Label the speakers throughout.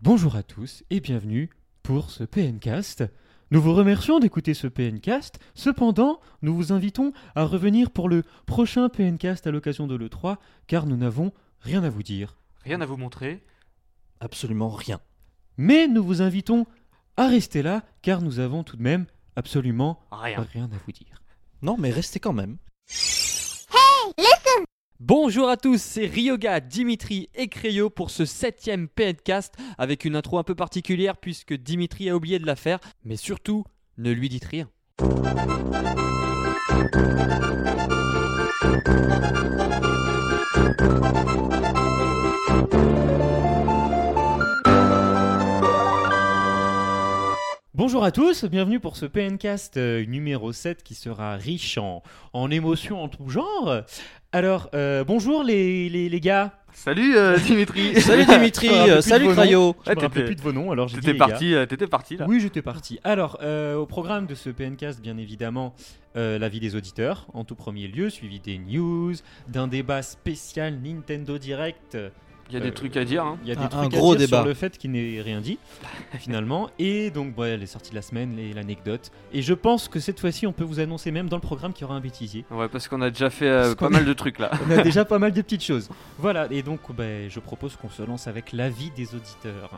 Speaker 1: Bonjour à tous et bienvenue pour ce PNcast. Nous vous remercions d'écouter ce PNcast. Cependant, nous vous invitons à revenir pour le prochain PNcast à l'occasion de l'E3 car nous n'avons rien à vous dire.
Speaker 2: Rien à vous montrer.
Speaker 3: Absolument rien.
Speaker 1: Mais nous vous invitons à rester là car nous avons tout de même absolument
Speaker 2: Rien.
Speaker 1: rien à vous dire.
Speaker 3: Non, mais restez quand même.
Speaker 4: Bonjour à tous, c'est Ryoga, Dimitri et Créo pour ce septième PNcast avec une intro un peu particulière puisque Dimitri a oublié de la faire, mais surtout, ne lui dites rien.
Speaker 1: Bonjour à tous, bienvenue pour ce PNcast euh, numéro 7 qui sera riche en, en émotions en tout genre. Alors, euh, bonjour les, les, les gars.
Speaker 2: Salut euh, Dimitri.
Speaker 3: Salut Dimitri,
Speaker 1: Ah, un peu
Speaker 3: euh,
Speaker 1: plus de
Speaker 3: salut
Speaker 1: volant.
Speaker 3: Crayo.
Speaker 1: Je
Speaker 2: Ouais,
Speaker 1: me rappelle
Speaker 2: t'étais-
Speaker 1: plus de vos noms, alors j'ai dit
Speaker 2: T'étais
Speaker 1: les gars.
Speaker 2: parti, euh, t'étais parti là.
Speaker 1: Oui, j'étais parti. Alors, euh, au programme de ce PNcast, bien évidemment, euh, l'avis des auditeurs, en tout premier lieu, suivi des news, d'un débat spécial Nintendo Direct. Euh,
Speaker 2: Il y a
Speaker 1: Euh,
Speaker 2: des trucs à dire. Hein.
Speaker 1: Il y a des
Speaker 3: Un-
Speaker 1: trucs
Speaker 3: un
Speaker 1: à
Speaker 3: gros
Speaker 1: dire
Speaker 3: débat.
Speaker 1: sur le fait qu'il n'ait rien dit, finalement. Et donc, bah, ouais, les sorties de la semaine, les- l'anecdote. Et je pense que cette fois-ci, on peut vous annoncer même dans le programme qu'il y aura un bêtisier.
Speaker 2: Ouais, parce qu'on a déjà fait euh,
Speaker 1: Parce
Speaker 2: pas
Speaker 1: qu'on-
Speaker 2: mal de trucs là.
Speaker 1: On a déjà pas mal de petites choses. Voilà, et donc ben, je propose qu'on se lance avec l'avis des auditeurs.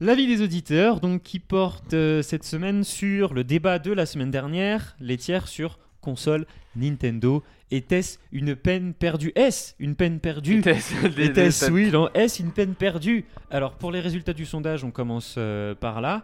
Speaker 1: L'avis des auditeurs, donc, qui porte euh, cette semaine sur le débat de la semaine dernière, les tiers sur console Nintendo. Était-ce une peine perdue S Une peine perdue
Speaker 2: Était-ce des- des-
Speaker 1: était-ce,
Speaker 2: des-
Speaker 1: oui, non, est-ce une peine perdue Alors, pour les résultats du sondage, on commence euh, par là.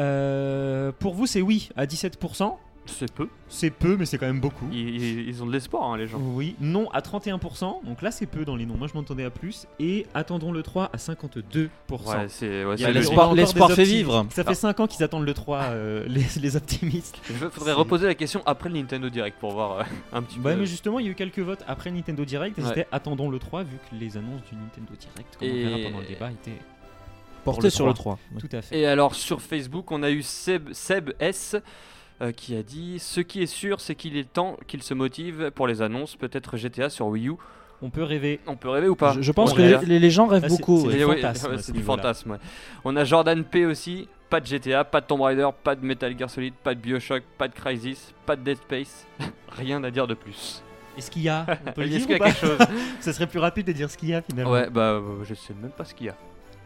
Speaker 1: Euh, pour vous, c'est oui à 17%.
Speaker 2: C'est peu.
Speaker 1: C'est peu, mais c'est quand même beaucoup.
Speaker 2: Ils, ils- ils ont de l'espoir hein, les gens.
Speaker 1: Oui, non à 31%. Donc là, c'est peu dans les noms. Moi, je m'entendais à plus. Et attendons le 3 à 52%.
Speaker 2: Ouais, c'est ouais,
Speaker 1: Il y a le- on
Speaker 2: c'est-
Speaker 3: l'espoir-
Speaker 1: a encore
Speaker 3: l'espoir
Speaker 1: des
Speaker 3: fait
Speaker 1: optimistes.
Speaker 3: vivre.
Speaker 1: Ça fait 5 ans qu'ils attendent le 3, euh, les, les optimistes.
Speaker 2: Il
Speaker 1: c'est-
Speaker 2: faudrait reposer la question après le Nintendo Direct pour voir euh, un petit
Speaker 1: Ouais,
Speaker 2: peu.
Speaker 1: mais justement, il y a eu quelques votes après Nintendo Direct. Et
Speaker 2: Ouais.
Speaker 1: c'était attendons le 3, vu que les annonces du Nintendo Direct, comme
Speaker 2: Et-
Speaker 1: on verra pendant le débat, étaient
Speaker 3: Portez
Speaker 1: le
Speaker 3: sur le 3.
Speaker 1: tout à fait.
Speaker 2: Et alors sur Facebook, on a eu Seb, Seb S euh, qui a dit Ce qui est sûr, c'est qu'il est temps qu'il se motive pour les annonces, peut-être GTA sur Wii U.
Speaker 1: On peut rêver.
Speaker 2: On peut rêver ou pas
Speaker 3: Je, je pense
Speaker 2: On
Speaker 3: que
Speaker 2: rêve.
Speaker 3: les, les gens rêvent
Speaker 1: Ah, c'est-
Speaker 3: beaucoup.
Speaker 1: c'est
Speaker 3: ouais.
Speaker 1: des
Speaker 2: Et Eh ouais,
Speaker 1: fantasmes,
Speaker 2: ouais,
Speaker 1: à ce
Speaker 2: c'est du
Speaker 1: niveau-là.
Speaker 2: fantasme. ouais. On a Jordan P aussi, pas de GTA, pas de Tomb Raider, pas de Metal Gear Solid, pas de Bioshock, pas de Crisis, pas de Dead Space. Rien à dire de plus.
Speaker 1: Est-ce qu'il y a On peut le dire
Speaker 2: Est-ce qu'il y
Speaker 1: ou
Speaker 2: a
Speaker 1: pas
Speaker 2: quelque chose
Speaker 1: Ça serait plus rapide de dire ce qu'il y a finalement.
Speaker 2: Ouais, bah euh, je sais même pas ce qu'il y a.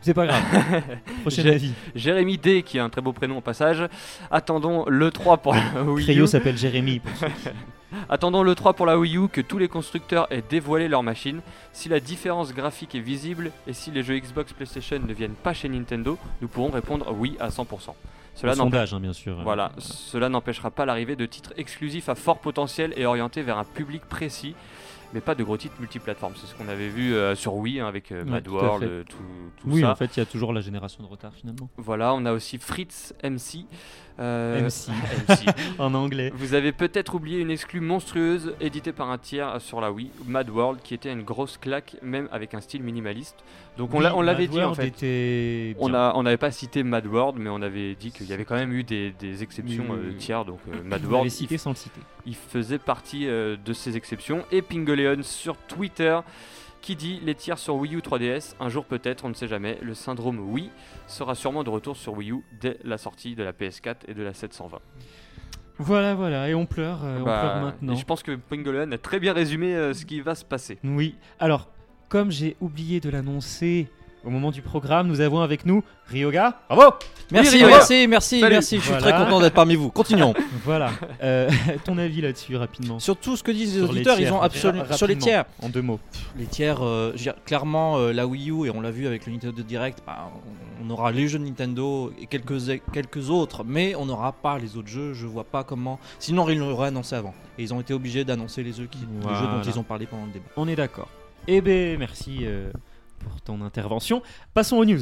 Speaker 1: C'est pas grave. Prochain
Speaker 2: J'ai-
Speaker 1: avis.
Speaker 2: Jérémy D qui a un très beau prénom au passage. Attendons le 3 pour la Wii U.
Speaker 1: Créo s'appelle Jérémy. pour ceux qui-
Speaker 2: Attendons le 3 pour la Wii U que tous les constructeurs aient dévoilé leur machine. Si la différence graphique est visible et si les jeux Xbox PlayStation ne viennent pas chez Nintendo, nous pourrons répondre oui à 100%. Cela
Speaker 1: Le
Speaker 2: n'empêche
Speaker 1: sondage, hein, bien sûr.
Speaker 2: Voilà, cela n'empêchera pas l'arrivée de titres exclusifs à fort potentiel et orientés vers un public précis, mais pas de gros titres multiplateformes. C'est ce qu'on avait vu euh, sur Wii hein, avec euh,
Speaker 1: Ouais,
Speaker 2: Mad
Speaker 1: tout à
Speaker 2: World,
Speaker 1: fait.
Speaker 2: euh, tout, tout
Speaker 1: Oui,
Speaker 2: ça.
Speaker 1: en fait, il y a toujours la génération de retard finalement.
Speaker 2: Voilà, on a aussi Fritz MC. euh,
Speaker 1: MC.
Speaker 2: MC.
Speaker 1: En anglais.
Speaker 2: Vous avez peut-être oublié une exclue monstrueuse éditée par un tiers euh, sur la Wii, Mad World, qui était une grosse claque, même avec un style minimaliste. Donc on l'a- on l'avait dit en fait. On a- on n'avait pas cité Mad World, mais on avait dit qu'il y avait quand même eu des, des exceptions
Speaker 1: Oui, oui,
Speaker 2: euh,
Speaker 1: oui.
Speaker 2: tiers. Donc euh, Mad
Speaker 1: On l'avait
Speaker 2: World,
Speaker 1: cité sans le citer.
Speaker 2: il faisait partie euh, de ces exceptions. Et Pingoleon sur Twitter qui dit les tirs sur Wii U 3DS, un jour peut-être, on ne sait jamais, le syndrome Wii sera sûrement de retour sur Wii U dès la sortie de la PS4 et de la 720.
Speaker 1: Voilà, voilà, et on pleure, euh, on
Speaker 2: Bah,
Speaker 1: pleure maintenant.
Speaker 2: et je pense que Pingoleon a très bien résumé euh, ce qui va se passer.
Speaker 1: Oui. Alors, comme j'ai oublié de l'annoncer au moment du programme, nous avons avec nous Ryoga. Bravo
Speaker 3: Merci,
Speaker 2: Oui, Ryoga.
Speaker 3: merci, merci,
Speaker 2: Salut.
Speaker 3: merci. Je suis
Speaker 1: Voilà.
Speaker 3: très content d'être parmi vous. Continuons.
Speaker 1: Voilà. Euh, ton avis là-dessus rapidement.
Speaker 3: sur tout ce que disent les
Speaker 1: Sur les
Speaker 3: auditeurs, ils
Speaker 1: tiers,
Speaker 3: ont absolument.
Speaker 1: ra-
Speaker 3: Sur les
Speaker 1: rapidement,
Speaker 3: tiers.
Speaker 1: En deux mots.
Speaker 3: Les tiers, euh, je veux dire, clairement, euh, la Wii U, et on l'a vu avec le Nintendo Direct, bah, on- on aura les jeux de Nintendo et quelques, quelques autres, mais on n'aura pas les autres jeux. Je vois pas comment. Sinon, ils l'auraient annoncé avant. Et ils ont été obligés d'annoncer les jeux, qui, les jeux
Speaker 1: Voilà.
Speaker 3: dont ils ont parlé pendant le débat.
Speaker 1: On est d'accord. Eh ben, merci euh, pour ton intervention. Passons aux news.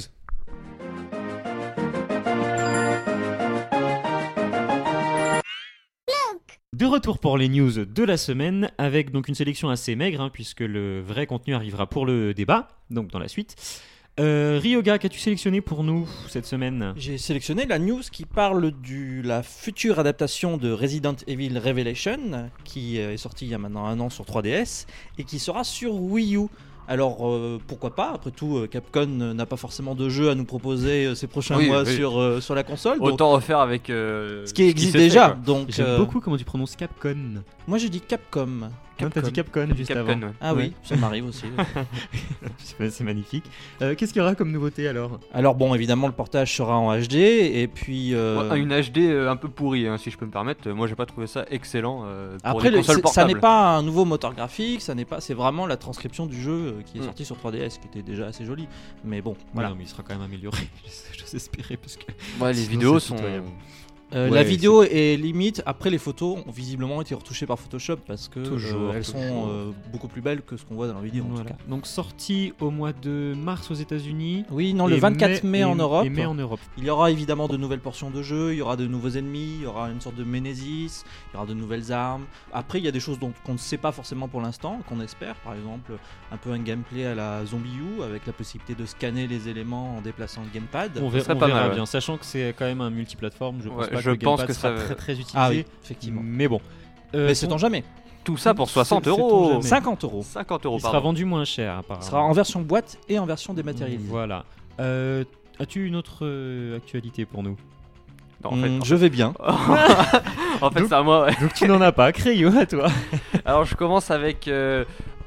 Speaker 1: De retour pour les news de la semaine, avec donc une sélection assez maigre, hein, puisque le vrai contenu arrivera pour le débat, donc dans la suite. Euh, Ryoga, qu'as-tu sélectionné pour nous cette semaine
Speaker 3: J'ai sélectionné la news qui parle de la future adaptation de Resident Evil Revelation, qui euh, est sortie il y a maintenant un an sur 3DS, et qui sera sur Wii U. Alors euh, pourquoi pas Après tout, euh, Capcom n'a pas forcément de jeu à nous proposer euh, ces prochains
Speaker 2: Oui,
Speaker 3: mois
Speaker 2: oui.
Speaker 3: sur, euh, sur la console. donc-
Speaker 2: Autant refaire avec. euh,
Speaker 3: ce qui existe
Speaker 2: s'est fait,
Speaker 3: déjà.
Speaker 2: quoi.
Speaker 3: donc
Speaker 1: J'aime
Speaker 3: euh,
Speaker 1: beaucoup comment tu prononces Capcom.
Speaker 3: moi je dis Capcom.
Speaker 1: Non, t'as dit Capcom juste
Speaker 2: Capcom,
Speaker 1: avant.
Speaker 2: ouais.
Speaker 3: Ah
Speaker 1: Ouais.
Speaker 3: oui, ça m'arrive aussi.
Speaker 1: C'est c'est magnifique. Euh, Qu'est-ce qu'il y aura comme nouveauté alors
Speaker 3: Alors bon, évidemment le portage sera en HD et puis euh,
Speaker 2: Ouais, Une HD euh, un peu pourrie, hein, si je peux me permettre. Moi, j'ai pas trouvé ça excellent euh, pour
Speaker 3: après
Speaker 2: les
Speaker 3: le-
Speaker 2: consoles
Speaker 3: c'est- ça
Speaker 2: portables.
Speaker 3: n'est pas un nouveau moteur graphique, ça n'est pas, c'est vraiment la transcription du jeu euh, qui est
Speaker 1: Hmm.
Speaker 2: Mm.
Speaker 3: sorti sur 3DS qui était déjà assez jolie. Mais bon, voilà.
Speaker 1: Non, mais il sera quand même amélioré. J'ose espérer parce que.
Speaker 2: Ouais, Ah, les
Speaker 1: Sinon,
Speaker 2: vidéos
Speaker 1: c'est
Speaker 2: sont.
Speaker 1: pitoyable.
Speaker 3: Euh,
Speaker 1: Ouais,
Speaker 3: la vidéo est... limite. Après, les photos ont visiblement été retouchées par Photoshop parce que euh,
Speaker 1: Toujours,
Speaker 3: elles
Speaker 1: toujours.
Speaker 3: sont euh, beaucoup plus belles que ce qu'on voit dans la vidéo. En tout
Speaker 1: Voilà.
Speaker 3: cas.
Speaker 1: Donc sorti au mois de mars aux États-Unis.
Speaker 3: Oui, non, le
Speaker 1: et
Speaker 3: 24 mai,
Speaker 1: et-
Speaker 3: en Europe.
Speaker 1: Et mai en Europe.
Speaker 3: Il y aura évidemment de nouvelles portions de jeu, il y aura de nouveaux ennemis, il y aura une sorte de Ménésis, il y aura de nouvelles armes. Après, il y a des choses dont qu'on ne sait pas forcément pour l'instant, qu'on espère. Par exemple, un peu un gameplay à la Zombie U avec la possibilité de scanner les éléments en déplaçant le gamepad.
Speaker 1: On verra,
Speaker 2: serait
Speaker 1: on
Speaker 2: pas
Speaker 1: verra
Speaker 2: mal, ouais.
Speaker 1: bien, sachant que c'est quand même un multiplateforme. Je pense
Speaker 2: Ouais,
Speaker 1: pas
Speaker 2: je
Speaker 1: que, le
Speaker 2: pense
Speaker 1: Gamepad
Speaker 2: que
Speaker 1: sera
Speaker 2: ça-
Speaker 1: très très utilisé.
Speaker 3: Ah oui, effectivement.
Speaker 1: Mais bon. Euh,
Speaker 3: Mais c'est
Speaker 1: pour-
Speaker 3: en jamais.
Speaker 2: Tout Mm. ça pour
Speaker 1: C'est-
Speaker 2: 60
Speaker 1: sait-on
Speaker 2: euros.
Speaker 1: jamais.
Speaker 3: 50 euros.
Speaker 2: 50 euros,
Speaker 1: Il sera
Speaker 2: pardon.
Speaker 1: vendu moins cher apparemment. Mmh,
Speaker 3: Ce sera en version boîte et en version dématérialisée.
Speaker 1: Voilà. Euh, As-tu une autre euh, actualité pour nous
Speaker 2: Non, en fait,
Speaker 1: Mmh.
Speaker 3: Hum, je vais bien.
Speaker 2: en fait,
Speaker 1: Donc-
Speaker 2: c'est à moi. ouais.
Speaker 1: Donc tu n'en as pas, Crayo à toi.
Speaker 2: Alors je commence avec euh,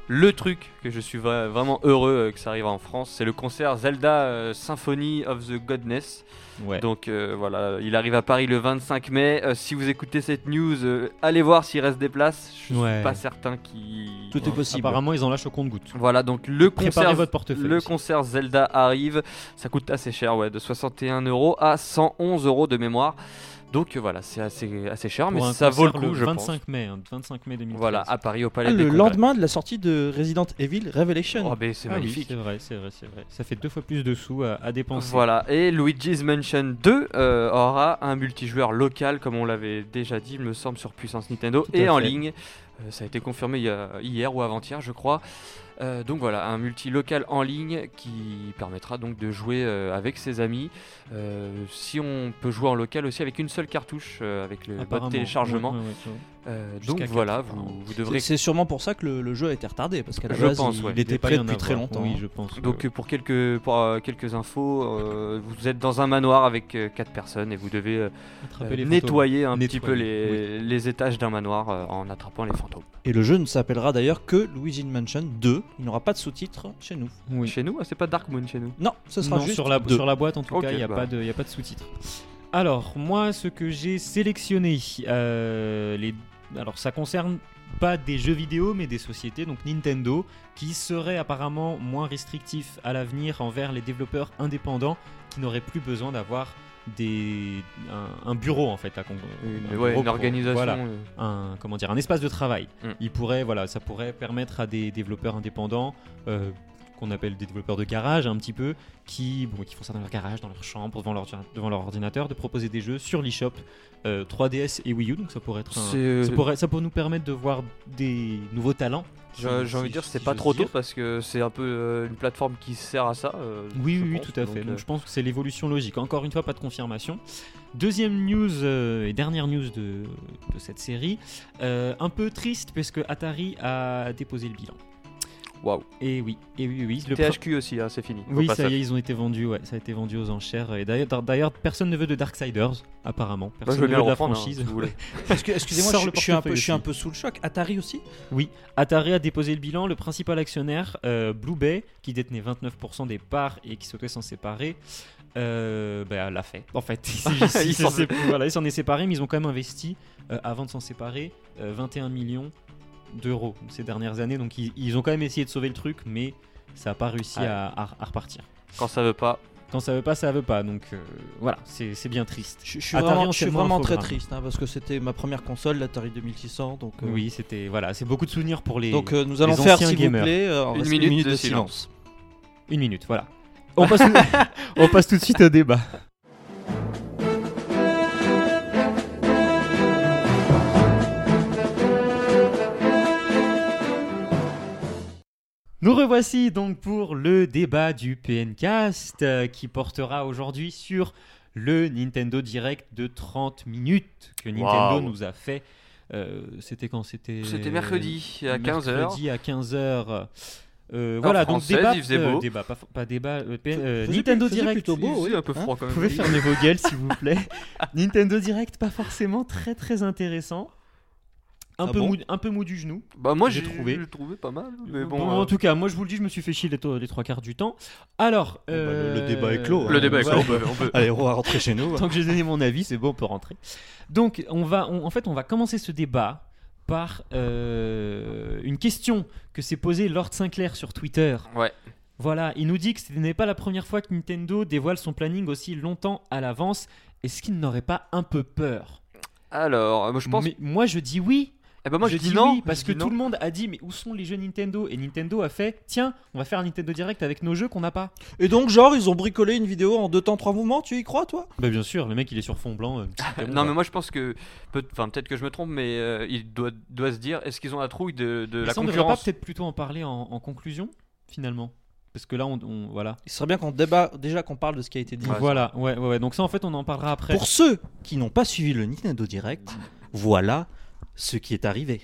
Speaker 2: le truc que je suis vra- vraiment heureux euh, que ça arrive en France, c'est le concert Zelda euh, Symphony of the Godness.
Speaker 1: Ouais.
Speaker 2: Donc euh, voilà, il arrive à Paris le 25 mai. Euh, si vous écoutez cette news, euh, allez voir s'il reste des places. Je
Speaker 1: Ouais.
Speaker 2: suis pas certain qu'il.
Speaker 3: Tout est possible.
Speaker 1: Apparemment ils en lâchent au compte-goutte.
Speaker 2: Voilà, donc le
Speaker 1: Préparez
Speaker 2: concert,
Speaker 1: votre portefeuille.
Speaker 2: le
Speaker 1: aussi.
Speaker 2: concert Zelda arrive. Ça coûte assez cher, ouais, de 61 euros à 111 euros de mémoire. Donc euh, voilà, c'est assez, assez cher,
Speaker 1: Pour
Speaker 2: mais
Speaker 1: un
Speaker 2: ça vaut le
Speaker 1: concert
Speaker 2: coup, je
Speaker 1: 25
Speaker 2: pense.
Speaker 1: mai, hein, 25 mai 2013.
Speaker 2: Voilà, à Paris au Palais
Speaker 3: Ah,
Speaker 2: des
Speaker 3: le
Speaker 2: Congrès.
Speaker 3: lendemain de la sortie de Resident Evil Revelation.
Speaker 2: Oh, ben, c'est
Speaker 1: Ah oui,
Speaker 2: magnifique.
Speaker 1: c'est vrai, c'est vrai, c'est vrai. Ça fait deux fois plus de sous à, à dépenser.
Speaker 2: Voilà, et Luigi's Mansion 2 euh, aura un multijoueur local, comme on l'avait déjà dit, il me semble, sur Puissance Nintendo
Speaker 1: Tout à
Speaker 2: et en
Speaker 1: fait.
Speaker 2: ligne. Euh, ça a été confirmé il y a- hier ou avant-hier, je crois. Euh, donc voilà, un multi local en ligne qui permettra donc de jouer euh, avec ses amis. Euh, si on peut jouer en local aussi avec une seule cartouche, euh, avec le mode
Speaker 1: Apparemment.
Speaker 2: téléchargement.
Speaker 1: Ouais, ouais, ouais, ouais.
Speaker 2: Euh,
Speaker 1: Jusqu'à
Speaker 2: donc
Speaker 1: quatre, hein.
Speaker 2: voilà,
Speaker 1: apparemment.
Speaker 2: vous, vous
Speaker 3: C'est-
Speaker 2: devrez.
Speaker 3: C'est sûrement pour ça que le, le jeu a été retardé parce qu'à la
Speaker 2: Je
Speaker 3: base,
Speaker 2: pense,
Speaker 3: il,
Speaker 2: ouais.
Speaker 3: il était
Speaker 1: devait pas
Speaker 3: prêt
Speaker 1: y en
Speaker 3: depuis très
Speaker 1: avoir.
Speaker 3: longtemps.
Speaker 1: Oui,
Speaker 3: hein.
Speaker 1: je pense.
Speaker 2: Donc euh, pour quelques, pour, euh, quelques infos, euh, vous êtes dans un manoir avec euh, quatre personnes et vous devez euh,
Speaker 1: Attraper
Speaker 2: Euh,
Speaker 1: les photos.
Speaker 2: nettoyer un petit
Speaker 1: Nettoyer,
Speaker 2: peu les, les étages d'un manoir euh, en attrapant les fantômes.
Speaker 3: Et le jeu ne s'appellera d'ailleurs que Luigi Mansion 2. Il n'aura pas de sous-titres chez nous.
Speaker 1: Oui.
Speaker 2: Chez nous, ah, c'est pas Dark Moon chez nous.
Speaker 3: Non, ce sera
Speaker 1: Non,
Speaker 3: juste
Speaker 1: sur la,
Speaker 3: 2.
Speaker 1: sur la boîte en tout
Speaker 2: Ok,
Speaker 1: cas, il n'y a,
Speaker 2: bah.
Speaker 1: pas de- il y a pas de sous-titres. Alors, moi, ce que j'ai sélectionné, euh, les... alors ça concerne pas des jeux vidéo, mais des sociétés, donc Nintendo, qui serait apparemment moins restrictif à l'avenir envers les développeurs indépendants qui n'auraient plus besoin d'avoir des un, un bureau en fait à con- Euh, un
Speaker 2: Une,
Speaker 1: bureau pour-
Speaker 2: organisation. euh,
Speaker 1: voilà, un comment dire un espace de travail.
Speaker 2: Mm.
Speaker 1: Il pourrait voilà, ça pourrait permettre à des développeurs indépendants euh, qu'on appelle des développeurs de garage un petit peu qui bon, qui font ça dans leur garage, dans leur chambre, devant leur devant leur ordinateur de proposer des jeux sur l'eShop euh, 3DS et Wii U donc ça pourrait être un-
Speaker 2: euh,
Speaker 1: ça pourrait ça pourrait nous permettre de voir des nouveaux talents. si-
Speaker 2: J'ai j'ai
Speaker 1: si-
Speaker 2: envie de dire, c'est
Speaker 1: si
Speaker 2: pas
Speaker 1: j'ose
Speaker 2: trop tôt
Speaker 1: dire.
Speaker 2: parce que c'est un peu euh, une plateforme qui sert à ça. euh,
Speaker 1: Oui,
Speaker 2: je
Speaker 1: oui, oui,
Speaker 2: pense.
Speaker 1: tout à fait.
Speaker 2: Donc, euh,
Speaker 1: Donc je pense que c'est l'évolution logique. Encore une fois, pas de confirmation. Deuxième news euh, et dernière news de, de cette série. Euh, un peu triste parce que Atari a déposé le bilan.
Speaker 2: Waouh.
Speaker 1: Et oui, et oui, oui.
Speaker 2: euh,
Speaker 1: Le pre-
Speaker 2: THQ aussi, hein, c'est fini.
Speaker 1: oui, ça y est, ils ont été vendus. Ouais, ça a été vendu aux enchères. Et d'ailleurs, d'ailleurs, personne ne veut de Darksiders, apparemment. Personne
Speaker 2: je veux
Speaker 1: ne
Speaker 2: bien
Speaker 1: veut
Speaker 2: le
Speaker 1: de la
Speaker 2: reprendre, hein,
Speaker 1: franchise.
Speaker 2: si vous voulez.
Speaker 3: Excu- Excusez-moi,
Speaker 1: Sors
Speaker 3: je,
Speaker 1: le
Speaker 3: je suis un peu,
Speaker 1: portefeuille
Speaker 3: je suis un
Speaker 1: aussi.
Speaker 3: peu sous le choc. Atari aussi
Speaker 1: Atari a déposé le bilan. Le principal actionnaire, euh, Blue Bay, qui détenait 29% des parts et qui souhaitait s'en séparer, euh, bah, l'a fait. En fait, il s'est- il
Speaker 2: Il s'en
Speaker 1: s'est- voilà, il s'en est séparé, mais ils ont quand même investi, euh, avant de s'en séparer, euh, 21 millions d'euros ces dernières années. Donc ils, ils ont quand même essayé de sauver le truc, mais ça n'a pas réussi
Speaker 2: Ouais.
Speaker 1: à, à- à repartir.
Speaker 2: Quand ça veut pas,
Speaker 1: Quand ça veut pas, ça veut pas. Donc euh, voilà, c'est c'est bien triste.
Speaker 3: Je, je suis
Speaker 1: Atari
Speaker 3: vraiment, je suis
Speaker 1: enchaînement
Speaker 3: vraiment très
Speaker 1: infogramme.
Speaker 3: triste hein, parce que c'était ma première console, l'Atari 2600. Donc, euh,
Speaker 1: Oui, c'était voilà, c'est beaucoup de souvenirs pour les.
Speaker 3: donc euh, nous allons
Speaker 1: les
Speaker 3: faire,
Speaker 1: anciens
Speaker 3: s'il vous
Speaker 1: gamers.
Speaker 3: plaît, euh, en
Speaker 2: Une
Speaker 3: reste-
Speaker 2: minute de
Speaker 1: Une minute, voilà. On passe, tout... on passe tout de suite au débat. Nous revoici donc pour le débat du PNcast euh, qui portera aujourd'hui sur le Nintendo Direct de 30 minutes que Nintendo
Speaker 2: Waouh.
Speaker 1: nous a fait. Euh, c'était quand C'était
Speaker 2: C'était mercredi à 15h.
Speaker 1: Mercredi à 15h. Euh, voilà, donc
Speaker 2: française,
Speaker 1: débat,
Speaker 2: il faisait
Speaker 1: euh,
Speaker 2: beau.
Speaker 1: débat, pas, pas débat, euh, PN, euh,
Speaker 3: Faisait-
Speaker 1: Nintendo
Speaker 3: faisait
Speaker 1: Direct.
Speaker 3: plutôt beau, oui.
Speaker 2: un peu
Speaker 3: Hein
Speaker 2: froid
Speaker 1: Vous
Speaker 2: quand même.
Speaker 1: pouvez fermer vos gueules s'il vous plaît. Nintendo Direct, pas forcément très très intéressant. Un,
Speaker 3: Ah
Speaker 1: peu,
Speaker 3: bon
Speaker 1: mou, un peu mou du genou.
Speaker 2: Bah moi
Speaker 1: J'ai
Speaker 2: j'ai
Speaker 1: trouvé.
Speaker 2: trouvé. trouvé pas mal. Mais bon,
Speaker 1: Bon,
Speaker 2: euh,
Speaker 1: En tout cas, moi je vous le dis, je me suis fait chier les, to- les trois quarts du temps. Alors,
Speaker 3: Bon, bah, le-
Speaker 1: euh,
Speaker 3: le débat est clos, hein.
Speaker 2: le débat est
Speaker 1: voilà.
Speaker 2: clos. on peut- on peut-
Speaker 3: Allez, on va rentrer chez nous.
Speaker 1: Tant que j'ai donné mon avis, c'est bon, on peut rentrer. Donc, on va, on- en fait, on va commencer ce débat par euh, une question que s'est posée Lord Sinclair sur Twitter.
Speaker 2: Ouais.
Speaker 1: Voilà, il nous dit que ce n'est pas la première fois que Nintendo dévoile son planning aussi longtemps à l'avance. Est-ce qu'il n'aurait pas un peu peur
Speaker 2: Alors, euh, moi je pense.
Speaker 1: Mais moi, je dis oui.
Speaker 2: Eh ben moi je, dis,
Speaker 1: dis
Speaker 2: non
Speaker 1: oui, parce
Speaker 2: je
Speaker 1: que
Speaker 2: dis non.
Speaker 1: tout le monde a dit mais où sont les jeux Nintendo Et Nintendo a fait tiens, on va faire un Nintendo Direct avec nos jeux qu'on n'a pas.
Speaker 3: Et donc, genre, ils ont bricolé une vidéo en deux temps, trois mouvements, tu y crois, toi
Speaker 1: Bah bien sûr, le mec il est sur fond blanc. euh,
Speaker 2: Non mais moi je pense que peut- enfin peut-être que je me trompe mais euh, il doit doit se dire est-ce qu'ils ont la trouille de, de la
Speaker 1: ça, on devrait pas
Speaker 2: concurrence
Speaker 1: peut-être plutôt en parler en, en conclusion finalement, parce que là on, on- voilà.
Speaker 3: Il serait bien qu'on débat, déjà qu'on parle de ce qui a été dit.
Speaker 2: Ouais,
Speaker 1: voilà, ouais, ouais, ouais. Donc ça en fait on en parlera après.
Speaker 3: Pour ceux qui n'ont pas suivi le Nintendo Direct, voilà ce qui est arrivé.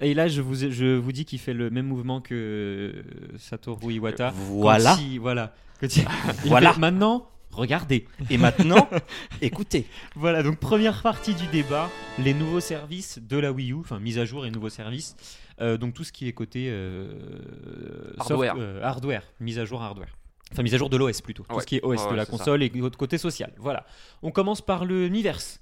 Speaker 1: Et là je vous je vous dis qu'il fait le même mouvement que euh, Satoru Iwata. Comme
Speaker 3: Voilà.
Speaker 1: si- voilà. Que tu- Il
Speaker 3: Voilà.
Speaker 1: fait, maintenant regardez.
Speaker 3: Et maintenant, écoutez.
Speaker 1: Voilà, donc première partie du débat, les nouveaux services de la Wii U, enfin mise à jour et nouveaux services. Euh, donc tout ce qui est côté euh, soft-
Speaker 2: Hardware.
Speaker 1: euh, hardware, mise à jour hardware. Enfin mise à jour de l'OS plutôt, tout
Speaker 2: Ouais.
Speaker 1: ce qui est OS
Speaker 2: Ouais,
Speaker 1: de
Speaker 2: ouais,
Speaker 1: la
Speaker 2: c'est ça.
Speaker 1: console et l'autre côté social. Voilà. On commence par le Miiverse.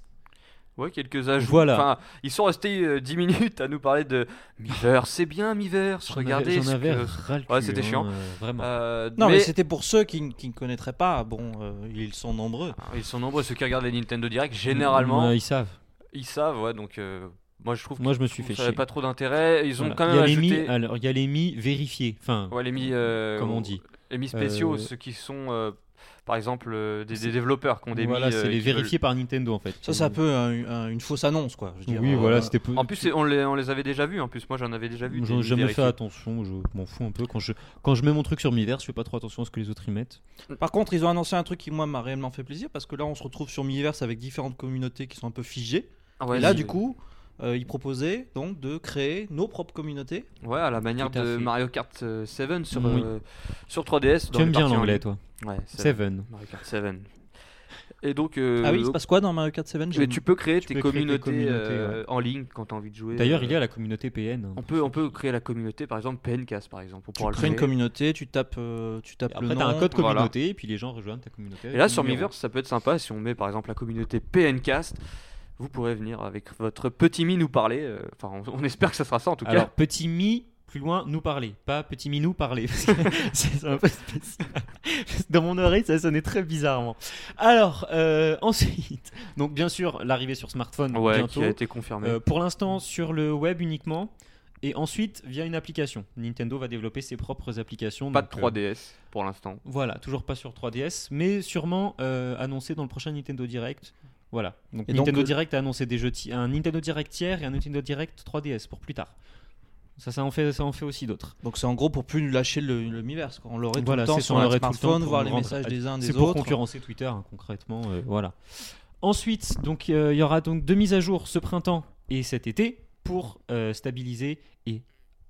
Speaker 2: Ouais, quelques ajouts.
Speaker 1: Voilà.
Speaker 2: Enfin, ils sont restés euh, 10 minutes à nous parler de Miiverse, c'est bien Miiverse, regardez
Speaker 1: j'en
Speaker 2: ce
Speaker 1: avais
Speaker 2: que-
Speaker 1: ras le
Speaker 2: Ouais,
Speaker 1: cul,
Speaker 2: c'était
Speaker 1: hein,
Speaker 2: chiant.
Speaker 1: euh, vraiment.
Speaker 2: Euh,
Speaker 3: Non, mais,
Speaker 2: mais-
Speaker 3: c'était pour ceux qui, n- qui ne connaîtraient pas. Bon, euh, ils sont nombreux.
Speaker 2: Ah, Ils sont nombreux ceux qui regardent les Nintendo Direct, généralement
Speaker 1: Ouais, ils savent.
Speaker 2: ils savent ouais donc euh, moi je trouve que
Speaker 1: Moi je me suis fait
Speaker 2: ça
Speaker 1: chier.
Speaker 2: n'avait pas trop d'intérêt, ils ont
Speaker 1: Voilà.
Speaker 2: quand
Speaker 1: il y
Speaker 2: même
Speaker 1: a les
Speaker 2: ajouté
Speaker 1: mi, alors il y a les mi vérifiés. Enfin,
Speaker 2: ouais, les mi euh,
Speaker 1: comment on dit
Speaker 2: Les mi spéciaux
Speaker 1: Euh,
Speaker 2: ceux qui sont euh, par exemple euh, des, des développeurs qui ont des mi,
Speaker 1: Voilà,
Speaker 2: euh,
Speaker 1: c'est les
Speaker 2: qui veulent-
Speaker 1: vérifiés par Nintendo en fait.
Speaker 3: Ça, c'est un peu un- un- une fausse annonce, quoi. Je veux dire,
Speaker 1: Oui,
Speaker 3: euh,
Speaker 1: voilà, c'était peu-
Speaker 2: En plus c'est- on les, on les avait déjà vus en plus, moi j'en avais déjà vu. des
Speaker 1: J'ai
Speaker 2: mi
Speaker 1: jamais fait
Speaker 2: vérifiés.
Speaker 1: attention, je m'en fous un peu. Quand je, quand je mets mon truc sur Miiverse, je fais pas trop attention à ce que les autres y mettent.
Speaker 3: Par contre, ils ont annoncé un truc qui, moi, m'a réellement fait plaisir parce que là, on se retrouve sur Miiverse avec différentes communautés qui sont un peu figées.
Speaker 2: Ah ouais,
Speaker 3: et là,
Speaker 2: c'est-
Speaker 3: du coup, euh, ils proposaient donc de créer nos propres communautés.
Speaker 2: Ouais, à la manière
Speaker 1: Tout à
Speaker 2: de
Speaker 1: fait.
Speaker 2: Mario Kart euh, 7 sur,
Speaker 1: Oui.
Speaker 2: euh, sur 3DS. dans
Speaker 1: tu aimes
Speaker 2: les
Speaker 1: bien
Speaker 2: parties en
Speaker 1: l'anglais,
Speaker 2: ligne.
Speaker 1: toi
Speaker 2: Ouais, Seven.
Speaker 1: Seven.
Speaker 2: Mario Kart 7. Et donc, euh,
Speaker 3: ah oui, il se passe quoi dans Mario Kart 7
Speaker 2: mais tu peux créer tes
Speaker 1: peux créer des
Speaker 2: communautés,
Speaker 1: communautés,
Speaker 2: euh, en ligne quand tu as envie de jouer.
Speaker 1: D'ailleurs,
Speaker 2: euh,
Speaker 1: il y a la communauté PN. hein.
Speaker 2: on peut, on peut créer la communauté, par exemple PNCAS, par exemple. On
Speaker 3: Tu
Speaker 2: pourra le
Speaker 3: crées une
Speaker 2: créer.
Speaker 3: communauté, tu tapes, euh, tu tapes le
Speaker 1: Après,
Speaker 3: nom.
Speaker 1: t'as un code
Speaker 2: voilà.
Speaker 1: communauté, et puis les gens rejoignent ta communauté.
Speaker 2: Et
Speaker 1: avec
Speaker 2: là,
Speaker 1: le
Speaker 2: sur
Speaker 1: numéro.
Speaker 2: Miiverse, ça peut être sympa si on met par exemple la communauté PNCast. Vous pourrez venir avec votre petit mi nous parler. euh, Enfin, on, on espère que ça sera ça en tout
Speaker 1: Alors,
Speaker 2: cas.
Speaker 1: petit mi, plus loin, nous parler. Pas petit mi, nous parler. parce que c'est un peu spécial. Dans mon oreille, ça sonnait très bizarrement. Alors, euh, ensuite, donc bien sûr, l'arrivée sur smartphone
Speaker 2: Ouais,
Speaker 1: bientôt.
Speaker 2: qui a été confirmé.
Speaker 1: Euh, pour l'instant, sur le web uniquement. Et ensuite, via une application. Nintendo va développer ses propres applications.
Speaker 2: pas de
Speaker 1: donc, euh,
Speaker 2: 3DS pour l'instant.
Speaker 1: Voilà, toujours pas sur 3DS, mais sûrement euh, annoncé dans le prochain Nintendo Direct. Voilà. Donc
Speaker 3: Et donc,
Speaker 1: Nintendo
Speaker 3: euh,
Speaker 1: Direct a annoncé des jeux ti- un Nintendo Direct tiers et un Nintendo Direct 3DS pour plus tard. Ça, ça en fait, ça en fait aussi d'autres.
Speaker 3: Donc c'est en gros pour plus lâcher le, le Miiverse. quoi. On l'aurait
Speaker 1: Voilà,
Speaker 3: tout le temps
Speaker 1: c'est ça,
Speaker 3: sur
Speaker 1: on
Speaker 3: notre
Speaker 1: l'aurait tout le temps
Speaker 3: smartphone,
Speaker 1: pour
Speaker 3: voir
Speaker 1: nous
Speaker 3: les
Speaker 1: rendre-
Speaker 3: messages des uns des
Speaker 1: C'est pour
Speaker 3: autres.
Speaker 1: concurrencer Twitter, hein, concrètement. euh, voilà. Ensuite, donc euh, il y aura donc deux mises à jour ce printemps et cet été pour euh, stabiliser et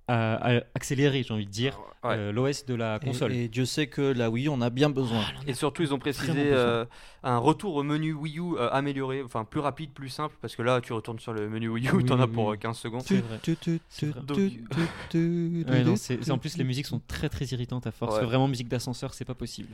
Speaker 1: euh, accélérer, j'ai envie de dire,
Speaker 2: Ah, Ouais.
Speaker 1: l'OS de la
Speaker 3: Et-
Speaker 1: console.
Speaker 3: Et, Dieu sait que la Wii, on a bien besoin.
Speaker 1: Ah,
Speaker 2: Et surtout, ils
Speaker 1: Vraiment
Speaker 2: ont précisé
Speaker 1: besoin.
Speaker 2: euh, un retour au menu Wii U euh, amélioré, enfin plus rapide, plus simple, parce que là, tu retournes sur le menu Wii U,
Speaker 1: Oui,
Speaker 2: t'en as
Speaker 1: oui,
Speaker 2: pour
Speaker 1: oui.
Speaker 2: euh, 15 secondes.
Speaker 1: C'est vrai.
Speaker 3: Tu- tu-
Speaker 1: C'est
Speaker 3: tu-
Speaker 1: vrai.
Speaker 3: tu-
Speaker 2: Donc-
Speaker 3: tu- tu-
Speaker 1: Ouais, non,
Speaker 3: tu-
Speaker 1: c'est-
Speaker 3: tu-
Speaker 1: en plus, les musiques sont très très irritantes à force.
Speaker 2: Ouais.
Speaker 1: Vraiment, musique d'ascenseur, c'est pas possible.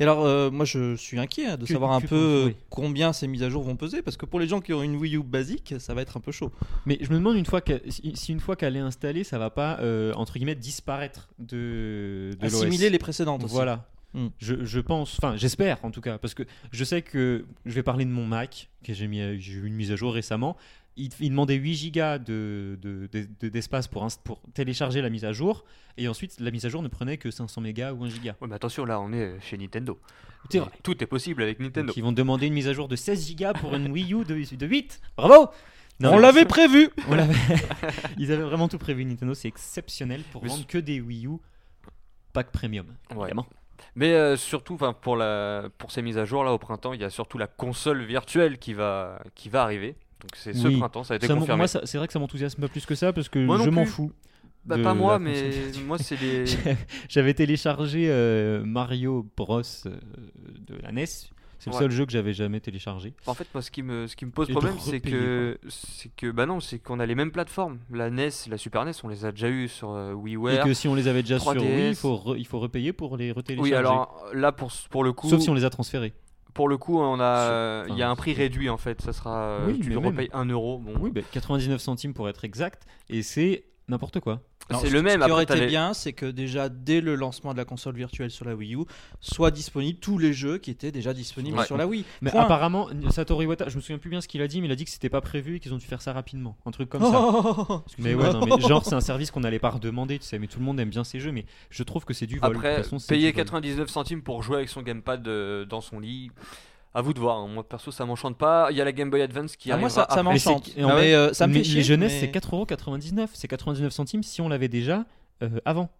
Speaker 3: Et alors, euh, moi, je suis inquiet hein, de
Speaker 1: Que
Speaker 3: savoir un
Speaker 1: dis-tu
Speaker 3: peu
Speaker 1: pour
Speaker 3: euh,
Speaker 1: jouer
Speaker 3: combien ces mises à jour vont peser, parce que pour les gens qui ont une Wii U basique, ça va être un peu chaud.
Speaker 1: Mais je me demande une fois que, si si une fois qu'elle est installée, ça va pas euh, entre guillemets disparaître de, de
Speaker 3: Assimiler
Speaker 1: l'OS.
Speaker 3: les précédentes aussi.
Speaker 1: Voilà.
Speaker 3: Hmm.
Speaker 1: Je, je pense, enfin j'espère en tout cas, parce que je sais que je vais parler de mon Mac, que j'ai mis, à- j'ai eu une mise à jour récemment. Il, il demandait 8 gigas de, de- de- de- d'espace pour, inst- pour télécharger la mise à jour, et ensuite la mise à jour ne prenait que 500 mégas ou 1 giga.
Speaker 2: Ouais, mais attention, là, on est euh, chez Nintendo.
Speaker 1: C'est vrai.
Speaker 2: Tout est possible avec Nintendo.
Speaker 1: Donc, ils vont demander une mise à jour de 16 gigas pour une Wii U de, de 8. Bravo Non,
Speaker 3: on
Speaker 1: mais-
Speaker 3: l'avait prévu
Speaker 1: on l'avait- Ils avaient vraiment tout prévu. Nintendo, c'est exceptionnel pour
Speaker 2: Mais
Speaker 1: vendre
Speaker 2: c'est-
Speaker 1: que des Wii U pack premium.
Speaker 2: Ouais.
Speaker 1: évidemment.
Speaker 2: Mais euh, surtout, enfin, pour la, pour ces mises à jour là au printemps, il y a surtout la console virtuelle qui va, qui va arriver. Donc c'est ce
Speaker 1: Oui.
Speaker 2: printemps, ça a été
Speaker 1: Ça m'en-
Speaker 2: confirmé.
Speaker 1: moi, ça- c'est vrai que ça m'enthousiasme pas plus que ça parce que
Speaker 2: Moi non
Speaker 1: je m'en
Speaker 2: plus.
Speaker 1: fous.
Speaker 2: Bah,
Speaker 1: de
Speaker 2: pas moi,
Speaker 1: la
Speaker 2: mais
Speaker 1: console virtuelle.
Speaker 2: moi c'est les.
Speaker 1: J'avais téléchargé euh, Mario Bros euh, de la NES. C'est
Speaker 2: Ouais.
Speaker 1: le seul jeu que j'avais jamais téléchargé.
Speaker 2: En fait, moi, ce qui me, ce qui me pose
Speaker 1: Et de
Speaker 2: problème, c'est
Speaker 1: repayer,
Speaker 2: que, c'est que, bah non, c'est qu'on a les mêmes plateformes. La NES, la Super NES, on les a déjà eu sur euh,
Speaker 1: Et
Speaker 2: WiiWare.
Speaker 1: que si on les avait déjà sur Wii,
Speaker 2: 3DS.
Speaker 1: il faut, re- il faut repayer pour les retélécharger.
Speaker 2: Oui, alors là, pour, ce- pour le coup,
Speaker 1: Sauf si on les a transférés.
Speaker 2: pour le coup, on a,
Speaker 1: Sauf-
Speaker 2: il y a
Speaker 1: enfin,
Speaker 2: un prix
Speaker 1: c'est-
Speaker 2: réduit en fait. Ça sera,
Speaker 1: Oui,
Speaker 2: tu
Speaker 1: mais
Speaker 2: le
Speaker 1: même.
Speaker 2: repayes 1 euro. Bon,
Speaker 1: Oui, bah, 99 centimes pour être exact. Et c'est n'importe quoi.
Speaker 3: Non,
Speaker 2: c'est
Speaker 3: ce-
Speaker 2: le même.
Speaker 3: Ce qui
Speaker 2: après,
Speaker 3: aurait
Speaker 2: t'as
Speaker 3: été
Speaker 2: les-
Speaker 3: bien, c'est que déjà dès le lancement de la console virtuelle sur la Wii U, soient disponibles tous les jeux qui étaient déjà disponibles
Speaker 2: Ouais.
Speaker 3: sur la Wii.
Speaker 1: Mais
Speaker 3: Point.
Speaker 1: apparemment, Satoru Iwata, je me souviens plus bien ce qu'il a dit, mais il a dit que c'était pas prévu et qu'ils ont dû faire ça rapidement. Un truc comme ça.
Speaker 3: Oh,
Speaker 1: Mais ouais, non, mais genre, c'est un service qu'on n'allait pas redemander, tu sais. Mais tout le monde aime bien ces jeux, mais je trouve que c'est du vol. De
Speaker 2: Après,
Speaker 1: toute façon, c'est
Speaker 2: payer
Speaker 1: du vol.
Speaker 2: 99 centimes pour jouer avec son gamepad euh, dans son lit, à vous de voir. hein. Moi perso, ça m'enchante pas. Il y a la Game Boy Advance qui
Speaker 3: Ah, moi,
Speaker 2: arrivera
Speaker 3: ça, ça
Speaker 2: après.
Speaker 1: Mais c'est-
Speaker 3: m'enchante.
Speaker 1: et en vrai,
Speaker 3: Mais euh, ça me
Speaker 1: mais
Speaker 3: fait chier.
Speaker 1: les jeunesses,
Speaker 3: mais-
Speaker 1: c'est 4,99€. C'est 99 centimes si on l'avait déjà euh, avant.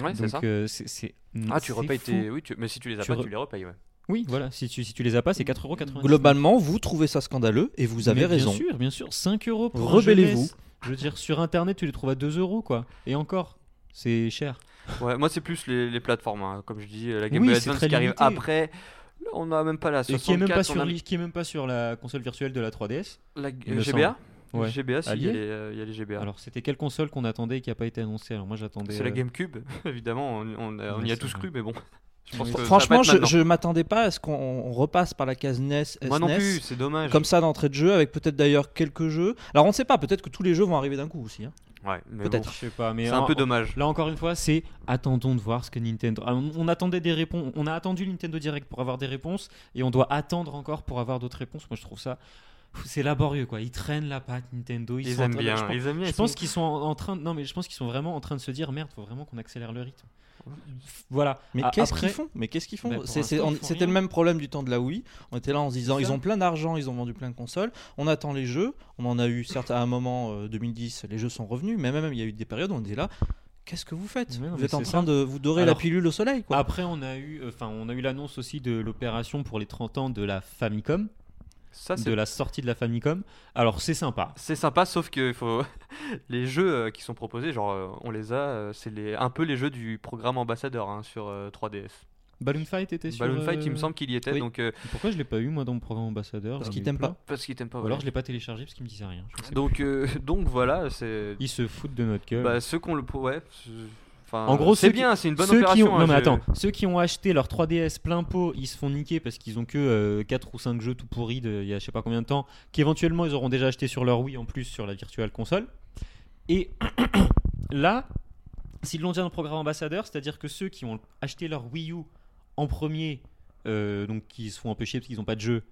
Speaker 2: Ouais, c'est
Speaker 1: Donc,
Speaker 2: ça.
Speaker 1: euh, c'est- c'est-
Speaker 2: Ah, tu
Speaker 1: c'est
Speaker 2: repayes
Speaker 1: fou.
Speaker 2: tes. Oui, tu- mais si tu les as
Speaker 1: Tu
Speaker 2: pas,
Speaker 1: re-
Speaker 2: tu les repayes. ouais.
Speaker 1: Oui, voilà. Si tu, si tu les as pas, c'est 4,99€.
Speaker 3: Globalement, vous trouvez ça scandaleux et vous avez
Speaker 1: Mais
Speaker 3: raison.
Speaker 1: Bien sûr, bien sûr. 5 euros pour un
Speaker 3: Rebellez-vous.
Speaker 1: jeunesse. Je veux dire, sur internet, tu les trouves à 2 euros, quoi. Et encore, c'est cher.
Speaker 2: Ouais, moi, c'est plus les, les plateformes. hein. Comme je dis, la Game
Speaker 1: Oui,
Speaker 2: Boy
Speaker 1: c'est
Speaker 2: Advance
Speaker 1: très
Speaker 2: qui arrive
Speaker 1: limité.
Speaker 2: après. On n'a même pas la
Speaker 1: Et
Speaker 2: 64.
Speaker 1: qui est, même pas
Speaker 2: on
Speaker 1: sur,
Speaker 2: a
Speaker 1: li- qui est même pas sur la console virtuelle de la 3DS.
Speaker 2: la euh,
Speaker 1: il me
Speaker 2: GBA.
Speaker 1: semble. Ouais.
Speaker 2: GBA, si, il y, a
Speaker 1: Allié
Speaker 2: les, euh, il y a les GBA.
Speaker 1: Alors, c'était quelle console qu'on attendait et qui a pas été annoncée Alors, moi, j'attendais.
Speaker 2: c'est la
Speaker 1: euh,
Speaker 2: GameCube, évidemment. On, on- euh, on
Speaker 1: Ouais,
Speaker 2: y a
Speaker 1: c'est
Speaker 2: tous
Speaker 1: vrai.
Speaker 2: cru, mais bon. Je pense
Speaker 1: Oui,
Speaker 2: que ça va
Speaker 3: Franchement,
Speaker 2: pas être
Speaker 3: je,
Speaker 2: maintenant.
Speaker 3: je m'attendais pas à ce qu'on on repasse par la case E NES,
Speaker 2: Moi non
Speaker 3: SNES,
Speaker 2: plus, c'est dommage.
Speaker 3: comme ça d'entrée de jeu, avec peut-être d'ailleurs quelques jeux. Alors on ne sait pas, peut-être que tous les jeux vont arriver d'un coup aussi. hein.
Speaker 2: Ouais, mais
Speaker 3: Peut-être.
Speaker 1: Je sais pas,
Speaker 2: bon,
Speaker 1: mais.
Speaker 2: C'est un
Speaker 1: en-
Speaker 2: peu dommage.
Speaker 1: Là encore une fois, c'est attendons de voir ce que Nintendo. Ah, On on attendait des réponses. On a attendu le Nintendo Direct pour avoir des réponses et on doit attendre encore pour avoir d'autres réponses. Moi, je trouve ça Pff, c'est laborieux quoi. Ils traînent la patte Nintendo. Ils,
Speaker 2: Ils
Speaker 1: sont en
Speaker 2: aiment
Speaker 1: train de- je
Speaker 2: bien.
Speaker 1: pense-
Speaker 2: ils aiment bien,
Speaker 1: Je
Speaker 2: ils sont-
Speaker 1: pense qu'ils sont en en train de... Non mais je pense qu'ils sont vraiment en train de se dire merde, faut vraiment qu'on accélère le rythme. Voilà.
Speaker 3: Mais
Speaker 1: A-
Speaker 3: qu'est-ce
Speaker 1: Ah, après-
Speaker 3: qu'ils font Mais qu'est-ce qu'ils font
Speaker 1: Bah, pour
Speaker 3: C'est- c'est-
Speaker 1: l'instant,
Speaker 3: on-
Speaker 1: ils font
Speaker 3: C'était
Speaker 1: rien.
Speaker 3: le même problème du temps de la Wii. On était là en se disant,
Speaker 1: C'est
Speaker 3: ils
Speaker 1: ça.
Speaker 3: ont plein d'argent, ils ont vendu plein de consoles. On attend les jeux. On en a eu certes à un moment euh, 2010, les jeux sont revenus, mais même il y a eu des périodes où on était là. Qu'est-ce que vous faites
Speaker 1: Mais non,
Speaker 3: Vous
Speaker 1: mais
Speaker 3: êtes en
Speaker 1: c'est
Speaker 3: train de vous dorer
Speaker 1: Alors- ah,
Speaker 3: la pilule au soleil, quoi.
Speaker 1: Après on a eu enfin on a eu l'annonce aussi de l'opération pour les 30 ans de la Famicom,
Speaker 2: Ça, c'est
Speaker 1: de la sortie de la Famicom. Alors c'est sympa.
Speaker 2: C'est sympa, sauf que faut... les jeux euh, qui sont proposés, genre euh, on les a, euh, c'est les... un peu les jeux du programme ambassadeur hein, sur euh, 3DS.
Speaker 1: Balloon Fight était sur
Speaker 2: Balloon Fight,
Speaker 1: euh,
Speaker 2: il me semble qu'il y était,
Speaker 1: oui.
Speaker 2: donc euh,
Speaker 1: Pourquoi je l'ai pas eu moi dans mon programme ambassadeur
Speaker 3: Parce
Speaker 1: j'en
Speaker 3: qu'ils
Speaker 1: ai eu
Speaker 3: t'aiment
Speaker 1: bah plein.
Speaker 3: pas.
Speaker 2: parce qu'il t'aime pas.
Speaker 1: Ou
Speaker 2: ouais.
Speaker 1: alors je l'ai pas téléchargé parce qu'il me disait rien. je sais
Speaker 2: donc, euh, donc voilà, c'est
Speaker 1: Ils se foutent de notre gueule.
Speaker 2: bah, ceux qu'on le pro- ouais. c'est- enfin,
Speaker 1: euh, En gros,
Speaker 2: c'est
Speaker 1: ceux qui-
Speaker 2: bien, c'est une bonne
Speaker 1: ceux
Speaker 2: opération.
Speaker 1: qui ont...
Speaker 2: hein,
Speaker 1: Non mais
Speaker 2: je-
Speaker 1: attends, ceux qui ont acheté leur 3DS plein pot, ils se font niquer parce qu'ils ont que 4 ou 5 jeux tout pourris de il y a je sais pas combien de temps, qu'éventuellement ils auront déjà acheté sur leur Wii en plus sur la Virtual Console. Et là, s'ils l'ont déjà dans le programme ambassadeur, c'est-à-dire que ceux qui ont acheté leur Wii U en premier, euh, donc qui se font empêcher parce qu'ils n'ont pas de jeu,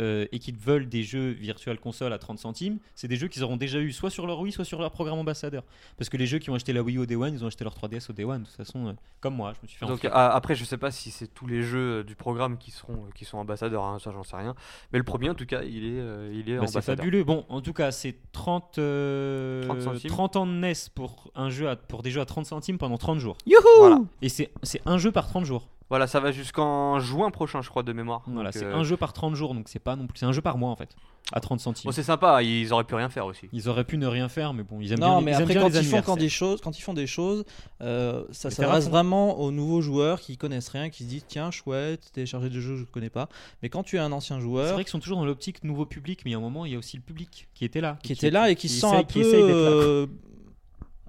Speaker 1: euh, et qui veulent des jeux Virtual Console à 30 centimes, c'est des jeux qu'ils auront déjà eu soit sur leur Wii, soit sur leur programme ambassadeur. Parce que les jeux qui ont acheté la Wii au Day One, ils ont acheté leur 3DS au Day One, de toute façon, euh, comme moi, je me suis fait
Speaker 2: Donc
Speaker 1: enfler.
Speaker 2: a- après, je sais pas si c'est tous les jeux euh, du programme qui seront qui sont ambassadeurs, hein, ça j'en sais rien. Mais le premier, en tout cas, il est euh, il est
Speaker 1: Bah, c'est
Speaker 2: ambassadeur.
Speaker 1: fabuleux. Bon, en tout cas, c'est 30, euh,
Speaker 2: 30 centimes.
Speaker 1: 30 ans de NES pour, un jeu à- pour des jeux à 30 centimes pendant 30 jours.
Speaker 3: Youhou
Speaker 2: Voilà.
Speaker 1: Et c'est c'est un jeu par 30 jours.
Speaker 2: Voilà, ça va jusqu'en juin prochain, je crois, de mémoire.
Speaker 1: Voilà,
Speaker 2: Donc,
Speaker 1: c'est
Speaker 2: euh,
Speaker 1: un jeu par 30 jours, donc c'est pas non plus. C'est un jeu par mois en fait, à 30 centimes.
Speaker 2: Bon, c'est sympa, ils auraient pu rien faire aussi.
Speaker 1: Ils auraient pu ne rien faire, mais bon, ils aiment
Speaker 3: Non,
Speaker 1: bien. les-
Speaker 3: mais
Speaker 1: ils aiment
Speaker 3: après,
Speaker 1: bien
Speaker 3: quand
Speaker 1: les
Speaker 3: ils, font, quand,
Speaker 1: anniversaires.
Speaker 3: des choses, quand ils font des choses, euh, ça
Speaker 1: Les
Speaker 3: s'adresse
Speaker 1: terraformes.
Speaker 3: vraiment aux nouveaux joueurs qui connaissent rien, qui se disent tiens, chouette, télécharger des jeux, je ne connais pas. Mais quand tu es un ancien
Speaker 1: C'est
Speaker 3: joueur
Speaker 1: vrai qu'ils sont toujours dans l'optique nouveau public, mais il y a un moment, il y a aussi le public qui était là.
Speaker 3: qui était là et qui se sent un
Speaker 1: essaye-
Speaker 3: peu.
Speaker 1: essaye d'être là.
Speaker 3: euh,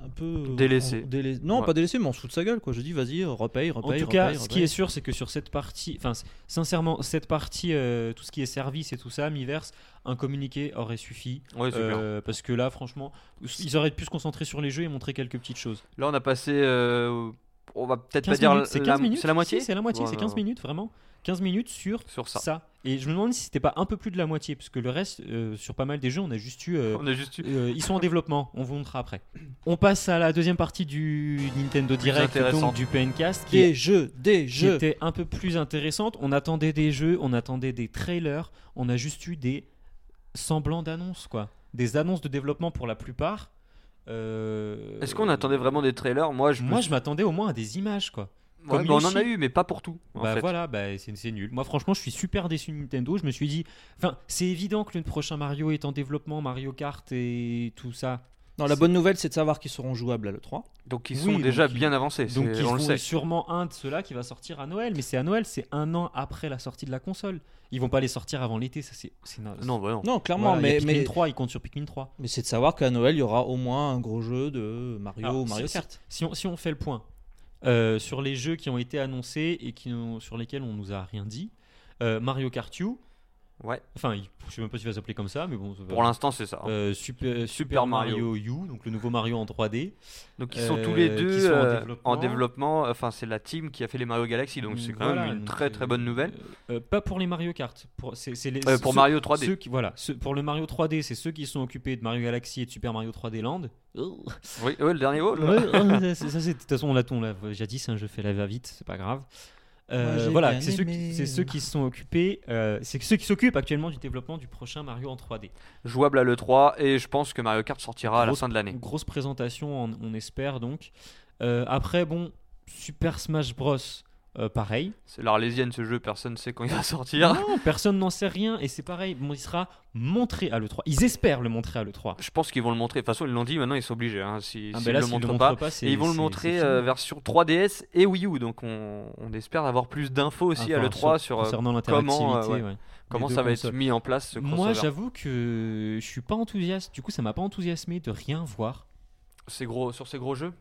Speaker 3: un peu euh,
Speaker 2: Délaissé.
Speaker 3: en- délai- Non,
Speaker 2: Ouais.
Speaker 3: pas délaissé, mais on se fout de sa gueule. Quoi. Je dis vas-y, repaye, repaye.
Speaker 1: En tout cas,
Speaker 3: repaye,
Speaker 1: ce qui
Speaker 3: repaye.
Speaker 1: est sûr, c'est que sur cette partie, enfin, s- sincèrement, cette partie, euh, tout ce qui est service et tout ça, Miiverse, un communiqué aurait suffi.
Speaker 2: Ouais, c'est clair.
Speaker 1: Euh, parce que là, franchement, ils auraient pu se concentrer sur les jeux et montrer quelques petites choses.
Speaker 2: Là, on a passé. euh, on va peut-être pas
Speaker 1: 15
Speaker 2: dire.
Speaker 1: minutes, c'est
Speaker 2: la-
Speaker 1: 15 minutes
Speaker 2: C'est la moitié
Speaker 1: Si, C'est la moitié,
Speaker 2: Ouais,
Speaker 1: c'est
Speaker 2: non,
Speaker 1: 15
Speaker 2: non.
Speaker 1: minutes, vraiment. 15 minutes sur
Speaker 2: Sur ça.
Speaker 1: ça. Et je me demande si c'était pas un peu plus de la moitié, parce que le reste, euh, sur pas mal des jeux, on a juste eu. euh,
Speaker 2: On a juste eu.
Speaker 1: euh, ils sont en développement, on vous montrera après. On passe à la deuxième partie du Nintendo Direct,
Speaker 2: intéressant.
Speaker 1: donc du PNCast, qui est
Speaker 3: Des jeux, des
Speaker 1: qui
Speaker 3: jeux.
Speaker 1: était un peu plus intéressante. On attendait des jeux, on attendait des trailers, on a juste eu des semblants d'annonces, quoi. des annonces de développement pour la plupart. Euh,
Speaker 2: Est-ce qu'on attendait vraiment des trailers Moi, je me
Speaker 1: Moi,
Speaker 2: suis-
Speaker 1: je m'attendais au moins à des images, quoi.
Speaker 2: Ouais,
Speaker 1: comme
Speaker 2: bah, on en
Speaker 1: Yoshi.
Speaker 2: a eu, mais pas pour tout. en
Speaker 1: bah
Speaker 2: fait.
Speaker 1: voilà, bah, c'est c'est nul. Moi, franchement, je suis super déçu de Nintendo. Je me suis dit, enfin, c'est évident que le prochain Mario est en développement, Mario Kart et tout ça.
Speaker 3: Non, la bonne nouvelle, c'est de savoir qu'ils seront jouables à l'E3.
Speaker 2: Donc ils
Speaker 1: Oui,
Speaker 2: sont
Speaker 1: donc
Speaker 2: déjà
Speaker 1: ils-
Speaker 2: bien avancés.
Speaker 1: Donc,
Speaker 2: c'est-
Speaker 1: ils
Speaker 2: on le
Speaker 1: font
Speaker 2: sait.
Speaker 1: sûrement un de ceux-là qui va sortir à Noël. Mais c'est à Noël, c'est un an après la sortie de la console. Ils vont pas les sortir avant l'été, ça c'est. c'est-
Speaker 2: Non, bah non.
Speaker 3: Non, clairement,
Speaker 1: Voilà, il y a
Speaker 3: mais,
Speaker 1: Pikmin
Speaker 3: mais,
Speaker 1: 3, ils comptent sur Pikmin 3.
Speaker 3: mais c'est de savoir qu'à Noël, il y aura au moins un gros jeu de Mario
Speaker 1: Alors,
Speaker 3: ou Mario
Speaker 1: si-
Speaker 3: Kart.
Speaker 1: Si on, si on fait le point euh, sur les jeux qui ont été annoncés et qui n'ont- sur lesquels on nous a rien dit, euh, Mario Kart U,
Speaker 2: Ouais.
Speaker 1: enfin, il- je sais même pas s'il va s'appeler comme ça, mais bon. ça va.
Speaker 2: Pour l'instant, c'est ça. hein.
Speaker 1: Euh, Super, Super
Speaker 2: Super Mario.
Speaker 1: Mario. U, donc le nouveau Mario en 3D.
Speaker 2: Donc ils sont
Speaker 1: euh,
Speaker 2: tous les
Speaker 1: qui
Speaker 2: deux
Speaker 1: sont en
Speaker 2: euh,
Speaker 1: développement.
Speaker 2: en développement. Enfin, c'est la team qui a fait les Mario Galaxy, donc c'est quand
Speaker 1: Voilà,
Speaker 2: même une
Speaker 1: donc,
Speaker 2: très
Speaker 1: euh,
Speaker 2: très bonne nouvelle.
Speaker 1: euh, pas pour les Mario Kart. Pour, c'est- c'est les-
Speaker 2: Euh, pour
Speaker 1: ceux-
Speaker 2: Mario 3D.
Speaker 1: ceux qui, voilà, ceux- pour le Mario 3D, c'est ceux qui sont occupés de Mario Galaxy et de Super Mario 3D Land.
Speaker 2: Oui, ouais, le dernier. oh là.
Speaker 1: Ouais, ouais, ça, ça, c'est- de toute façon, on l'a on l'a jadis, hein, je fais la va vite, c'est pas grave. Euh,
Speaker 3: Moi, j'ai
Speaker 1: voilà,
Speaker 3: bien
Speaker 1: c'est ceux,
Speaker 3: aimé.
Speaker 1: qui- c'est ceux qui se sont occupés, euh, c'est ceux qui s'occupent actuellement du développement du prochain Mario en 3D.
Speaker 2: Jouable à l'E3 et je pense que Mario Kart sortira à la
Speaker 1: Grosse-
Speaker 2: fin de l'année.
Speaker 1: Grosse présentation, on, on espère donc. Euh, après, bon, Super Smash Bros, euh, pareil.
Speaker 2: C'est l'Arlésienne ce jeu, personne sait quand il va sortir.
Speaker 1: Non, personne n'en sait rien et c'est pareil, bon, il sera montré à l'E3. Ils espèrent le montrer à l'E3.
Speaker 2: Je pense qu'ils vont le montrer. De toute façon, ils l'ont dit, maintenant ils sont obligés. hein, si
Speaker 1: Ah,
Speaker 2: s'ils
Speaker 1: ben là,
Speaker 2: le
Speaker 1: s'ils
Speaker 2: montrent
Speaker 1: montrent
Speaker 2: pas.
Speaker 1: c'est-
Speaker 2: Et ils vont le
Speaker 1: c'est- c'est
Speaker 2: montrer
Speaker 1: fini.
Speaker 2: euh, version 3DS et Wii U. Donc on, on espère avoir plus d'infos aussi à
Speaker 1: Enfin,
Speaker 2: l'E3 sur, euh,
Speaker 1: concernant
Speaker 2: comment, euh,
Speaker 1: l'interactivité,
Speaker 2: ouais.
Speaker 1: ouais.
Speaker 2: comment
Speaker 1: deux
Speaker 2: ça va
Speaker 1: consoles.
Speaker 2: être mis en place ce crossover.
Speaker 1: Moi, j'avoue que je suis pas enthousiaste. Du coup, ça m'a pas enthousiasmé de rien voir.
Speaker 2: Ces gros, sur ces gros jeux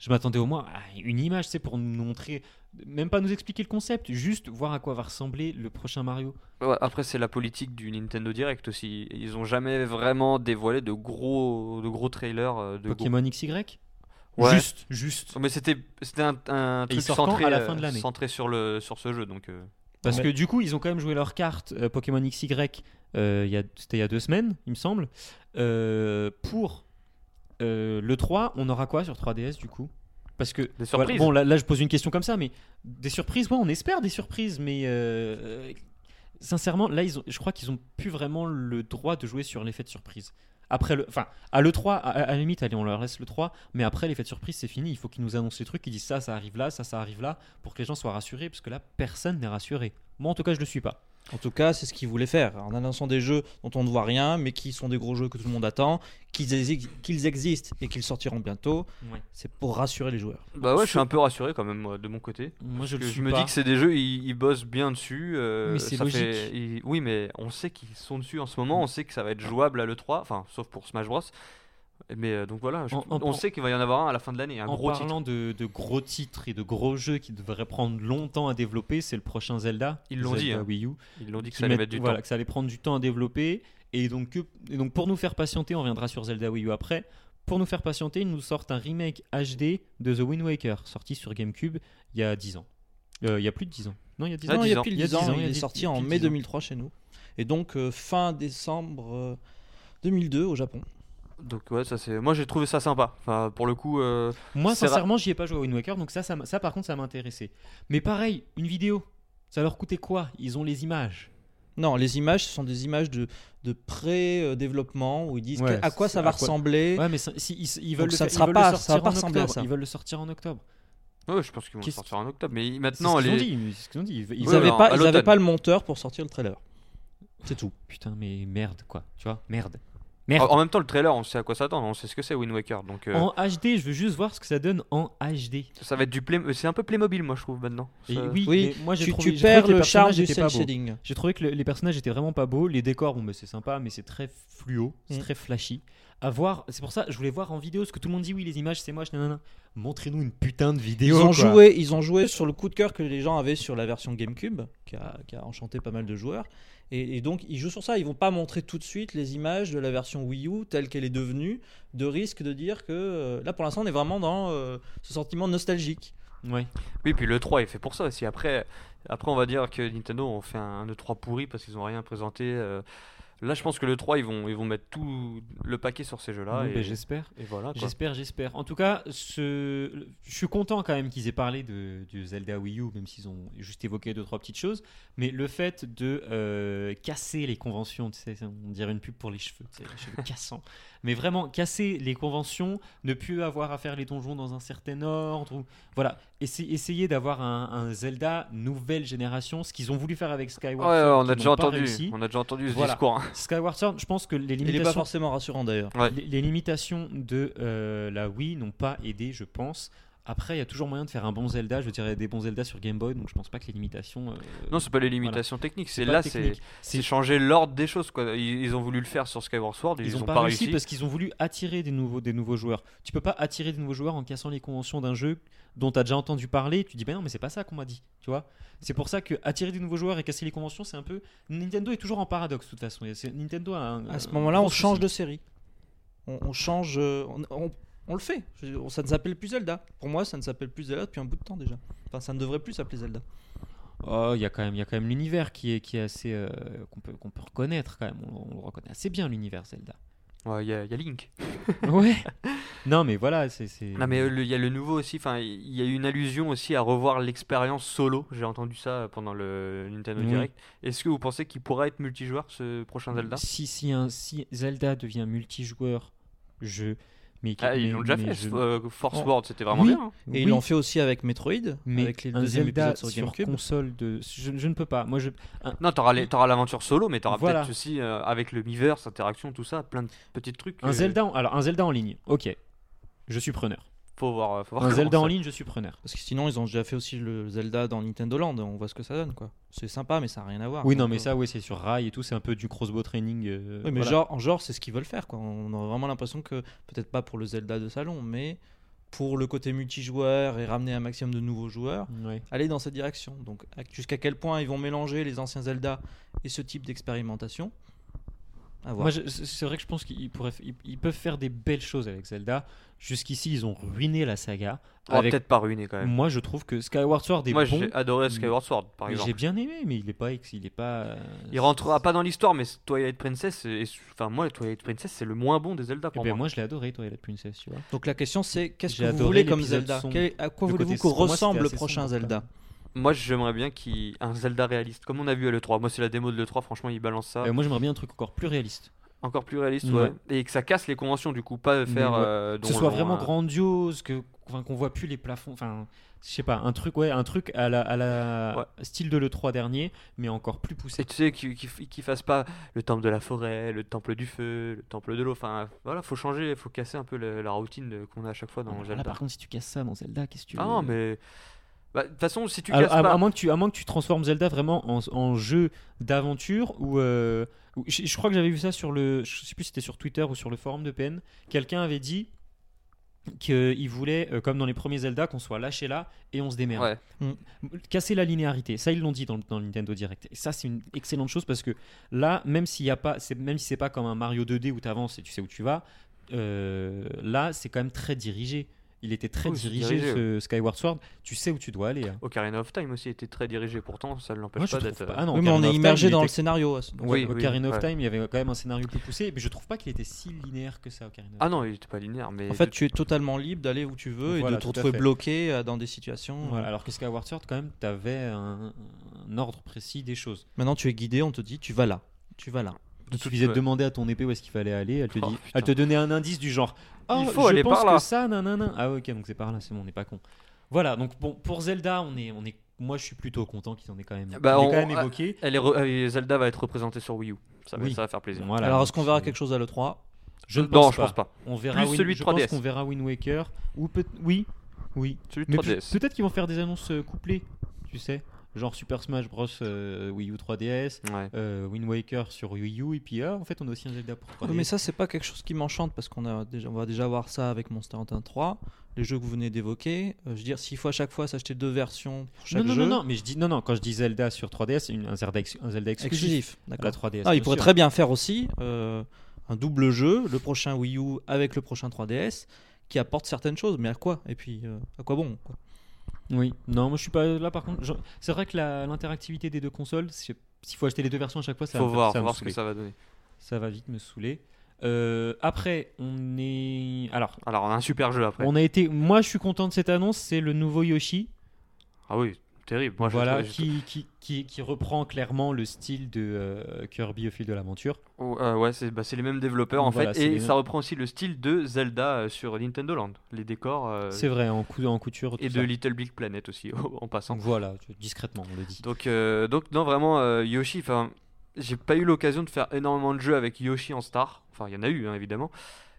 Speaker 1: Je m'attendais au moins à une image, c'est pour nous montrer, même pas nous expliquer le concept, juste voir à quoi va ressembler le prochain Mario.
Speaker 2: Ouais, après, c'est la politique du Nintendo Direct aussi. Ils ont jamais vraiment dévoilé de gros, de gros trailers euh, de
Speaker 1: Pokémon XY
Speaker 2: gros- Ouais.
Speaker 1: Juste, juste.
Speaker 2: Oh, Mais c'était, c'était un, un
Speaker 1: Et il
Speaker 2: truc
Speaker 1: sort quand
Speaker 2: centré,
Speaker 1: À la fin
Speaker 2: euh,
Speaker 1: de l'année.
Speaker 2: centré sur le, sur ce jeu. Donc, euh,
Speaker 1: Parce
Speaker 3: Mais-
Speaker 1: que du coup, ils ont quand même joué leur carte euh, Pokémon XY, euh, il y a- c'était il y a deux semaines, il me semble. Euh, pour euh, le 3, on aura quoi sur 3DS du coup Parce que.
Speaker 2: des
Speaker 1: voilà,
Speaker 2: surprises.
Speaker 1: bon, là, là, je pose une question comme ça, mais des surprises, ouais, on espère des surprises, mais. euh, euh, Sincèrement, là, ils ont, je crois qu'ils ont plus vraiment le droit de jouer sur l'effet de surprise. Après le, enfin, à le 3, à, à la limite, allez, on leur laisse le 3, mais après l'effet de surprise, c'est fini. Il faut qu'ils nous annoncent les trucs, qu'ils disent ça, ça arrive là, ça, ça arrive là, pour que les gens soient rassurés, parce que là, personne n'est rassuré. Moi, en tout cas, je le suis pas.
Speaker 3: En tout cas, c'est ce qu'ils voulaient faire. En annonçant des jeux dont on ne voit rien, mais qui sont des gros jeux que tout le monde attend, qu'ils exi- qu'ils existent et qu'ils sortiront bientôt,
Speaker 1: Ouais.
Speaker 3: c'est pour rassurer les joueurs.
Speaker 2: Bah ouais, je suis un peu rassuré quand même, moi, de mon côté.
Speaker 1: Moi, je
Speaker 2: Parce
Speaker 1: le
Speaker 2: que
Speaker 1: suis
Speaker 2: je me
Speaker 1: pas.
Speaker 2: dis que c'est des jeux, ils, ils bossent bien dessus. euh,
Speaker 1: Mais c'est
Speaker 2: ça fait-
Speaker 1: logique.
Speaker 2: ils- oui, mais on sait qu'ils sont dessus en ce moment, on sait que ça va être jouable à l'E3, enfin, sauf pour Smash Bros. Mais euh, donc voilà, je-
Speaker 1: En- en-
Speaker 2: on sait qu'il va y en avoir un à la fin de l'année, un
Speaker 1: en
Speaker 2: gros titre.
Speaker 1: parlant de, de gros titres et de gros jeux qui devraient prendre longtemps à développer, c'est le prochain Zelda.
Speaker 2: Ils l'ont dit,
Speaker 1: Zelda
Speaker 2: hein.
Speaker 1: Wii U.
Speaker 2: Ils l'ont dit que
Speaker 1: qui
Speaker 2: ça allait
Speaker 1: mettent-
Speaker 2: mettre du
Speaker 1: voilà,
Speaker 2: temps.
Speaker 1: que ça allait prendre du temps à développer. Et donc, que- et donc pour nous faire patienter, on reviendra sur Zelda Wii U après. Pour nous faire patienter, ils nous sortent un remake HD de The Wind Waker, sorti sur GameCube il y a 10 ans. Euh, il y a plus de 10 ans. Non, il y a 10
Speaker 2: Ah,
Speaker 1: ans.
Speaker 3: non, il y
Speaker 2: 10
Speaker 3: a
Speaker 2: ans.
Speaker 3: plus de
Speaker 1: Il y a
Speaker 3: 10 ans,
Speaker 1: 10 ans,
Speaker 3: il,
Speaker 1: il y a
Speaker 3: est
Speaker 1: dix-
Speaker 3: sorti
Speaker 1: il y a
Speaker 3: en
Speaker 1: plus de
Speaker 3: mai
Speaker 1: 10 ans.
Speaker 3: 2003 chez nous. Et donc euh, fin décembre euh, 2002 au Japon.
Speaker 2: Donc ouais, ça c'est. Moi j'ai trouvé ça sympa. Enfin, pour le coup, euh,
Speaker 1: Moi,
Speaker 2: C'est ra-
Speaker 1: sincèrement, j'y ai pas joué à Wind Waker, donc ça, ça, m- ça, par contre, ça m'intéressait. Mais pareil, une vidéo, ça leur coûtait quoi Ils ont les images.
Speaker 3: Non, les images, ce sont des images de, de pré-développement où ils disent
Speaker 1: Ouais,
Speaker 3: que- à quoi
Speaker 1: c'est-
Speaker 3: ça va
Speaker 1: à quoi-
Speaker 3: ressembler.
Speaker 1: Ouais, mais ça- si, ils, ils veulent
Speaker 3: Donc ça
Speaker 1: le,
Speaker 3: ne
Speaker 1: faire-
Speaker 3: sera
Speaker 1: ils veulent
Speaker 3: pas-
Speaker 1: le
Speaker 3: ça
Speaker 1: sortir
Speaker 3: va pas
Speaker 1: en
Speaker 3: ressembler à
Speaker 1: octobre.
Speaker 3: ça.
Speaker 1: Ils veulent le sortir en octobre.
Speaker 2: ouais, je pense qu'ils vont le
Speaker 1: Qu'est-ce-
Speaker 2: sortir en octobre. Mais
Speaker 1: C'est
Speaker 2: maintenant,
Speaker 1: ce qu'ils ont
Speaker 2: les-
Speaker 1: dit. c'est ce qu'ils ont dit. Ils- ils-
Speaker 3: Ils
Speaker 2: Oui,
Speaker 3: n'avaient
Speaker 2: alors, à
Speaker 3: pas, ils avaient
Speaker 2: l'automne.
Speaker 3: pas le monteur pour sortir le trailer. C'est tout.
Speaker 1: Putain, mais merde, quoi. Tu vois, merde.
Speaker 2: en,
Speaker 1: Merde.
Speaker 2: en même temps, le trailer, on sait à quoi s'attendre, on sait ce que c'est Wind Waker. Donc euh,
Speaker 1: En HD, je veux juste voir ce que ça donne en HD.
Speaker 2: ça va être du play. euh, C'est un peu Playmobil, moi je trouve maintenant.
Speaker 1: Et
Speaker 2: Ça-
Speaker 1: oui,
Speaker 3: Oui,
Speaker 1: mais moi j'ai
Speaker 3: Tu,
Speaker 1: trouvé,
Speaker 3: tu
Speaker 1: j'ai trouvé
Speaker 3: perds
Speaker 1: que les
Speaker 3: le charme
Speaker 1: personnages
Speaker 3: du
Speaker 1: étaient pas
Speaker 3: cel
Speaker 1: beaux.
Speaker 3: shading.
Speaker 1: J'ai trouvé que le- les personnages étaient vraiment pas beaux. Les décors, bon, bah, c'est sympa, mais c'est très fluo, c'est
Speaker 3: Mm.
Speaker 1: très flashy. À voir, c'est pour ça, je voulais voir en vidéo ce que tout le monde dit. Oui, les images, c'est moche, nanana. Montrez-nous une putain de
Speaker 3: Ils
Speaker 1: vidéo.
Speaker 3: ont,
Speaker 1: quoi.
Speaker 3: joué, ils ont joué sur le coup de cœur que les gens avaient sur la version GameCube, qui a, qui a enchanté pas mal de joueurs. Et, et donc, ils jouent sur ça. Ils vont pas montrer tout de suite les images de la version Wii U telle qu'elle est devenue, de risque de dire que. euh, Là, pour l'instant, on est vraiment dans euh, ce sentiment nostalgique.
Speaker 1: Ouais.
Speaker 2: Oui, puis le 3 est fait pour ça aussi. Après, après on va dire que Nintendo ont fait un E3 pourri parce qu'ils ont rien présenté. euh, Là, je pense que le 3, ils vont, ils vont mettre tout le paquet sur ces jeux-là.
Speaker 5: Bon,
Speaker 2: et,
Speaker 5: ben, j'espère.
Speaker 2: et voilà. quoi.
Speaker 1: bah, J'espère, j'espère. En tout cas, ce... je suis content quand même qu'ils aient parlé de, de Zelda Wii U, même s'ils ont juste évoqué deux trois petites choses. Mais le fait de euh, casser les conventions, tu sais, on dirait une pub pour les cheveux, tu sais, les cheveux cassants. Mais vraiment casser les conventions, ne plus avoir à faire les donjons dans un certain ordre. ou- Voilà, Essa- essayer d'avoir un, un Zelda nouvelle génération, ce qu'ils ont voulu faire avec
Speaker 2: Ouais,
Speaker 1: Skyward.
Speaker 2: ouais,
Speaker 1: Sword,
Speaker 2: on a
Speaker 1: qu'ils
Speaker 2: déjà
Speaker 1: n'ont pas
Speaker 2: entendu.
Speaker 1: réussi.
Speaker 2: On a déjà entendu ce
Speaker 1: Voilà.
Speaker 2: discours. hein.
Speaker 1: Skyward Sword, je pense que les
Speaker 3: Il est pas
Speaker 1: limitations
Speaker 3: forcément rassurant d'ailleurs.
Speaker 2: Ouais.
Speaker 1: les, les limitations de euh, la Wii n'ont pas aidé, je pense. Après, il y a toujours moyen de faire un bon Zelda. Je dirais des bons Zelda sur Game Boy, donc je pense pas que les limitations. euh,
Speaker 2: Non, c'est pas les limitations techniques. C'est
Speaker 1: pas
Speaker 2: là, c'est
Speaker 1: technique.
Speaker 2: c'est changer l'ordre des choses. Quoi. Ils, ils ont voulu le faire sur Skyward Sword, et
Speaker 1: Ils
Speaker 2: ils
Speaker 1: n'ont
Speaker 2: ont
Speaker 1: pas, réussi,
Speaker 2: réussi.
Speaker 1: parce qu'ils ont voulu attirer des nouveaux, des nouveaux joueurs. Tu peux pas attirer des nouveaux joueurs en cassant les conventions d'un jeu dont tu as déjà entendu parler. Tu dis, ben non, mais c'est pas ça qu'on m'a dit. Tu vois C'est pour ça que attirer des nouveaux joueurs et casser les conventions, c'est un peu. Nintendo est toujours en paradoxe, de toute façon. Et c'est- Nintendo a un-
Speaker 3: À ce
Speaker 1: un
Speaker 3: moment-là,
Speaker 1: gros
Speaker 3: on change
Speaker 1: souci.
Speaker 3: de série. On, on change. euh, On, on- on le fait. Je- on- ça ne s'appelle plus Zelda. Pour moi, ça ne s'appelle plus Zelda depuis un bout de temps déjà. Enfin, ça ne devrait plus s'appeler Zelda.
Speaker 1: Oh, il y a quand même, il y a quand même l'univers qui est, qui est assez, euh, qu'on peut, qu'on peut reconnaître quand même. On, on le reconnaît assez bien l'univers Zelda.
Speaker 2: Ouais, Il y, a- il y a Link.
Speaker 1: ouais. Non, mais voilà, c'est, c'est.
Speaker 2: Non, mais euh, le- il y a le nouveau aussi. Enfin, il y a une allusion aussi à revoir l'expérience solo. J'ai entendu ça pendant le Nintendo
Speaker 1: Oui.
Speaker 2: Direct. Est-ce que vous pensez qu'il pourra être multijoueur ce prochain Zelda
Speaker 1: Euh, Si, si, un, si Zelda devient multijoueur, je. Mais,
Speaker 2: Ah, ils
Speaker 1: mais-
Speaker 2: l'ont déjà
Speaker 1: mais je-
Speaker 2: fait. euh, Force
Speaker 3: Oh.
Speaker 2: World, c'était vraiment
Speaker 1: Oui.
Speaker 2: bien. hein.
Speaker 3: Et
Speaker 1: Oui,
Speaker 3: ils l'ont fait aussi avec Metroid,
Speaker 1: mais
Speaker 3: avec les
Speaker 1: un
Speaker 3: deuxièmes
Speaker 1: Zelda
Speaker 3: épisodes sur GameCube.
Speaker 1: console de, je, je ne peux pas. Moi, je.
Speaker 2: Non, t'auras les- t'auras l'aventure solo, mais t'auras
Speaker 1: Voilà.
Speaker 2: peut-être aussi euh, avec le Miiverse, interaction, tout ça, plein de petits trucs.
Speaker 1: Un
Speaker 2: euh,
Speaker 1: Zelda, en- alors un Zelda en ligne. Ok. Je suis preneur.
Speaker 2: Faut voir. euh, Faut voir
Speaker 1: Un
Speaker 2: comment
Speaker 1: Zelda
Speaker 2: ça-
Speaker 1: en ligne, je suis preneur.
Speaker 3: Parce que sinon, ils ont déjà fait aussi le Zelda dans Nintendo Land. On voit ce que ça donne, quoi. C'est sympa, mais ça n'a rien à voir.
Speaker 1: oui,
Speaker 3: Donc,
Speaker 1: non, mais
Speaker 3: euh,
Speaker 1: ça, oui, c'est sur rail et tout. C'est un peu du crossbow training. euh,
Speaker 3: Oui, mais
Speaker 1: voilà.
Speaker 3: genre, en genre, c'est ce qu'ils veulent faire. Quoi. On a vraiment l'impression que, peut-être pas pour le Zelda de salon, mais pour le côté multijoueur et ramener un maximum de nouveaux joueurs,
Speaker 1: Ouais.
Speaker 3: aller dans cette direction. Donc, à- jusqu'à quel point ils vont mélanger les anciens Zelda et ce type d'expérimentation à voir.
Speaker 1: Moi, je- c'est c'est vrai que je pense qu'ils pourraient, f- ils, ils peuvent faire des belles choses avec Zelda. Jusqu'ici, ils ont ruiné la saga.
Speaker 2: On va
Speaker 1: avec-
Speaker 2: peut-être pas ruiné quand même.
Speaker 1: Moi, je trouve que Skyward Sword est
Speaker 2: Moi,
Speaker 1: bon.
Speaker 2: j'ai adoré Skyward Sword, par
Speaker 1: mais J'ai
Speaker 2: exemple.
Speaker 1: bien aimé, mais il est pas, ex- il est pas. euh,
Speaker 2: Il rentrera pas dans l'histoire, mais Twilight Princess, est- est- enfin moi, Twilight Princess, c'est le moins bon des Zelda
Speaker 1: Eh
Speaker 2: pour
Speaker 1: ben,
Speaker 2: moi.
Speaker 1: moi, je l'ai adoré, toi, la princesse, tu vois.
Speaker 3: Donc, la question, c'est qu'est-ce
Speaker 1: J'ai
Speaker 3: que vous
Speaker 1: adoré
Speaker 3: voulez comme
Speaker 1: l'épisode
Speaker 3: Zelda
Speaker 1: sombre.
Speaker 3: Quel- À quoi
Speaker 1: Le
Speaker 3: voulez-vous
Speaker 1: côté
Speaker 3: qu'on
Speaker 1: sombre, moi, c'était
Speaker 3: ressemble le
Speaker 1: assez
Speaker 3: prochain
Speaker 1: sombre,
Speaker 3: Zelda
Speaker 2: Moi, j'aimerais bien qu'il un Zelda réaliste, comme on a vu à l'E3. Moi, c'est la démo de l'E3, franchement, il balance ça.
Speaker 1: Euh, moi, j'aimerais bien un truc encore plus réaliste.
Speaker 2: Encore plus réaliste, ouais.
Speaker 1: Ouais.
Speaker 2: Et que ça casse les conventions, du coup, pas faire.
Speaker 1: Mais ouais.
Speaker 2: euh,
Speaker 1: Que ce
Speaker 2: donjon,
Speaker 1: soit vraiment
Speaker 2: hein.
Speaker 1: grandiose, que enfin, qu'on voit plus les plafonds. Enfin, je sais pas, un truc, ouais, un truc à la, à la style de le 3 dernier, mais encore plus poussé.
Speaker 2: Et tu sais, qu'ils qu'ils qu'ils fassent pas le temple de la forêt, le temple du feu, le temple de l'eau. Enfin, voilà, faut changer, faut casser un peu la, la routine de- qu'on a à chaque fois dans
Speaker 1: Alors
Speaker 2: Zelda.
Speaker 1: Ah, là, par contre, si tu casses ça dans Zelda, qu'est-ce que tu ah, bah,
Speaker 2: ah
Speaker 1: veux
Speaker 2: non, mais. bah, De toute façon, si tu
Speaker 1: à,
Speaker 2: casses
Speaker 1: à-
Speaker 2: pas.
Speaker 1: à moins que tu, à moins que tu transformes Zelda vraiment en, en jeu d'aventure ou euh, ou- je, je crois que j'avais vu ça sur le je sais plus si c'était sur Twitter ou sur le forum de PN quelqu'un avait dit qu'il voulait euh, comme dans les premiers Zelda qu'on soit lâché là et on se démerde
Speaker 2: Ouais.
Speaker 1: casser la linéarité. Ça, ils l'ont dit dans le, dans le Nintendo Direct. Et ça, c'est une excellente chose parce que là, même s'il y a pas, c'est, même si c'est pas comme un Mario 2D où tu avances et tu sais où tu vas, euh, là, c'est quand même très dirigé. Il était très
Speaker 2: Oui, c'est
Speaker 1: dirigé,
Speaker 2: dirigé,
Speaker 1: ce Skyward Sword. Tu sais où tu dois aller. hein.
Speaker 2: Ocarina of Time aussi était très dirigé, pourtant ça ne l'empêche
Speaker 1: Moi, je
Speaker 2: pas
Speaker 1: trouve
Speaker 2: d'être.
Speaker 1: pas.
Speaker 2: euh,
Speaker 1: Ah non,
Speaker 3: Oui, mais on
Speaker 1: Ocarina
Speaker 3: est
Speaker 1: of Time,
Speaker 3: immergé
Speaker 1: il
Speaker 3: dans le
Speaker 1: était-
Speaker 3: scénario. à ce-
Speaker 2: Oui,
Speaker 1: Ouais, Ocarina
Speaker 2: ouais.
Speaker 1: of Time, il y avait quand même un scénario plus poussé, mais je trouve pas qu'il était si linéaire que ça. Ocarina of
Speaker 2: Ah non, il était pas linéaire, mais.
Speaker 3: En fait, tu es totalement libre d'aller où tu veux
Speaker 1: Voilà,
Speaker 3: et de te
Speaker 1: tout à
Speaker 3: retrouver
Speaker 1: fait.
Speaker 3: bloqué euh, dans des situations.
Speaker 2: Ah.
Speaker 1: Time. Voilà, alors que Skyward Sword, quand même, t'avais un, un ordre précis des choses.
Speaker 3: Maintenant, tu es guidé, on te dit tu vas là, tu vas là.
Speaker 1: Il suffisait de
Speaker 2: ouais.
Speaker 1: demander à ton épée où est-ce qu'il fallait aller. Elle te,
Speaker 2: Oh,
Speaker 1: dit,
Speaker 2: putain.
Speaker 1: elle te donnait un indice du genre
Speaker 2: Il
Speaker 1: oh,
Speaker 2: faut
Speaker 1: je
Speaker 2: aller
Speaker 1: pense
Speaker 2: par là.
Speaker 1: que ça, nanana. Ah, ok, donc c'est par là, c'est bon, on n'est pas con. Voilà, donc bon, pour Zelda, on est, on est, moi je suis plutôt content qu'ils en aient quand même,
Speaker 2: Bah,
Speaker 1: il est
Speaker 2: on-
Speaker 1: quand même
Speaker 2: on-
Speaker 1: évoqué.
Speaker 2: Elle est re- euh, Zelda va être représentée sur Wii U. Ça va,
Speaker 1: Oui.
Speaker 2: ça va faire plaisir.
Speaker 1: Voilà,
Speaker 3: Alors,
Speaker 1: donc,
Speaker 3: est-ce qu'on verra
Speaker 1: euh,
Speaker 3: quelque chose à l'E3
Speaker 1: Je ne
Speaker 2: non,
Speaker 1: pense
Speaker 2: je
Speaker 1: pas.
Speaker 2: pense pas.
Speaker 1: On verra
Speaker 2: Plus
Speaker 1: Wind-
Speaker 2: celui de
Speaker 1: je pense
Speaker 2: 3DS.
Speaker 1: qu'on verra Wind Waker. Ou peut oui, oui.
Speaker 2: Celui de
Speaker 1: Mais
Speaker 2: 3DS.
Speaker 1: peut- peut-être qu'ils vont faire des annonces euh, couplées, tu sais. Genre Super Smash Bros. euh, Wii U 3DS,
Speaker 2: Ouais.
Speaker 1: euh, Wind Waker sur Wii U, et puis ah, en fait on a aussi un Zelda pour 3DS.
Speaker 3: Oui, mais ça, c'est pas quelque chose qui m'enchante parce qu'on a déjà, on va déjà voir ça avec Monster Hunter 3, les jeux que vous venez d'évoquer. Euh, je veux dire, s'il faut à chaque fois s'acheter deux versions pour chaque
Speaker 1: non, non,
Speaker 3: jeu,
Speaker 1: non, non, mais je dis, non, non, quand je dis Zelda sur 3DS, c'est une- un Zelda, ex- un Zelda exclusif.
Speaker 3: exclusif.
Speaker 1: à
Speaker 3: D'accord.
Speaker 1: La 3DS.
Speaker 3: Ah, il
Speaker 1: bien
Speaker 3: pourrait
Speaker 1: sûr.
Speaker 3: très bien faire aussi euh, un double jeu, le prochain Wii U avec le prochain 3DS, qui apporte certaines choses, mais à quoi Et puis, euh, à quoi bon quoi
Speaker 1: Oui, non, moi je suis pas là par contre. je- C'est vrai que la- l'interactivité des deux consoles, c'est- s'il faut acheter les deux versions à chaque fois, ça
Speaker 2: Faut
Speaker 1: va me-
Speaker 2: voir,
Speaker 1: ça
Speaker 2: faut
Speaker 1: va me
Speaker 2: voir ce que
Speaker 1: saouler.
Speaker 2: ça va donner.
Speaker 1: ça va vite me saouler. Euh, après, on est. Alors,
Speaker 2: Alors, on a un super jeu après.
Speaker 1: on a été. Moi, je suis content de cette annonce. C'est le nouveau Yoshi,
Speaker 2: Ah oui, terrible. Moi, je
Speaker 1: voilà,
Speaker 2: trouve-
Speaker 1: qui, qui, qui, qui reprend clairement le style de euh, Kirby au fil de l'aventure.
Speaker 2: Oh, euh, ouais, c'est bah, c'est les mêmes développeurs en
Speaker 1: Voilà,
Speaker 2: fait.
Speaker 1: c'est
Speaker 2: Et
Speaker 1: les
Speaker 2: ça reprend aussi le style de Zelda euh, sur Nintendo Land. Les décors. euh,
Speaker 1: C'est vrai, en, cou- en couture.
Speaker 2: et
Speaker 1: tout
Speaker 2: de
Speaker 1: ça.
Speaker 2: Little Big Planet aussi, en passant.
Speaker 1: Donc voilà, tu- discrètement, on le dit.
Speaker 2: Donc, euh, donc non, vraiment, euh, Yoshi, enfin, j'ai pas eu l'occasion de faire énormément de jeux avec Yoshi en star. Enfin, il y en a eu, hein, évidemment.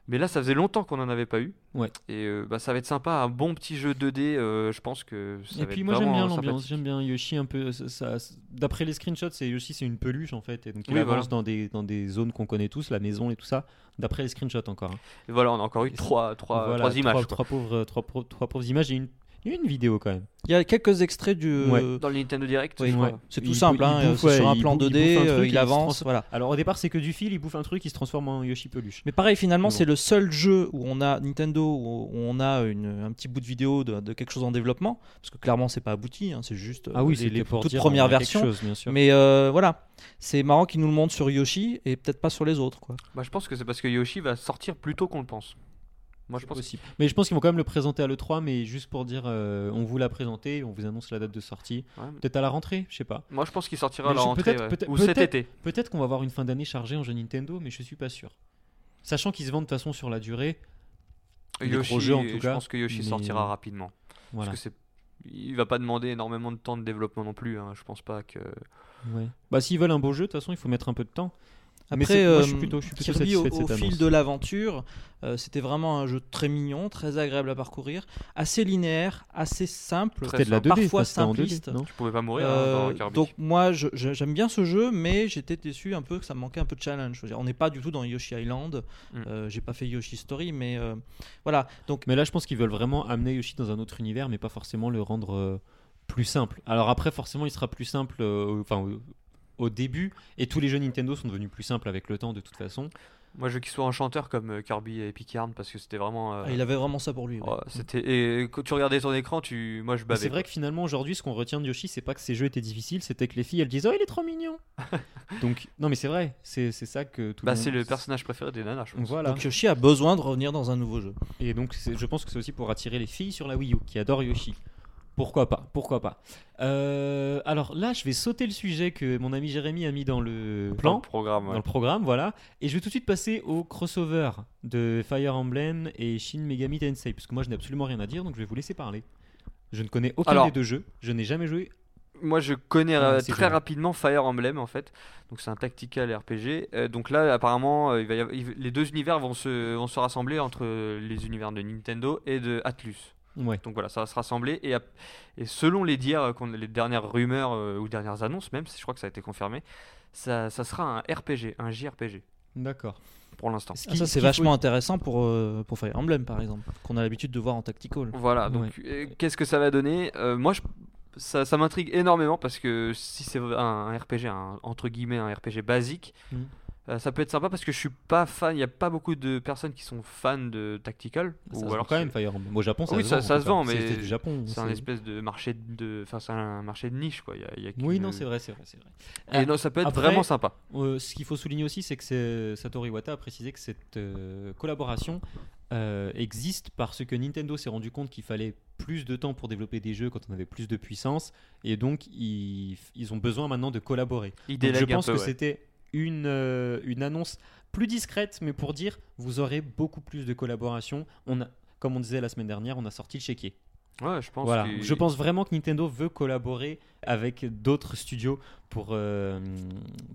Speaker 2: Mais là, ça faisait longtemps qu'on en avait pas eu.
Speaker 1: Ouais.
Speaker 2: Et euh, bah, ça va être sympa, un bon petit jeu 2D. euh, je pense que ça
Speaker 1: Et
Speaker 2: va
Speaker 1: puis
Speaker 2: être
Speaker 1: moi j'aime
Speaker 2: vraiment
Speaker 1: bien
Speaker 2: euh,
Speaker 1: l'ambiance,
Speaker 2: sympathique.
Speaker 1: j'aime bien Yoshi un peu. ça- ça- ça- D'après les screenshots, c'est Yoshi c'est une peluche en fait, et donc il
Speaker 2: Oui,
Speaker 1: avance
Speaker 2: voilà.
Speaker 1: dans des dans des zones qu'on connaît tous, la maison et tout ça. D'après les screenshots encore. hein.
Speaker 2: Et voilà, on a encore eu
Speaker 1: Et
Speaker 2: trois, trois,
Speaker 1: Voilà,
Speaker 2: trois images. quoi.
Speaker 1: trois pauvres, euh, trois, pro- trois pauvres images et une, il y a une vidéo quand même.
Speaker 3: Il y a quelques extraits du.
Speaker 1: Ouais.
Speaker 3: euh,
Speaker 2: Dans le Nintendo Direct,
Speaker 3: oui,
Speaker 2: je
Speaker 1: ouais.
Speaker 2: crois.
Speaker 3: C'est
Speaker 1: Il
Speaker 3: tout simple,
Speaker 1: bou- il
Speaker 3: hein, euh,
Speaker 1: bouffe,
Speaker 3: c'est sur
Speaker 1: ouais,
Speaker 3: un
Speaker 1: il
Speaker 3: plan
Speaker 1: bou- il
Speaker 3: 2D,
Speaker 1: bouffe un
Speaker 3: euh,
Speaker 1: truc et il
Speaker 3: il
Speaker 1: se
Speaker 3: avance,
Speaker 1: transforme.
Speaker 3: voilà.
Speaker 1: Alors au départ c'est que du fil, il bouffe un truc, il se transforme en Yoshi peluche.
Speaker 3: Mais pareil, finalement,
Speaker 1: Mais bon.
Speaker 3: c'est le seul jeu où on a Nintendo, où où on a une, un petit bout de vidéo de, de quelque chose en développement, parce que clairement, c'est pas abouti, hein, c'est juste euh, les,
Speaker 1: Ah c'était
Speaker 3: les
Speaker 1: pour
Speaker 3: toutes
Speaker 1: dire,
Speaker 3: premières
Speaker 1: on a quelque
Speaker 3: versions.
Speaker 1: chose, bien sûr.
Speaker 3: Mais euh, voilà, c'est marrant qu'ils nous le montrent sur Yoshi et peut-être pas sur les autres. Quoi.
Speaker 2: Bah, je pense que c'est parce que Yoshi va sortir plus tôt qu'on le pense. Moi, je pense.
Speaker 1: possible. Mais je pense qu'ils vont quand même le présenter à l'E3, mais juste pour dire, euh, on vous l'a présenté, on vous annonce la date de sortie.
Speaker 2: ouais.
Speaker 1: Peut-être à la rentrée, je sais pas.
Speaker 2: Moi, je pense qu'il sortira à
Speaker 1: Mais
Speaker 2: la
Speaker 1: je-
Speaker 2: rentrée.
Speaker 1: peut-être-
Speaker 2: ouais.
Speaker 1: peut-être-
Speaker 2: Ou cet
Speaker 1: peut-être-
Speaker 2: été.
Speaker 1: Peut-être qu'on va avoir une fin d'année chargée en jeu Nintendo, mais je suis pas sûr. Sachant qu'ils se vendent de toute façon sur la durée. Les gros
Speaker 2: Yoshi,
Speaker 1: jeux, en tout
Speaker 2: je
Speaker 1: cas,
Speaker 2: pense que Yoshi
Speaker 1: mais-
Speaker 2: sortira rapidement.
Speaker 1: Voilà.
Speaker 2: Parce que c'est. Il va pas demander énormément de temps de développement non plus. hein. Je pense pas que.
Speaker 1: Ouais. Bah s'ils veulent un beau jeu, de toute façon, il faut mettre un peu de temps. Mais
Speaker 3: Après,
Speaker 1: c'est- moi, je suis
Speaker 3: euh,
Speaker 1: plutôt- je suis plutôt
Speaker 3: Kirby, au,
Speaker 1: satisfait de
Speaker 3: au
Speaker 1: cette
Speaker 3: fil
Speaker 1: annonce.
Speaker 3: de l'aventure, euh, c'était vraiment un jeu très mignon, très agréable à parcourir, assez linéaire, assez simple.
Speaker 2: Très
Speaker 1: C'était de la 2D,
Speaker 3: Parfois
Speaker 1: enfin, c'était en 2D,
Speaker 3: simpliste.
Speaker 1: non
Speaker 2: Tu pouvais pas mourir hein,
Speaker 3: Euh,
Speaker 2: dans Kirby.
Speaker 3: donc moi je- je- j'aime bien ce jeu mais j'étais déçu un peu que ça me manquait un peu de challenge. Je veux dire, on n'est pas du tout dans Yoshi Island.
Speaker 2: Mm.
Speaker 3: Euh, J'ai pas fait Yoshi Story mais euh, voilà donc
Speaker 1: Mais là, je pense qu'ils veulent vraiment amener Yoshi dans un autre univers, mais pas forcément le rendre euh, plus simple. Alors après, forcément, il sera plus simple euh, enfin, au- au début, et tous les jeux Nintendo sont devenus plus simples avec le temps, de toute façon.
Speaker 2: Moi, je veux qu'il soit un chanteur comme euh, Kirby et Picard parce que c'était vraiment. euh,
Speaker 3: ah, il avait vraiment ça pour lui. ouais.
Speaker 2: oh, c'était. Et quand tu regardais ton écran, tu. Moi, je
Speaker 1: Mais
Speaker 2: bavais.
Speaker 1: c'est vrai
Speaker 2: quoi.
Speaker 1: que finalement, aujourd'hui, ce qu'on retient de Yoshi, c'est pas que ces jeux étaient difficiles, c'était que les filles, elles disent Oh, il est trop mignon Donc, non, mais c'est vrai, c'est c'est ça que tout
Speaker 2: Bah,
Speaker 1: le monde.
Speaker 2: c'est le personnage euh, préféré des nanas. Je pense.
Speaker 1: Voilà.
Speaker 3: Donc Yoshi a besoin de revenir dans un nouveau jeu.
Speaker 1: Et donc, c'est- je pense que c'est aussi pour attirer les filles sur la Wii U qui adorent Yoshi. Pourquoi pas Pourquoi pas Euh, Alors là, je vais sauter le sujet que mon ami Jérémy a mis dans le
Speaker 2: Dans
Speaker 1: plan,
Speaker 2: le programme. ouais.
Speaker 1: dans le programme, voilà. Et je vais tout de suite passer au crossover de Fire Emblem et Shin Megami Tensei, parce que moi, je n'ai absolument rien à dire, donc je vais vous laisser parler. Je ne connais aucun
Speaker 2: Alors-
Speaker 1: des deux jeux. Je n'ai jamais joué.
Speaker 2: Moi, je connais euh,
Speaker 1: Ouais, c'est
Speaker 2: très
Speaker 1: génial.
Speaker 2: rapidement Fire Emblem en fait. Donc, c'est un tactical RPG. Euh, donc là, apparemment, euh, il va y avoir- il- les deux univers vont se, vont se rassembler entre euh, les univers de Nintendo et de Atlus.
Speaker 1: Ouais.
Speaker 2: Donc voilà, ça va se rassembler. Et, ap- et selon les dires, euh, qu'on- les dernières rumeurs euh, ou dernières annonces, même, je crois que ça a été confirmé, ça, ça sera un RPG, un JRPG
Speaker 1: D'accord.
Speaker 2: pour l'instant.
Speaker 1: Ce
Speaker 3: Ah,
Speaker 1: qui-
Speaker 3: ça
Speaker 1: ce
Speaker 3: c'est
Speaker 1: qu'il faut-
Speaker 3: vachement intéressant pour euh, pour Fire Emblem par exemple qu'on a l'habitude de voir en tactical.
Speaker 2: Voilà, donc euh, qu'est-ce que ça va donner Euh, Moi, je- ça, ça m'intrigue énormément parce que si c'est un, un RPG, un- entre guillemets, un RPG basique,
Speaker 1: Mhm.
Speaker 2: euh, ça peut être sympa parce que je suis pas fan, il n'y a pas beaucoup de personnes qui sont fans de Tactical.
Speaker 1: Ça
Speaker 2: ou
Speaker 1: se vend
Speaker 2: alors
Speaker 1: quand
Speaker 2: c'est- Ah
Speaker 1: même Fire Emblem. Au Japon, ça
Speaker 2: Oui,
Speaker 1: se
Speaker 2: ça-
Speaker 1: vend. en
Speaker 2: ça
Speaker 1: tout
Speaker 2: se
Speaker 1: cas.
Speaker 2: vend,
Speaker 1: C'est-
Speaker 2: mais
Speaker 1: c'est du Japon.
Speaker 2: C'est un
Speaker 1: c'est-
Speaker 2: espèce de marché de, enfin, c'est un marché de niche quoi. Il y a- il y a
Speaker 1: Oui,
Speaker 2: qu'une-
Speaker 1: non, c'est vrai, c'est vrai, c'est vrai.
Speaker 2: Et non, ça peut être
Speaker 1: Après-
Speaker 2: vraiment sympa.
Speaker 1: Euh, ce qu'il faut souligner aussi, c'est que c'est- Satoru Iwata a précisé que cette euh, collaboration euh, existe parce que Nintendo s'est rendu compte qu'il fallait plus de temps pour développer des jeux quand on avait plus de puissance, et donc ils, ils ont besoin maintenant de collaborer.
Speaker 2: Il
Speaker 1: Donc, je
Speaker 2: délègue un
Speaker 1: pense
Speaker 2: peu,
Speaker 1: que
Speaker 2: ouais.
Speaker 1: c'était une, euh, une annonce plus discrète, mais pour dire, vous aurez beaucoup plus de collaboration. On a, comme on disait la semaine dernière, on a sorti le chéquier.
Speaker 2: Ouais, je pense.
Speaker 1: Voilà.
Speaker 2: qu'il-
Speaker 1: Je pense vraiment que Nintendo veut collaborer avec d'autres studios pour, euh,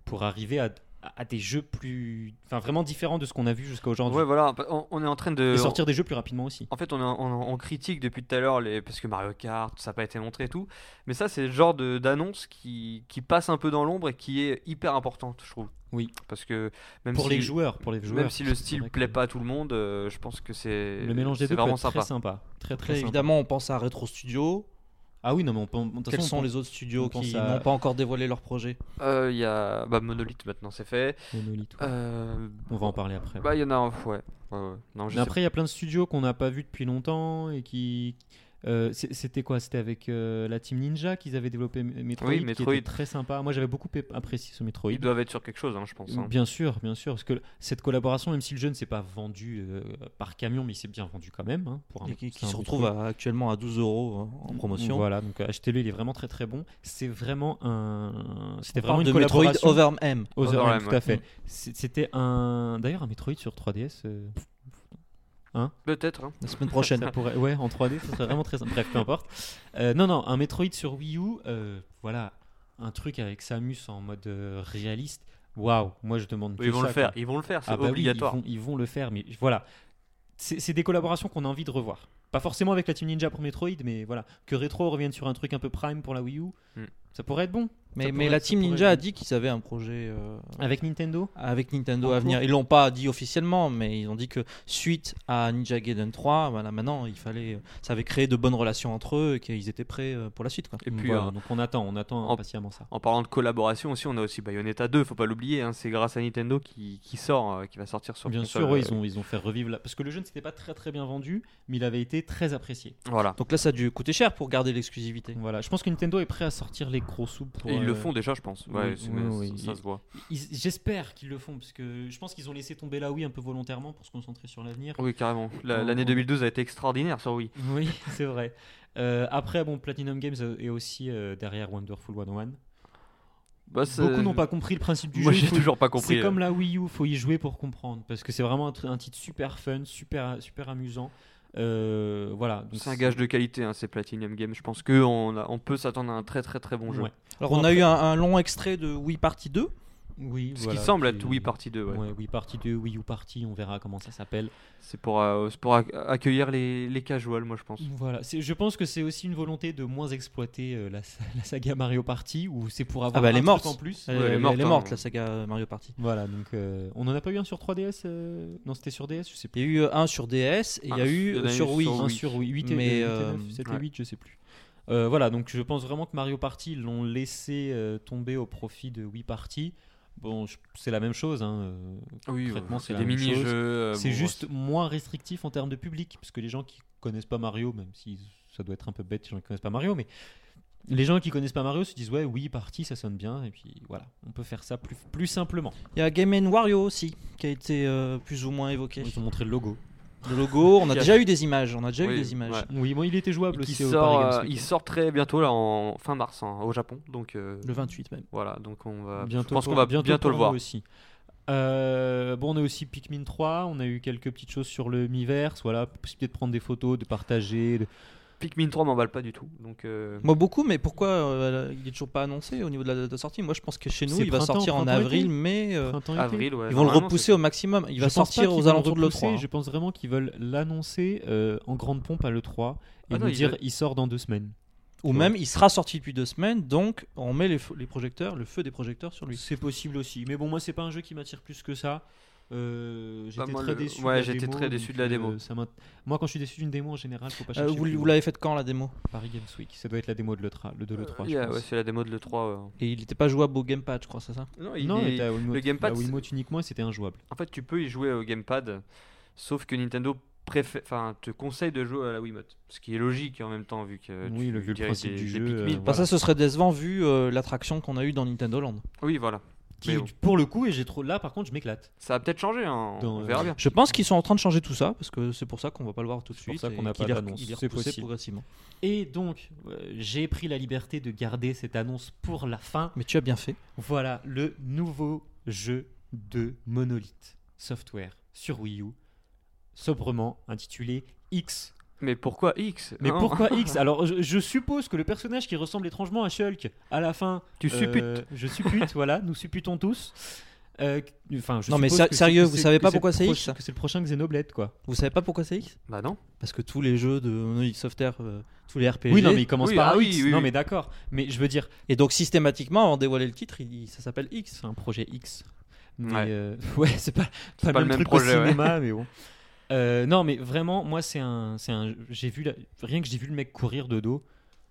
Speaker 1: pour arriver à, à des jeux plus. Enfin, vraiment différents de ce qu'on a vu jusqu'à aujourd'hui.
Speaker 2: Ouais, euh, voilà. On, on est en train de.
Speaker 1: Et sortir des jeux plus rapidement aussi.
Speaker 2: En fait, on, est en- on- on critique depuis tout à l'heure les... parce que Mario Kart, ça n'a pas été montré et tout. Mais ça, c'est le genre de- d'annonce qui... qui passe un peu dans l'ombre et qui est hyper importante, je trouve.
Speaker 1: Oui.
Speaker 2: Parce que même
Speaker 1: Pour
Speaker 2: si...
Speaker 1: les joueurs. Pour les joueurs.
Speaker 2: Même si le
Speaker 1: parce que c'est
Speaker 2: style
Speaker 1: vrai que
Speaker 2: plaît pas à tout le monde, euh, je pense que c'est
Speaker 1: Le mélange des
Speaker 2: c'est
Speaker 1: deux peut
Speaker 2: vraiment
Speaker 1: être
Speaker 2: sympa.
Speaker 1: très sympa. Très très
Speaker 3: Après
Speaker 1: sympa.
Speaker 3: évidemment on pense à Retro Studio.
Speaker 1: Ah oui, non, mais on peut. de toute
Speaker 3: Quels
Speaker 1: façon,
Speaker 3: sont
Speaker 1: on peut-
Speaker 3: les autres
Speaker 1: on
Speaker 3: studios
Speaker 1: pense
Speaker 3: qui
Speaker 1: à-
Speaker 3: n'ont pas encore dévoilé leur projet
Speaker 2: Euh, Il y a bah, Monolith maintenant, c'est fait.
Speaker 1: Monolith, ouais.
Speaker 2: Euh,
Speaker 1: On va en parler après.
Speaker 2: Bah, il y en a. Ouais. ouais, ouais. Non,
Speaker 1: Mais
Speaker 2: je sais
Speaker 1: après, il y a plein de studios qu'on n'a pas vu depuis longtemps et qui. Euh, c'est- C'était quoi C'était avec euh, la team Ninja qu'ils avaient développé M- Metroid,
Speaker 2: Oui,
Speaker 1: qui était
Speaker 2: Metroid.
Speaker 1: très sympa. Moi, j'avais beaucoup ép- apprécié ce Metroid.
Speaker 2: Ils doivent être sur quelque chose, hein, je pense. hein.
Speaker 1: Bien sûr, bien sûr, parce que cette collaboration, même si le jeu ne s'est pas vendu euh, par camion, mais il s'est bien vendu quand même. hein, pour un,
Speaker 3: Et qui, qui
Speaker 1: c'est un
Speaker 3: se
Speaker 1: Metroid.
Speaker 3: retrouve à- actuellement à 12 euros hein, en promotion.
Speaker 1: Voilà, donc euh, achetez-le, il est vraiment très très bon. C'est vraiment un, c'était
Speaker 3: Vraiment
Speaker 1: vraiment une
Speaker 3: de Metroid
Speaker 1: collaboration.
Speaker 3: Over M.
Speaker 1: Other
Speaker 2: Other
Speaker 1: M,
Speaker 2: M,
Speaker 1: tout
Speaker 2: ouais.
Speaker 1: à fait. C'est- C'était un, d'ailleurs, un Metroid sur 3DS. euh,
Speaker 2: Peut-être. hein.
Speaker 3: La semaine prochaine.
Speaker 1: ça pourrait- ouais, en 3D, ça serait vraiment très simple. Bref, peu importe. Euh, non, non, un Metroid sur Wii U, euh, voilà, un truc avec Samus en mode euh, réaliste. Waouh, moi je demande.
Speaker 2: Ils
Speaker 1: que
Speaker 2: vont
Speaker 1: ça,
Speaker 2: le
Speaker 1: quoi.
Speaker 2: faire. Ils vont le faire. C'est
Speaker 1: Ah bah oui,
Speaker 2: obligatoire.
Speaker 1: ils, vont, ils vont le faire, mais voilà. C'est c'est des collaborations qu'on a envie de revoir. Pas forcément avec la Team Ninja pour Metroid, mais voilà. Que Retro revienne sur un truc un peu prime pour la Wii U,
Speaker 2: Hmm.
Speaker 1: ça pourrait être bon.
Speaker 3: mais
Speaker 1: Ça
Speaker 3: mais
Speaker 1: pourrait-
Speaker 3: la
Speaker 1: ça
Speaker 3: Team
Speaker 1: pourrait
Speaker 3: Ninja a
Speaker 1: être-
Speaker 3: dit qu'ils avaient un projet euh,
Speaker 1: Avec Nintendo
Speaker 3: avec Nintendo
Speaker 1: En
Speaker 3: à
Speaker 1: cours.
Speaker 3: venir. Ils l'ont pas dit officiellement, mais ils ont dit que suite à Ninja Gaiden 3, voilà, maintenant il fallait, ça avait créé de bonnes relations entre eux et qu'ils étaient prêts euh, pour la suite. Quoi.
Speaker 2: Et puis,
Speaker 1: Voilà,
Speaker 2: euh,
Speaker 1: donc on attend, on attend
Speaker 2: en-
Speaker 1: impatiemment ça.
Speaker 2: en parlant de collaboration aussi, on a aussi Bayonetta 2. Faut pas l'oublier. hein, C'est grâce à Nintendo qui, qui sort, euh, qui va sortir sur.
Speaker 1: Bien
Speaker 2: console,
Speaker 1: sûr, ouais,
Speaker 2: euh,
Speaker 1: ils, ont, ils ont fait revivre là. Parce que le jeu ne s'était pas très très bien vendu, mais il avait été très apprécié.
Speaker 2: Voilà.
Speaker 3: Donc là, ça a dû coûter cher pour garder l'exclusivité.
Speaker 1: Voilà, je pense que Nintendo est prêt à sortir les gros sous pour.
Speaker 2: Et ils le
Speaker 1: euh,
Speaker 2: font déjà, je pense.
Speaker 1: oui,
Speaker 2: Ouais, c'est-
Speaker 1: oui,
Speaker 2: mais
Speaker 1: oui,
Speaker 2: ça, ça
Speaker 1: ils-
Speaker 2: se voit.
Speaker 1: ils- J'espère qu'ils le font, parce que je pense qu'ils ont laissé tomber la Wii un peu volontairement pour se concentrer sur l'avenir.
Speaker 2: Oui, carrément. La-
Speaker 1: On-
Speaker 2: L'année
Speaker 1: on-
Speaker 2: 2012 a été extraordinaire sur Wii.
Speaker 1: Oui, c'est vrai. Euh, après, bon, Platinum Games euh, est aussi euh, derrière Wonderful 101.
Speaker 2: Bah, c'est-
Speaker 1: Beaucoup n'ont pas compris le principe du
Speaker 2: Moi,
Speaker 1: jeu.
Speaker 2: j'ai
Speaker 1: faut-
Speaker 2: toujours pas compris. euh,
Speaker 1: C'est comme la Wii U, faut y jouer pour comprendre, parce que c'est vraiment un, tr- un titre super fun, super, super amusant. Euh, voilà. donc
Speaker 2: C'est un gage de qualité, hein, ces Platinum Games. Je pense qu'on on peut s'attendre à un très très très bon jeu.
Speaker 1: Ouais.
Speaker 3: Alors on a eu un, un long extrait de Wii Party 2.
Speaker 1: Oui,
Speaker 2: Ce
Speaker 1: voilà,
Speaker 2: qui semble être
Speaker 1: puis-
Speaker 2: Wii Party 2. ouais.
Speaker 1: Ouais, Wii Party 2, Wii U Party, on verra comment ça s'appelle.
Speaker 2: C'est pour, euh, c'est pour ac- accueillir les, les casuals, moi je pense.
Speaker 1: Voilà, c'est- je pense que c'est aussi une volonté de moins exploiter euh, la, sa- la saga Mario Party, où c'est pour avoir
Speaker 3: Ah bah,
Speaker 1: un
Speaker 3: elle est
Speaker 1: truc
Speaker 3: morte.
Speaker 1: en plus.
Speaker 3: Elle,
Speaker 2: elle est
Speaker 3: elle est morte,
Speaker 2: morte, hein.
Speaker 3: la saga Mario Party.
Speaker 1: Voilà, donc euh, on en a pas eu un sur 3DS euh, Non, c'était sur DS, je sais plus.
Speaker 3: Il y a eu euh, un sur DS et il y a
Speaker 2: Un-
Speaker 3: eu
Speaker 2: Ah, il y en a
Speaker 3: euh,
Speaker 2: eu
Speaker 3: sur Wii.
Speaker 2: sur
Speaker 1: Un
Speaker 2: Wii.
Speaker 1: sur 8 et,
Speaker 3: Mais,
Speaker 1: 8 et
Speaker 3: euh,
Speaker 1: 9, 7
Speaker 2: ouais.
Speaker 1: et 8, je sais plus. Euh, voilà, donc je pense vraiment que Mario Party, ils l'ont laissé euh, tomber au profit de Wii Party. Bon, je- c'est la même chose. hein, euh,
Speaker 2: Oui,
Speaker 1: Concrètement,
Speaker 2: ouais,
Speaker 1: c'est la
Speaker 2: des
Speaker 1: même chose.
Speaker 2: mini-jeux. euh,
Speaker 1: c'est
Speaker 2: bon,
Speaker 1: juste moins restrictif en termes de public, parce que les gens qui connaissent pas Mario, même si ça doit être un peu bête, les gens qui connaissent pas Mario, mais les gens qui connaissent pas Mario se disent ouais, oui, parti, ça sonne bien, et puis voilà, on peut faire ça plus, plus simplement.
Speaker 3: Il y a Game Wario aussi qui a été euh, plus ou moins évoqué.
Speaker 1: Ils ont montré le logo.
Speaker 3: Le logo, on a
Speaker 2: Qui a-
Speaker 3: déjà eu des images. On a déjà eu
Speaker 2: Oui,
Speaker 3: des images.
Speaker 2: ouais.
Speaker 1: Oui, bon, il était jouable
Speaker 2: qui
Speaker 1: aussi au
Speaker 2: sort,
Speaker 1: Paris Games
Speaker 2: euh,
Speaker 1: Week.
Speaker 2: il sort très bientôt là en fin mars hein, au Japon donc euh,
Speaker 3: Le 28 même.
Speaker 2: voilà donc on va
Speaker 1: bientôt
Speaker 2: je pense qu'on
Speaker 1: pour-
Speaker 2: va bientôt,
Speaker 1: pour
Speaker 2: le
Speaker 1: nous
Speaker 2: voir
Speaker 1: aussi. Euh, bon, on a aussi Pikmin 3, on a eu quelques petites choses sur le Miiverse, voilà, possibilité de prendre des photos, de partager. de-
Speaker 2: Pikmin 3 m'emballe pas du tout donc euh,
Speaker 3: Moi beaucoup, mais pourquoi euh, il est toujours pas annoncé au niveau de la date de sortie Moi je pense que chez nous
Speaker 1: C'est
Speaker 3: il va
Speaker 1: printemps,
Speaker 3: sortir en
Speaker 1: printemps, été.
Speaker 3: avril, mais euh,
Speaker 1: Printemps, été.
Speaker 2: avril ouais,
Speaker 3: ils vont le
Speaker 2: normalement,
Speaker 3: repousser au maximum. Il
Speaker 1: Je
Speaker 3: va
Speaker 1: pense pas qu'ils
Speaker 3: sortir
Speaker 1: vont
Speaker 3: aux
Speaker 1: le
Speaker 3: alentours de
Speaker 1: repousser,
Speaker 3: l'E3. hein.
Speaker 1: Je pense vraiment qu'ils veulent l'annoncer euh, en grande pompe à l'E3 et
Speaker 2: Ah non,
Speaker 1: nous
Speaker 2: ils
Speaker 1: dire
Speaker 2: veulent-
Speaker 1: il sort dans deux semaines.
Speaker 3: Ou même il sera sorti depuis deux semaines, donc on met les, fo- les projecteurs, le feu des projecteurs sur lui.
Speaker 1: C'est possible aussi. Mais bon, moi, c'est pas un jeu qui m'attire plus que ça. Euh, j'étais
Speaker 2: moi,
Speaker 1: très
Speaker 2: le-
Speaker 1: déçu. de
Speaker 2: ouais,
Speaker 1: la
Speaker 2: j'étais
Speaker 1: démo,
Speaker 2: très
Speaker 1: donc, euh,
Speaker 2: déçu de la démo.
Speaker 1: ça m'int- moi, quand je suis déçu d'une démo en général, faut pas
Speaker 3: Euh,
Speaker 1: chercher.
Speaker 3: vous
Speaker 1: plus
Speaker 3: vous
Speaker 1: loin.
Speaker 3: l'avez fait quand la démo
Speaker 1: Paris Games Week. Ça doit être la démo de l'E3. Le de
Speaker 2: c'est- Ah,
Speaker 1: l'E3 je
Speaker 2: Euh, yeah,
Speaker 1: pense.
Speaker 2: ouais, c'est la démo de l'E3
Speaker 3: Et il n'était pas jouable au gamepad, je crois, c'est ça
Speaker 2: euh. non,
Speaker 1: non, mais t'as Wiimote-
Speaker 2: le gamepad,
Speaker 1: la
Speaker 2: c'est-
Speaker 1: Wiimote uniquement, et c'était injouable.
Speaker 2: en fait tu peux y jouer au gamepad sauf que Nintendo préfère enfin te conseille de jouer à la Wiimote ce qui est logique en même temps vu que
Speaker 1: Oui,
Speaker 2: tu
Speaker 1: le- vu le
Speaker 2: diriges
Speaker 1: principe
Speaker 2: des-
Speaker 1: du
Speaker 2: des
Speaker 1: jeu, euh,
Speaker 2: Pikmin.
Speaker 1: voilà.
Speaker 3: Bah, Ça, ce serait décevant vu euh, l'attraction qu'on a eue dans Nintendo Land.
Speaker 2: oui voilà
Speaker 1: Qui,
Speaker 2: Mais bon.
Speaker 1: Pour le coup, et j'ai trop. Là, par contre, je m'éclate.
Speaker 2: ça va peut-être changer hein,
Speaker 1: Dans,
Speaker 2: on
Speaker 1: euh,
Speaker 2: verra bien
Speaker 3: Je pense qu'ils sont en train de changer tout ça, parce que c'est pour ça qu'on va pas le voir tout de
Speaker 1: C'est pour
Speaker 3: suite.
Speaker 1: ça qu'on
Speaker 3: et
Speaker 1: n'a
Speaker 3: qu'il
Speaker 1: pas
Speaker 3: est-
Speaker 1: d'annonce,
Speaker 3: il est
Speaker 1: c'est
Speaker 3: repoussé
Speaker 1: possible.
Speaker 3: progressivement.
Speaker 1: Et donc, euh, j'ai pris la liberté de garder cette annonce pour la fin.
Speaker 3: Mais tu as bien fait.
Speaker 1: Voilà le nouveau jeu de Monolith Software sur Wii U, sobrement intitulé X.
Speaker 2: mais pourquoi X
Speaker 1: Mais
Speaker 2: hein
Speaker 1: pourquoi X Alors je, je suppose que le personnage qui ressemble étrangement à Shulk à la fin.
Speaker 2: tu
Speaker 1: euh,
Speaker 2: supputes
Speaker 1: Je suppute, voilà, nous supputons tous. Euh, Enfin, je
Speaker 3: Non, mais
Speaker 1: suppose
Speaker 3: sa-
Speaker 1: que c'est-
Speaker 3: sérieux,
Speaker 1: que
Speaker 3: vous
Speaker 1: c'est-
Speaker 3: savez
Speaker 1: que
Speaker 3: pas
Speaker 1: le
Speaker 3: pourquoi c'est X,
Speaker 1: prochain-
Speaker 3: ça
Speaker 1: Que c'est le prochain Xenoblade, quoi.
Speaker 3: Vous savez pas pourquoi c'est X
Speaker 2: bah non
Speaker 3: Parce que tous les jeux de Monolith Software, euh, tous les RPG,
Speaker 1: Oui, non, mais il commence
Speaker 2: Oui,
Speaker 1: par
Speaker 2: ah oui,
Speaker 1: X.
Speaker 2: oui,
Speaker 1: non,
Speaker 2: oui.
Speaker 1: mais d'accord. Mais je veux dire,
Speaker 3: Et donc systématiquement, avant de dévoiler le titre, il- ça s'appelle X.
Speaker 1: c'est un projet X. Mais
Speaker 2: Ouais.
Speaker 1: ouais, ouais c'est pas, pas,
Speaker 2: pas
Speaker 1: le même,
Speaker 2: le même
Speaker 1: truc
Speaker 2: projet,
Speaker 1: au
Speaker 2: ouais.
Speaker 1: cinéma, mais bon. Euh, non, mais vraiment, moi, c'est un, c'est un, j'ai vu la- rien que j'ai vu le mec courir de dos.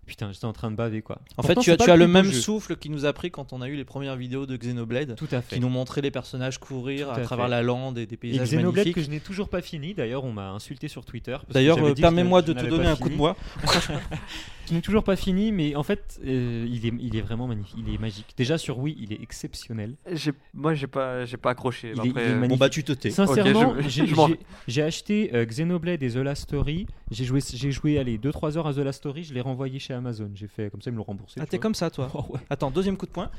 Speaker 1: Putain, j'étais en train de baver quoi.
Speaker 3: En fait, tu as, tu as le même souffle qui nous a pris quand on a eu les premières vidéos de Xenoblade,
Speaker 1: Tout à fait.
Speaker 3: qui nous montraient les personnages courir
Speaker 1: Tout
Speaker 3: à,
Speaker 1: à
Speaker 3: travers
Speaker 1: fait.
Speaker 3: la lande et des
Speaker 1: Et
Speaker 3: paysages
Speaker 1: Xenoblade
Speaker 3: magnifiques.
Speaker 1: que je n'ai toujours pas fini. D'ailleurs, on m'a insulté sur Twitter. parce que
Speaker 3: D'ailleurs,
Speaker 1: j'avais
Speaker 3: euh,
Speaker 1: dit que je
Speaker 3: permets-moi
Speaker 1: ne-
Speaker 3: de
Speaker 1: je
Speaker 3: te
Speaker 1: n'avais
Speaker 3: donner
Speaker 1: pas
Speaker 3: un coup de
Speaker 1: fini.
Speaker 3: moi.
Speaker 1: Je n'ai toujours pas fini, mais en fait, euh, il, est, il est vraiment magnifique. Il est magique. Déjà sur Wii, il est exceptionnel.
Speaker 2: J'ai- Moi, j'ai pas, j'ai pas accroché.
Speaker 1: Il est-
Speaker 2: Après,
Speaker 1: il est
Speaker 2: euh,
Speaker 1: magnifique.
Speaker 3: Bon, bah, tu te tais.
Speaker 1: Sincèrement,
Speaker 2: Ok, je-
Speaker 1: j'ai-
Speaker 2: je m'en-
Speaker 1: j'ai- j'ai acheté euh, Xenoblade et The Last Story. J'ai joué, j'ai joué allez, 2-3 heures à The Last Story. Je l'ai renvoyé chez Amazon. J'ai fait comme ça, ils me l'ont remboursé.
Speaker 3: Ah,
Speaker 1: tu
Speaker 3: t'es
Speaker 1: vois.
Speaker 3: comme ça, toi.
Speaker 1: Oh, ouais.
Speaker 3: Attends, deuxième coup de poing.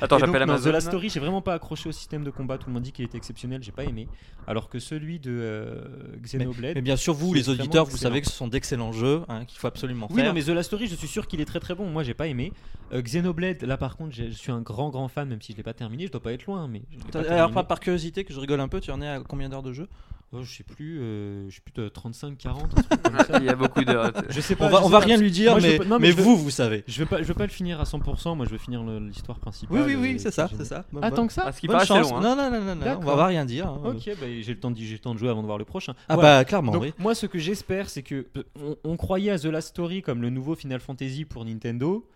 Speaker 2: Attends,
Speaker 1: Et donc,
Speaker 2: j'appelle
Speaker 1: non,
Speaker 2: Amazon.
Speaker 1: The Last Story, j'ai vraiment pas accroché au système de combat. Tout le monde dit qu'il était exceptionnel. J'ai pas aimé. Alors que celui de euh, Xenoblade.
Speaker 3: Mais Eh bien sûr, vous,
Speaker 1: C'est
Speaker 3: les
Speaker 1: vraiment
Speaker 3: auditeurs, vous
Speaker 1: excellent.
Speaker 3: savez que ce sont d'excellents jeux hein, qu'il faut absolument
Speaker 1: Oui, non,
Speaker 3: faire.
Speaker 1: mais The Last Story, je suis sûr qu'il est très très bon. Moi, j'ai pas aimé. Euh, Xenoblade, là par contre, j'ai- je suis un grand grand fan, même si je l'ai pas terminé. Je dois pas être loin, mais. je l'ai pas
Speaker 3: T'as- Alors,
Speaker 1: terminé.
Speaker 3: par, par curiosité, que je rigole un peu, tu en es à combien d'heures de jeu
Speaker 1: Oh, je sais plus, euh, je sais plus, de 35, 40. un truc comme ça.
Speaker 2: Il y a beaucoup de. euh,
Speaker 1: Je sais pas.
Speaker 3: On va,
Speaker 1: je
Speaker 3: on
Speaker 1: sais
Speaker 3: va
Speaker 1: pas,
Speaker 3: rien
Speaker 1: parce-
Speaker 3: lui dire,
Speaker 1: Moi, je
Speaker 3: mais,
Speaker 1: veux pas- non,
Speaker 3: mais,
Speaker 1: mais je veux-
Speaker 3: vous, vous savez.
Speaker 1: Je veux pas, je veux pas le finir à 100%. Moi, je veux finir le- l'histoire principale.
Speaker 3: Oui, oui, oui,
Speaker 1: euh,
Speaker 3: c'est ça,
Speaker 1: que j'ai-
Speaker 3: c'est ça. Ah, Bonne-
Speaker 1: Ah, tant que ça.
Speaker 2: Ah, ce qui
Speaker 3: bonne
Speaker 2: paraît, c'est
Speaker 3: chance.
Speaker 2: long. hein.
Speaker 3: Non, non, non, non, non, on va- on va
Speaker 1: D'accord.
Speaker 3: rien dire. hein.
Speaker 1: Ok, bah, j'ai le temps de j'ai le temps de jouer avant de voir le prochain.
Speaker 3: Ah,
Speaker 1: Voilà.
Speaker 3: bah, clairement,
Speaker 1: Donc,
Speaker 3: oui.
Speaker 1: moi, ce que j'espère, c'est que euh, on, on croyait à The Last Story comme le nouveau Final Fantasy pour Nintendo.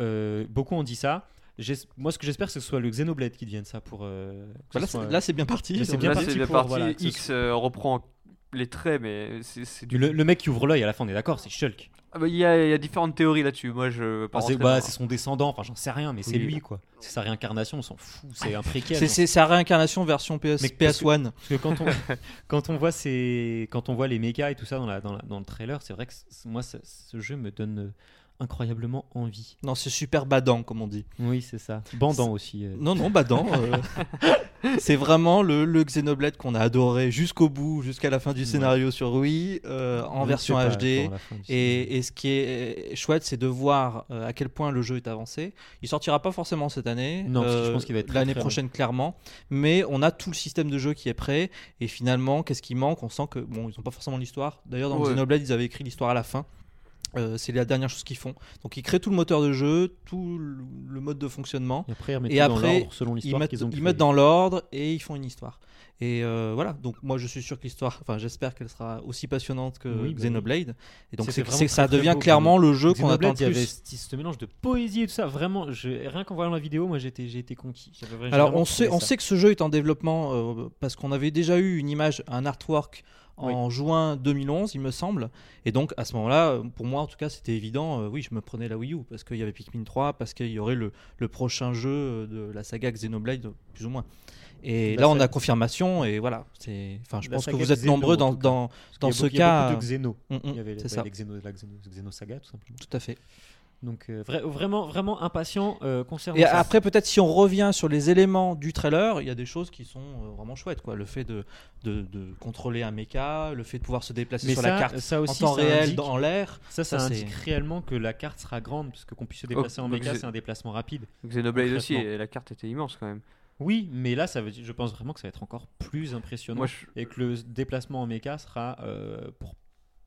Speaker 1: Euh, beaucoup ont dit ça. J'es- Moi, ce que j'espère, c'est que ce soit le Xenoblade qui devienne ça pour. euh, que ce soit,
Speaker 3: Voilà, c'est-
Speaker 1: euh,
Speaker 3: Bah, Là, c'est bien parti.
Speaker 1: Mais c'est bien
Speaker 2: Là,
Speaker 1: parti
Speaker 2: c'est bien
Speaker 1: pour,
Speaker 2: parti.
Speaker 1: voilà, que ce
Speaker 2: X euh, reprend les traits, mais c'est c'est du.
Speaker 1: le, le mec qui ouvre l'œil à la fin, on est d'accord, c'est Shulk.
Speaker 2: Ah bah, Il y, a il y a différentes théories là-dessus. Moi, je. vais pas
Speaker 1: Enfin, c'est
Speaker 2: rentrer
Speaker 1: bah,
Speaker 2: dans-
Speaker 1: c'est son descendant, enfin j'en sais rien, mais c'est
Speaker 2: Oui.
Speaker 1: lui quoi. C'est sa réincarnation, on s'en fout, c'est un préquel.
Speaker 3: Ah. C'est- C'est sa réincarnation version PS,
Speaker 1: Mais parce que-
Speaker 3: PS1.
Speaker 1: Parce que quand on, quand on voit ces, quand on voit les mechas et tout ça dans, la, dans, la- dans le trailer, c'est vrai que c- moi ce, ce jeu me donne euh, incroyablement envie.
Speaker 3: Non, c'est super badant, comme on dit.
Speaker 1: Oui, c'est ça. Bandant aussi. euh.
Speaker 3: Non, non, badant. euh, c'est vraiment le, le Xenoblade qu'on a adoré jusqu'au bout, jusqu'à la fin du scénario sur Wii, euh, en
Speaker 1: Je
Speaker 3: version
Speaker 1: sais pas
Speaker 3: HD.
Speaker 1: quand la fin du
Speaker 3: Et, et ce qui est euh, chouette, c'est de voir euh, à quel point le jeu est avancé. Il sortira pas forcément cette année. Euh,
Speaker 1: Non, parce que je pense qu'il va être très,
Speaker 3: l'année
Speaker 1: très long.
Speaker 3: prochaine clairement. Mais on a tout le système de jeu qui est prêt. Et finalement, qu'est-ce qui manque On sent que bon, ils n'ont pas forcément l'histoire. D'ailleurs, dans
Speaker 2: Ouais.
Speaker 3: Xenoblade, ils avaient écrit l'histoire à la fin. Euh, c'est la dernière chose qu'ils font. Donc ils créent tout le moteur de jeu, tout le le mode de fonctionnement.
Speaker 1: Et après, ils remettent
Speaker 3: Et
Speaker 1: tout dans
Speaker 3: après,
Speaker 1: l'ordre selon
Speaker 3: Ils
Speaker 1: l'histoire
Speaker 3: mettent,
Speaker 1: qu'ils ont
Speaker 3: ils
Speaker 1: créée.
Speaker 3: mettent dans l'ordre et ils font une histoire. Et euh, voilà, donc moi je suis sûr que l'histoire, enfin j'espère qu'elle sera aussi passionnante que
Speaker 1: Oui, bah oui.
Speaker 3: Xenoblade. Et donc
Speaker 1: C'était
Speaker 3: c'est
Speaker 1: vraiment
Speaker 3: c'est que ça
Speaker 1: très, très
Speaker 3: devient
Speaker 1: beau,
Speaker 3: clairement le jeu qu'on attend le
Speaker 1: Xenoblade, il y avait
Speaker 3: plus.
Speaker 1: ce, ce mélange de poésie et tout ça. Vraiment, je, rien qu'en voyant la vidéo, moi j'étais, j'ai été conquis. J'avais vraiment-
Speaker 3: Alors
Speaker 1: vraiment
Speaker 3: on sait,
Speaker 1: trouvé
Speaker 3: on
Speaker 1: ça.
Speaker 3: sait que ce jeu est en développement euh, parce qu'on avait déjà eu une image, un artwork en juin 2011, il me semble. Et donc à ce moment-là, euh, pour moi en tout cas, c'était évident. euh, oui, je me prenais la Wii U parce qu'il y avait Pikmin 3, parce qu'il y aurait le, le prochain jeu euh, de la saga Xenoblade, euh, plus ou moins. Et
Speaker 1: La
Speaker 3: là, on
Speaker 1: saga-
Speaker 3: a confirmation et voilà. C'est, enfin, je
Speaker 1: La
Speaker 3: pense que
Speaker 1: saga
Speaker 3: vous êtes
Speaker 1: Xeno,
Speaker 3: nombreux
Speaker 1: en
Speaker 3: dans,
Speaker 1: tout cas.
Speaker 3: dans,
Speaker 1: Parce
Speaker 3: dans
Speaker 1: qu'il y a
Speaker 3: ce
Speaker 1: beaucoup- il y a
Speaker 3: cas,
Speaker 1: beaucoup de Xeno.
Speaker 3: Mm, mm,
Speaker 1: Il y avait la-
Speaker 3: c'est ça.
Speaker 1: les Xeno- la Xeno- Xenosaga, tout simplement.
Speaker 3: tout à fait.
Speaker 1: Donc euh, vra- vraiment, vraiment impatient euh, concernant
Speaker 3: Et
Speaker 1: ça.
Speaker 3: après, peut-être si on revient sur les éléments du trailer, il y a des choses qui sont euh, vraiment chouettes, quoi. Le fait de, de, de contrôler un mecha, le fait de pouvoir se déplacer
Speaker 1: Mais
Speaker 3: sur
Speaker 1: ça,
Speaker 3: la carte
Speaker 1: ça aussi,
Speaker 3: en temps
Speaker 1: ça
Speaker 3: réel,
Speaker 1: indique-
Speaker 3: dans l'air.
Speaker 1: Ça, ça,
Speaker 3: Ça, c'est-
Speaker 1: indique réellement que la carte sera grande, parce que qu'on puisse se déplacer
Speaker 2: Oh,
Speaker 1: en
Speaker 2: donc
Speaker 1: méca,
Speaker 2: c'est-
Speaker 1: c'est un déplacement rapide.
Speaker 2: Xenoblade aussi,
Speaker 1: Concrètement.
Speaker 2: et la carte était immense quand même.
Speaker 1: Oui, mais là, ça veut dire, je pense vraiment que ça va être encore plus impressionnant.
Speaker 2: Moi, je-
Speaker 1: Et que le déplacement en méca sera euh, pour,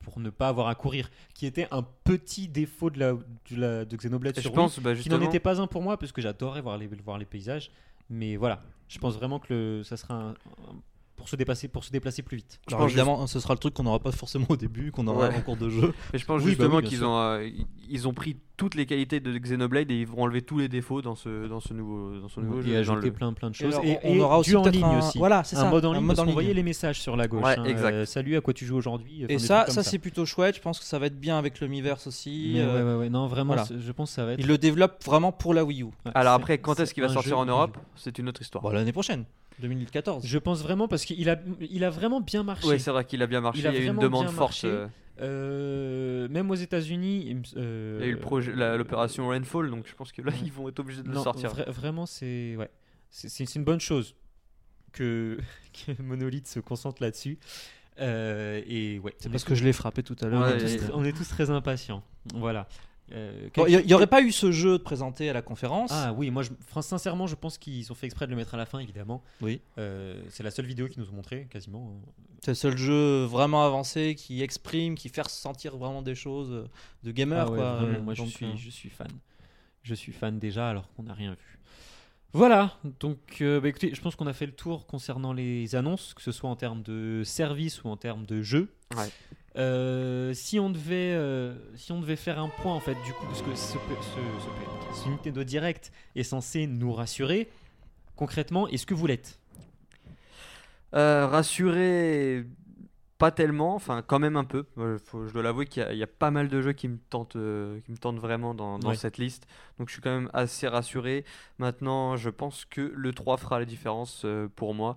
Speaker 1: pour ne pas avoir à courir, qui était un petit défaut de, la, de, la- de Xenoblade
Speaker 2: Et je
Speaker 1: sur
Speaker 2: pense, bah,
Speaker 1: Wii, qui n'en
Speaker 2: justement,
Speaker 1: était pas un pour moi, parce que j'adorais voir les, voir les paysages. Mais voilà, je pense vraiment que le- ça sera un- un- pour, se dépasser, pour se déplacer plus vite.
Speaker 3: Alors
Speaker 2: pense
Speaker 3: évidemment, ce sera le truc qu'on n'aura pas forcément au début, qu'on aura
Speaker 2: Ouais.
Speaker 3: en cours de jeu.
Speaker 2: mais je pense
Speaker 1: Oui, bah
Speaker 2: justement
Speaker 1: oui, bien
Speaker 2: qu'ils
Speaker 1: sûr.
Speaker 2: ont, euh, ils- ils ont pris toutes les qualités de Xenoblade et ils vont enlever tous les défauts dans ce, dans ce nouveau, dans ce nouveau
Speaker 1: Et
Speaker 2: jeu. dans
Speaker 1: ajouter
Speaker 2: le-
Speaker 1: plein plein de
Speaker 3: Et
Speaker 1: choses.
Speaker 3: alors,
Speaker 1: Et,
Speaker 3: on
Speaker 1: et
Speaker 3: aura aussi
Speaker 1: du en
Speaker 3: peut-être
Speaker 1: ligne
Speaker 3: un...
Speaker 1: aussi.
Speaker 3: Voilà, c'est
Speaker 1: un
Speaker 3: ça.
Speaker 1: mode en ligne,
Speaker 3: mode
Speaker 1: parce
Speaker 3: en
Speaker 1: qu'on voyait
Speaker 3: ligne.
Speaker 1: les messages sur la gauche.
Speaker 2: Ouais,
Speaker 1: hein,
Speaker 2: exact.
Speaker 1: euh, salut, à quoi tu joues aujourd'hui enfin,
Speaker 3: Et
Speaker 1: des
Speaker 3: ça,
Speaker 1: trucs comme
Speaker 3: ça, c'est plutôt chouette. Je pense que ça va être bien avec le Miiverse aussi.
Speaker 1: Mais
Speaker 3: Euh,
Speaker 1: ouais, ouais, ouais. Non, vraiment,
Speaker 3: voilà.
Speaker 1: c'est- je pense que ça va être.
Speaker 3: Ils le développent vraiment pour la Wii U.
Speaker 1: Ouais,
Speaker 2: Alors
Speaker 1: c'est-
Speaker 2: après, quand est-ce
Speaker 1: c'est
Speaker 2: qu'il va
Speaker 1: un
Speaker 2: sortir
Speaker 1: jeu-
Speaker 2: en Europe C'est une autre histoire.
Speaker 3: Bon, bah, l'année prochaine, 2014.
Speaker 1: Je pense vraiment parce qu'il a, il a vraiment bien marché.
Speaker 2: Oui, c'est vrai qu'il a bien marché.
Speaker 1: Il
Speaker 2: Il,
Speaker 1: a
Speaker 2: y a eu une
Speaker 1: vraiment
Speaker 2: demande
Speaker 1: bien
Speaker 2: forte.
Speaker 1: marché.
Speaker 2: euh,
Speaker 1: Euh, même aux États-Unis, il me s- euh,
Speaker 2: Il y a eu le projet- la- l'opération Rainfall, donc je pense que là, ils vont être obligés de le
Speaker 1: non,
Speaker 2: sortir.
Speaker 1: vra- vraiment, c'est ouais, c'est- c'est c'est une bonne chose que, que Monolith se concentre là-dessus. Euh, et ouais,
Speaker 3: C'est parce que je l'ai frappé tout à l'heure.
Speaker 1: on,
Speaker 2: Ouais,
Speaker 1: est tous,
Speaker 2: et-
Speaker 1: on est tous très impatients. Voilà. Euh,
Speaker 3: Bon,
Speaker 1: quelque-
Speaker 3: Il n'y aurait pas eu ce jeu présenté à la conférence.
Speaker 1: Ah oui, moi, je, fran- sincèrement, je pense qu'ils ont fait exprès de le mettre à la fin, évidemment.
Speaker 3: Oui.
Speaker 1: Euh, c'est la seule vidéo qu'ils nous ont montré, quasiment. hein.
Speaker 3: C'est le seul jeu vraiment avancé qui exprime, qui fait ressentir vraiment des choses euh, de gamer.
Speaker 1: Ah ouais,
Speaker 3: quoi.
Speaker 1: vraiment,
Speaker 3: Euh,
Speaker 1: moi, je
Speaker 3: donc,
Speaker 1: suis,
Speaker 3: euh,
Speaker 1: je suis fan. Je suis fan déjà, alors qu'on n'a rien vu. Voilà, donc euh, bah, écoutez, je pense qu'on a fait le tour concernant les annonces, que ce soit en termes de service ou en termes de jeu.
Speaker 2: Ouais.
Speaker 1: Euh, si on devait, euh, si on devait faire un point en fait, du coup, parce que ce, ce, ce, ce Nintendo Direct est censé nous rassurer, concrètement, est-ce que vous l'êtes
Speaker 2: euh, Rassuré, pas tellement, enfin quand même un peu. Euh, faut- je dois l'avouer qu'il y a- il y, a pas mal de jeux qui me tentent, euh, qui me tentent vraiment dans, dans
Speaker 1: Ouais.
Speaker 2: cette liste. Donc je suis quand même assez rassuré. Maintenant, je pense que le 3 fera la différence euh, pour moi.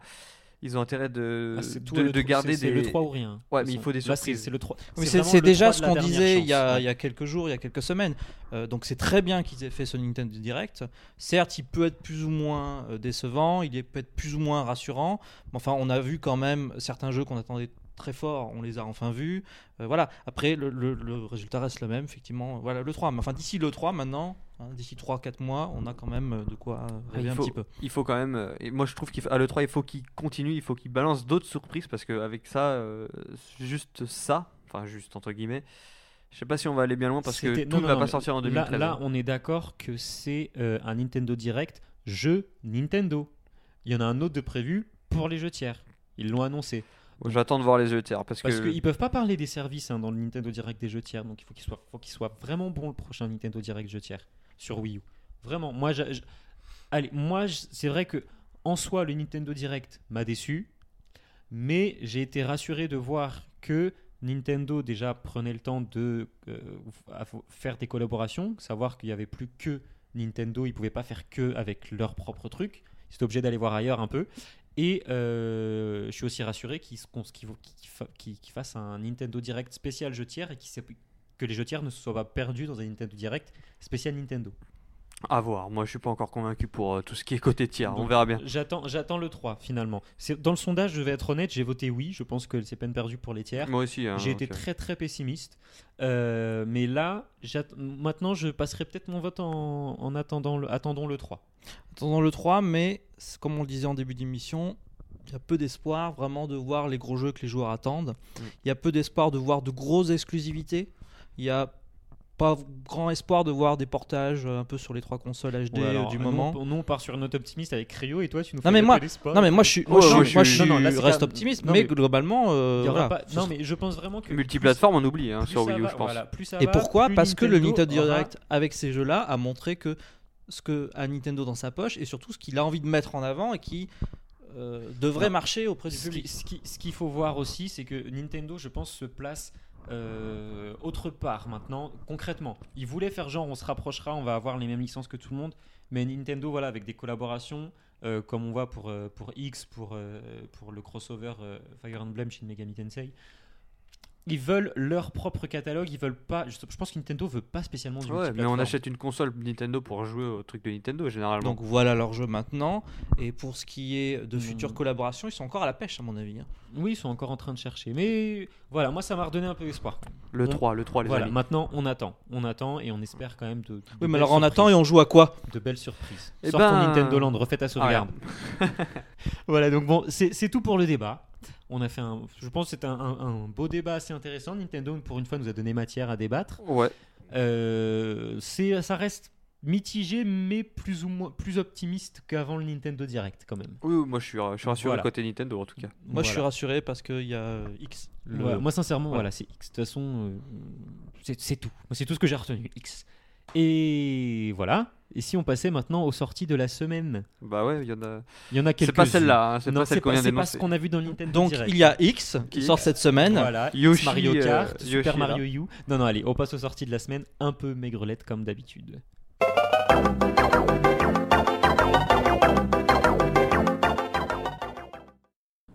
Speaker 2: Ils ont intérêt de,
Speaker 1: Ah, c'est tout
Speaker 2: de,
Speaker 1: le
Speaker 2: de
Speaker 1: tro-
Speaker 2: garder
Speaker 1: c'est- c'est le
Speaker 2: des.
Speaker 1: 3 ou rien. de toute
Speaker 2: Ouais, mais il
Speaker 1: façon.
Speaker 2: faut des
Speaker 1: Là, c'est-
Speaker 2: surprises.
Speaker 1: C'est le 3. c'est
Speaker 3: Oui, c'est
Speaker 1: vraiment
Speaker 3: c'est
Speaker 1: le
Speaker 3: déjà
Speaker 1: 3
Speaker 3: ce
Speaker 1: de la
Speaker 3: qu'on
Speaker 1: dernière
Speaker 3: disait il y, a,
Speaker 1: chance, ouais.
Speaker 3: il y a quelques jours, il y a quelques semaines. Euh, donc c'est très bien qu'ils aient fait ce Nintendo Direct. Certes, il peut être plus ou moins euh, décevant, il est- peut être plus ou moins rassurant. Mais enfin, on a vu quand même certains jeux qu'on attendait très fort, on les a enfin vus. Euh, voilà. Après, le, le- le résultat reste le même, effectivement. Voilà, le 3. Mais enfin, d'ici le 3 maintenant, hein, d'ici 3-4 mois, on a quand même euh, de quoi euh,
Speaker 1: Ah,
Speaker 3: rêver
Speaker 2: il
Speaker 3: un
Speaker 2: faut,
Speaker 3: petit peu.
Speaker 2: il faut quand même. euh, et moi, je trouve qu'à l'E3, il faut qu'il continue, il faut qu'il balance d'autres surprises parce qu'avec ça, euh, juste ça, enfin, juste entre guillemets, je sais pas si on va aller bien loin parce que
Speaker 1: C'était- non,
Speaker 2: tout ne
Speaker 1: non,
Speaker 2: va
Speaker 1: non,
Speaker 2: pas
Speaker 1: mais
Speaker 2: sortir en
Speaker 1: Là,
Speaker 2: 2013.
Speaker 1: là, on est d'accord que c'est euh, un Nintendo Direct jeu Nintendo. Il y en a un autre de prévu pour les jeux tiers. Ils l'ont annoncé.
Speaker 2: Bon, J'attends de voir les ETR parce,
Speaker 1: Parce
Speaker 2: que.
Speaker 1: qu'ils peuvent pas parler des services hein, dans le Nintendo Direct des jeux tiers, donc il faut qu'il soit, faut qu'il soit vraiment bon le prochain Nintendo Direct jeux tiers sur Wii U. Vraiment, moi, j'a- j'- allez, moi, j'- c'est vrai que en soi le Nintendo Direct m'a déçu, mais j'ai été rassuré de voir que Nintendo déjà prenait le temps de euh, f- à- f- faire des collaborations, savoir qu'il n'y avait plus que Nintendo, ils pouvaient pas faire que avec leur propre truc, ils étaient obligés d'aller voir ailleurs un peu. Et euh, je suis aussi rassuré qu'ils qu'on- qu'ils vont- qu'ils fa- qu'ils- qu'ils fassent un Nintendo Direct spécial jeux tiers et qu'ils s'est- que les jeux tiers ne se soient pas perdus dans un Nintendo Direct spécial Nintendo.
Speaker 2: À voir. Moi, je suis pas encore convaincu pour euh, tout ce qui est côté tiers. On
Speaker 1: Donc,
Speaker 2: verra bien.
Speaker 1: J'attends j'attends le 3 finalement. C'est- Dans le sondage, je vais être honnête, j'ai voté oui, je pense que c'est peine perdue pour les tiers.
Speaker 2: Moi aussi.
Speaker 3: Ah,
Speaker 2: hein,
Speaker 1: J'ai été
Speaker 2: donc, euh,
Speaker 1: très très pessimiste. Euh, mais là, j'att- maintenant, je passerai peut-être mon vote en, en attendant le, attendons le 3.
Speaker 3: attendons le 3, mais c'est- comme on le disait en début d'émission, il y a peu d'espoir vraiment de voir les gros jeux que les joueurs attendent.
Speaker 2: Mm.
Speaker 3: Il y a peu d'espoir de voir de grosses exclusivités. Il y a pas grand espoir de voir des portages euh, un peu sur les trois consoles HD
Speaker 1: Ouais, alors,
Speaker 3: euh, du
Speaker 1: nous,
Speaker 3: moment.
Speaker 1: on- Nous, on part sur une note optimiste avec Cryo et toi, tu nous fais
Speaker 3: mais
Speaker 1: un
Speaker 3: moi-
Speaker 1: peu d'espoir.
Speaker 3: Non mais moi je suis,
Speaker 2: Ouais,
Speaker 3: moi, je,
Speaker 2: ouais,
Speaker 3: suis-
Speaker 2: je
Speaker 3: moi,
Speaker 2: suis-
Speaker 3: je suis-
Speaker 1: non, non, là, c'est
Speaker 3: reste
Speaker 1: quand-
Speaker 3: optimiste,
Speaker 1: non,
Speaker 3: mais,
Speaker 1: mais-
Speaker 3: globalement euh,
Speaker 1: Il y aura
Speaker 3: voilà.
Speaker 1: pas- Non, mais je pense vraiment que.
Speaker 2: Multiplateforme, on oublie hein,
Speaker 1: Plus
Speaker 2: sur
Speaker 1: ça
Speaker 2: Wii U,
Speaker 1: va-
Speaker 2: je pense.
Speaker 1: voilà, plus ça
Speaker 3: Et
Speaker 1: va,
Speaker 3: pourquoi
Speaker 1: plus
Speaker 3: Parce que le Nintendo
Speaker 1: aura-
Speaker 3: Direct avec ces jeux-là a montré que ce que a Nintendo dans sa poche et surtout ce qu'il a envie de mettre en avant et qui euh, devrait
Speaker 1: Non.
Speaker 3: marcher auprès du
Speaker 1: Ce
Speaker 3: public.
Speaker 1: qui- ce qui- ce qu'il faut voir aussi, c'est que Nintendo, je pense, se place euh, autre part maintenant, concrètement. Ils voulaient faire genre, on se rapprochera, on va avoir les mêmes licences que tout le monde, mais Nintendo, voilà, avec des collaborations, euh, comme on voit pour, euh, pour X, pour, euh, pour le crossover euh, Fire Emblem Shin Megami Tensei. Ils veulent leur propre catalogue, ils veulent pas. Je, je pense que Nintendo veut pas spécialement du
Speaker 2: Ouais, mais on
Speaker 1: multiplateforme.
Speaker 2: achète une console Nintendo pour jouer au truc de Nintendo
Speaker 1: Ah
Speaker 2: généralement.
Speaker 3: Donc voilà leur jeu maintenant. Et pour ce qui est de
Speaker 1: Mm.
Speaker 3: futures collaborations, ils sont encore à la pêche à mon avis. hein.
Speaker 1: Oui, ils sont encore en train de chercher. Mais voilà, moi, ça m'a redonné un peu d'espoir.
Speaker 2: le
Speaker 1: on-
Speaker 2: 3, le 3 les
Speaker 1: Voilà,
Speaker 2: amis.
Speaker 1: maintenant on attend. On attend et on espère quand même de. de
Speaker 3: Oui,
Speaker 1: belles
Speaker 3: mais alors on attend et
Speaker 1: surprises.
Speaker 3: on joue à quoi
Speaker 1: De belles surprises.
Speaker 2: Eh
Speaker 1: Sors ton
Speaker 2: ben,
Speaker 1: Nintendo Land, refais ta sauvegarde. voilà, donc bon, c'est c'est tout pour le débat. On a fait un. Je pense que c'est un, un- un beau débat assez intéressant. Nintendo, pour une fois, nous a donné matière à débattre.
Speaker 2: Ouais.
Speaker 1: Euh, c'est- ça reste mitigé, mais plus ou moins plus optimiste qu'avant le Nintendo Direct, quand même.
Speaker 2: Oui, oui, moi je suis, euh, je suis rassuré
Speaker 1: Voilà.
Speaker 2: côté Nintendo en tout cas.
Speaker 3: Moi je
Speaker 1: Voilà.
Speaker 3: suis rassuré parce qu'il y a euh, X. le-
Speaker 1: Ouais, moi, sincèrement,
Speaker 3: voilà.
Speaker 1: voilà, c'est X. De toute façon, euh, c'est c'est tout. Moi, C'est tout ce que j'ai retenu, X. Et voilà. Et si on passait maintenant aux sorties de la semaine
Speaker 2: Bah ouais, il y en a.
Speaker 1: Il y en a quelques
Speaker 2: C'est pas celle-là, hein, c'est
Speaker 1: Non,
Speaker 2: pas celle
Speaker 1: c'est
Speaker 2: qu'on
Speaker 1: pas,
Speaker 2: vient
Speaker 1: c'est pas ce
Speaker 2: d'énoncer.
Speaker 1: qu'on a vu dans le Nintendo
Speaker 3: Donc
Speaker 1: Direct.
Speaker 3: il y a X qui
Speaker 2: Qui-
Speaker 3: sort cette semaine.
Speaker 1: voilà, X
Speaker 2: Yoshi,
Speaker 1: Mario
Speaker 2: euh,
Speaker 1: Kart, Super
Speaker 2: Yoshi, là.
Speaker 1: Mario U. Non, non, allez, on passe aux sorties de la semaine, un peu maigrelette comme d'habitude.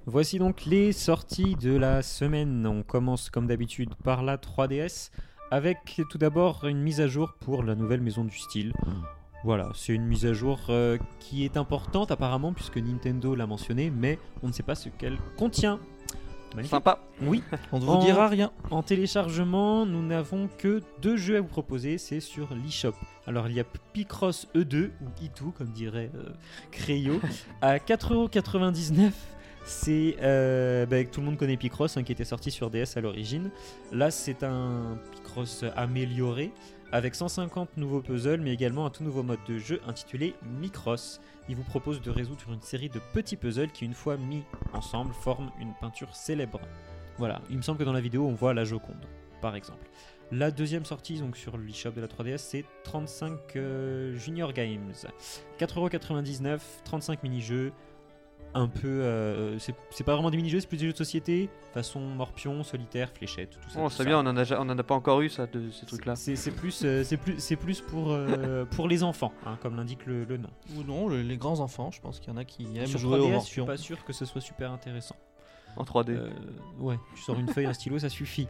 Speaker 1: Voici donc les sorties de la semaine. On commence comme d'habitude par la 3DS avec tout d'abord une mise à jour pour la nouvelle maison du style. Voilà, c'est une mise à jour euh, qui est importante apparemment puisque Nintendo l'a mentionné, mais on ne sait pas ce qu'elle contient. Magnifique.
Speaker 2: Sympa.
Speaker 1: Oui,
Speaker 3: On ne vous
Speaker 1: En-
Speaker 3: dira rien.
Speaker 1: en téléchargement, nous n'avons que deux jeux à vous proposer, c'est sur l'eShop. Alors il y a Picross E2, ou E2 comme dirait euh, Crayo, à 4,99€. C'est. euh, bah, tout le monde connaît Picross hein, qui était sorti sur DS à l'origine. Là c'est un Picross amélioré avec 150 nouveaux puzzles mais également un tout nouveau mode de jeu intitulé Micross. Il vous propose de résoudre une série de petits puzzles qui, une fois mis ensemble, forment une peinture célèbre. Voilà, il me semble que dans la vidéo, on voit la Joconde, par exemple. La deuxième sortie donc sur l'eShop de la 3DS, c'est 35 euh, Junior Games. 4,99€, 35 mini-jeux. Un peu. euh, c'est c'est pas vraiment des mini-jeux, c'est plus des jeux de société, façon morpion, solitaire, fléchette, tout ça.
Speaker 2: Oh,
Speaker 1: tout
Speaker 2: c'est
Speaker 1: ça.
Speaker 2: bien, on en, a, ja- on en a pas encore eu ça, de ces trucs-là.
Speaker 1: C'est c'est plus, euh, c'est plus, c'est plus pour, euh, pour les enfants, hein, comme l'indique le, le nom.
Speaker 3: Ou non, le- les grands enfants, je pense qu'il y en a qui aiment
Speaker 1: Sur
Speaker 3: jouer aux
Speaker 1: 3DS, je suis
Speaker 3: morpions.
Speaker 1: pas sûr que ce soit super intéressant.
Speaker 2: En 3D.
Speaker 1: Euh, ouais, tu sors une feuille, un stylo, ça suffit.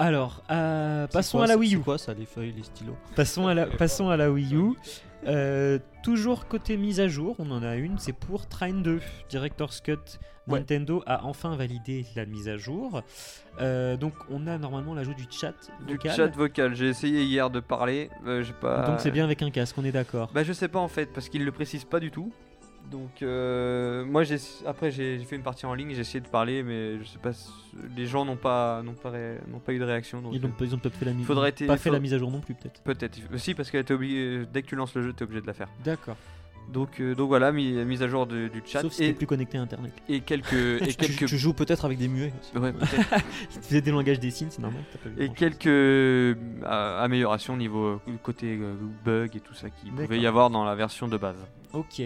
Speaker 1: Alors, euh,
Speaker 3: C'est
Speaker 1: passons
Speaker 3: quoi,
Speaker 1: à la
Speaker 3: c'est-
Speaker 1: Wii U.
Speaker 3: c'est quoi ça, les feuilles, les stylos
Speaker 1: Passons à la, passons à la Wii U. Euh, toujours côté mise à jour, on en a une, c'est pour Train 2. Director's Cut,
Speaker 2: Ouais.
Speaker 1: Nintendo a enfin validé la mise à jour. Euh, donc on a normalement l'ajout du chat
Speaker 2: Du
Speaker 1: vocal.
Speaker 2: chat vocal, j'ai essayé hier de parler, euh, j'ai pas.
Speaker 1: Donc c'est bien avec un casque, on est d'accord.
Speaker 2: Bah je sais pas en fait parce qu'il le précise pas du tout. Donc euh, moi j'ai après j'ai j'ai fait une partie en ligne, j'ai essayé de parler mais je sais pas si- les gens n'ont pas n'ont pas ré- n'ont pas eu de réaction donc
Speaker 1: Ils n'ont
Speaker 2: euh,
Speaker 1: pas- ils ont peut-être fait la mise,
Speaker 2: faudrait être-
Speaker 1: pas fait
Speaker 2: faut-
Speaker 1: la mise à jour non plus peut-être.
Speaker 2: peut-être aussi parce que t'es obligé euh, dès que tu lances le jeu, t'es obligé de la faire.
Speaker 1: D'accord.
Speaker 2: Donc euh, donc voilà, mi- mise à jour de- du chat
Speaker 1: Sauf si
Speaker 2: et,
Speaker 1: t'es plus connecté à Internet.
Speaker 2: et quelques et
Speaker 3: tu, tu-
Speaker 2: quelques
Speaker 3: tu joues peut-être avec des muets. aussi.
Speaker 2: ouais, peut-être.
Speaker 1: Si tu faisais des langages des signes, c'est normal. t'as pas vu
Speaker 2: et
Speaker 1: grand-chose.
Speaker 2: quelques euh, améliorations niveau euh, côté euh, bug et tout ça qui pouvait y
Speaker 1: D'accord.
Speaker 2: avoir dans la version de base.
Speaker 1: Ok.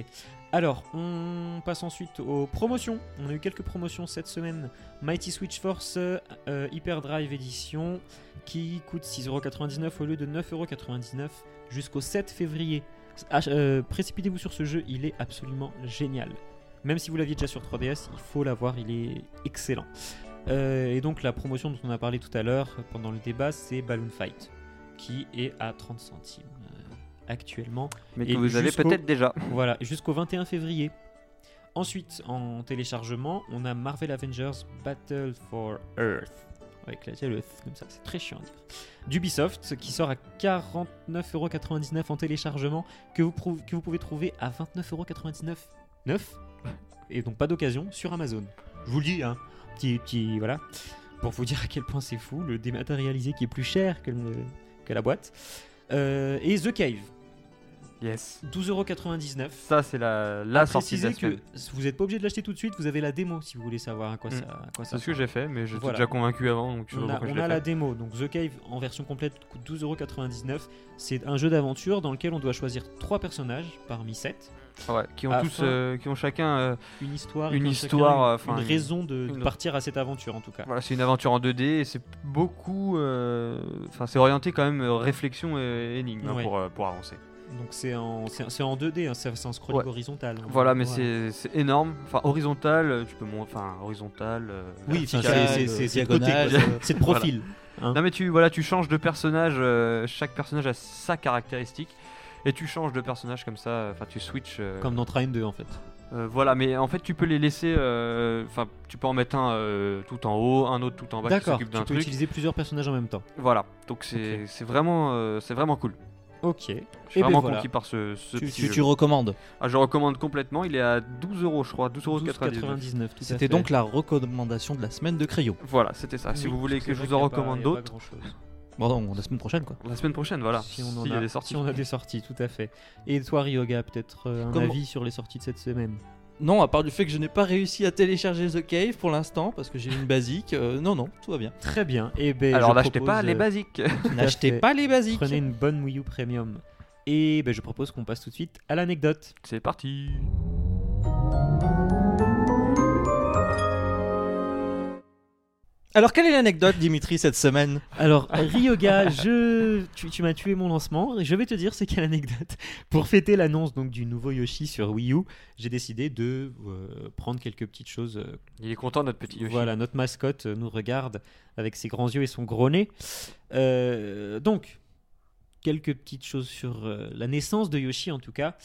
Speaker 1: Alors, on passe ensuite aux promotions. On a eu quelques promotions cette semaine. Mighty Switch Force euh, euh, Hyperdrive Edition qui coûte 6,99€ au lieu de 9,99€ jusqu'au 7 février. Ach- euh, Précipitez-vous sur ce jeu, il est absolument génial. Même si vous l'aviez déjà sur 3DS, il faut l'avoir, il est excellent. Euh, et donc la promotion dont on a parlé tout à l'heure euh, pendant le débat, c'est Balloon Fight, qui est à 30 centimes euh, actuellement.
Speaker 2: Mais
Speaker 1: Et
Speaker 2: que vous avez
Speaker 1: jusqu'au-
Speaker 2: peut-être déjà.
Speaker 1: Voilà, jusqu'au 21 février. Ensuite, en téléchargement, on a Marvel Avengers Battle for Earth. Avec la le Earth, comme ça, c'est très chiant à dire. D'Ubisoft, qui sort à 49,99€ en téléchargement, que vous, prou- que vous pouvez trouver à 29,99€. Neuf Et donc pas d'occasion sur Amazon. Je vous le dis, hein. Petit, petit, voilà. Pour vous dire à quel point c'est fou, le dématérialisé qui est plus cher que, le- que la boîte. Euh, et The Cave,
Speaker 2: Yes.
Speaker 1: 12,99€.
Speaker 2: Ça, c'est la, la
Speaker 1: À
Speaker 2: sortie de
Speaker 1: préciser
Speaker 2: la semaine.
Speaker 1: que vous n'êtes pas obligé de l'acheter tout de suite, vous avez la démo si vous voulez savoir à quoi
Speaker 2: Mm.
Speaker 1: ça, à quoi
Speaker 2: C'est
Speaker 1: ça
Speaker 2: ce que
Speaker 1: ressemble.
Speaker 2: j'ai fait, mais j'étais
Speaker 1: Voilà.
Speaker 2: déjà convaincu avant, donc je sais
Speaker 1: On
Speaker 2: pas
Speaker 1: a,
Speaker 2: pourquoi je
Speaker 1: on
Speaker 2: l'ai
Speaker 1: a
Speaker 2: fait.
Speaker 1: la démo, donc The Cave en version complète coûte 12,99€. C'est un jeu d'aventure dans lequel on doit choisir trois personnages parmi 7.
Speaker 2: Ah Ouais, qui ont
Speaker 1: à
Speaker 2: tous,
Speaker 1: fin.
Speaker 2: euh, qui ont chacun, euh,
Speaker 1: Une histoire,
Speaker 2: Une
Speaker 1: et un chacun,
Speaker 2: histoire,
Speaker 1: une-
Speaker 2: euh, enfin,
Speaker 1: une
Speaker 2: une-
Speaker 1: raison de, de
Speaker 2: une-
Speaker 1: partir à cette aventure en tout cas.
Speaker 2: voilà, c'est une aventure en 2D et c'est beaucoup, euh, enfin, c'est orienté quand même euh, réflexion et énigme hein,
Speaker 1: Ouais.
Speaker 2: pour, euh, pour avancer.
Speaker 1: Donc c'est en, c'est c'est en 2D, hein, c'est c'est en scrolling
Speaker 2: Ouais.
Speaker 1: horizontal. hein.
Speaker 2: Voilà, mais
Speaker 1: Ouais.
Speaker 2: c'est- c'est énorme, enfin horizontal, euh, tu peux mon- enfin horizontal. euh,
Speaker 1: Oui, enfin,
Speaker 2: vertical.
Speaker 1: c'est- c'est- c'est- c'est de côté,
Speaker 3: diagonale,
Speaker 1: quoi.
Speaker 3: euh,
Speaker 1: C'est de profil. Hein.
Speaker 2: Non mais tu, voilà, tu changes de personnage, euh, chaque personnage a sa caractéristique. Et tu changes de personnage comme ça, euh, enfin tu switches. euh,
Speaker 1: Comme dans Train 2 en fait.
Speaker 2: Euh, voilà, mais en fait, tu peux les laisser. euh, Enfin, tu peux en mettre un euh, tout en haut, un autre tout en bas qui
Speaker 1: D'accord, tu
Speaker 2: s'occupe
Speaker 1: peux
Speaker 2: d'un truc.
Speaker 1: utiliser plusieurs personnages en même temps.
Speaker 2: Voilà, donc c'est c'est vraiment, euh, c'est vraiment cool.
Speaker 1: Ok.
Speaker 2: Je suis
Speaker 1: Et ben
Speaker 2: vraiment
Speaker 1: voilà.
Speaker 2: conquis par ce, ce
Speaker 3: Tu,
Speaker 2: petit
Speaker 3: tu-
Speaker 2: jeu.
Speaker 3: tu recommandes.
Speaker 2: Ah, je recommande complètement. Il est à 12 euros, je crois, 12 euros
Speaker 1: 12,99,
Speaker 2: 99.
Speaker 1: tout à
Speaker 3: C'était
Speaker 1: fait.
Speaker 3: donc la recommandation de la semaine de Crayon.
Speaker 2: Voilà, c'était ça. Ah, si
Speaker 1: Oui,
Speaker 2: vous voulez
Speaker 1: parce
Speaker 2: que je
Speaker 1: c'est
Speaker 2: vous
Speaker 1: vrai
Speaker 2: en
Speaker 1: qu'il y a pas-
Speaker 2: recommande
Speaker 1: il y a pas
Speaker 2: d'autres,
Speaker 1: grand-chose.
Speaker 3: Bon, non, la semaine prochaine quoi.
Speaker 2: la semaine prochaine, voilà.
Speaker 1: Si on en
Speaker 2: S'il y
Speaker 1: a,
Speaker 2: a des sorties.
Speaker 1: si on a des sorties, tout à fait. Et toi, Ryoga, peut-être euh, un
Speaker 3: Comment-
Speaker 1: avis sur les sorties de cette semaine
Speaker 3: Non, à part du fait que je n'ai pas réussi à télécharger The Cave pour l'instant parce que j'ai une basique. euh, non, non, tout va bien.
Speaker 1: Très bien. Et ben,
Speaker 2: Alors
Speaker 1: je
Speaker 2: n'achetez
Speaker 1: propose,
Speaker 2: pas les
Speaker 1: euh,
Speaker 2: basiques.
Speaker 1: tout à
Speaker 3: N'achetez
Speaker 1: fait.
Speaker 3: pas les basiques.
Speaker 1: Prenez une bonne Wii U Premium. Et ben, je propose qu'on passe tout de suite à l'anecdote.
Speaker 2: C'est parti.
Speaker 3: Alors, quelle est l'anecdote, Dimitri, cette semaine
Speaker 1: Alors, Ryoga, je... tu, tu m'as tué mon lancement. et Je vais te dire c'est quelle anecdote. Pour fêter l'annonce donc du nouveau Yoshi sur Wii U, j'ai décidé de euh, prendre quelques petites choses euh,
Speaker 2: Il est content notre petit Yoshi.
Speaker 1: Voilà, notre mascotte euh, nous regarde avec ses grands yeux et son gros nez. Euh, donc, quelques petites choses sur euh, la naissance de Yoshi en tout cas.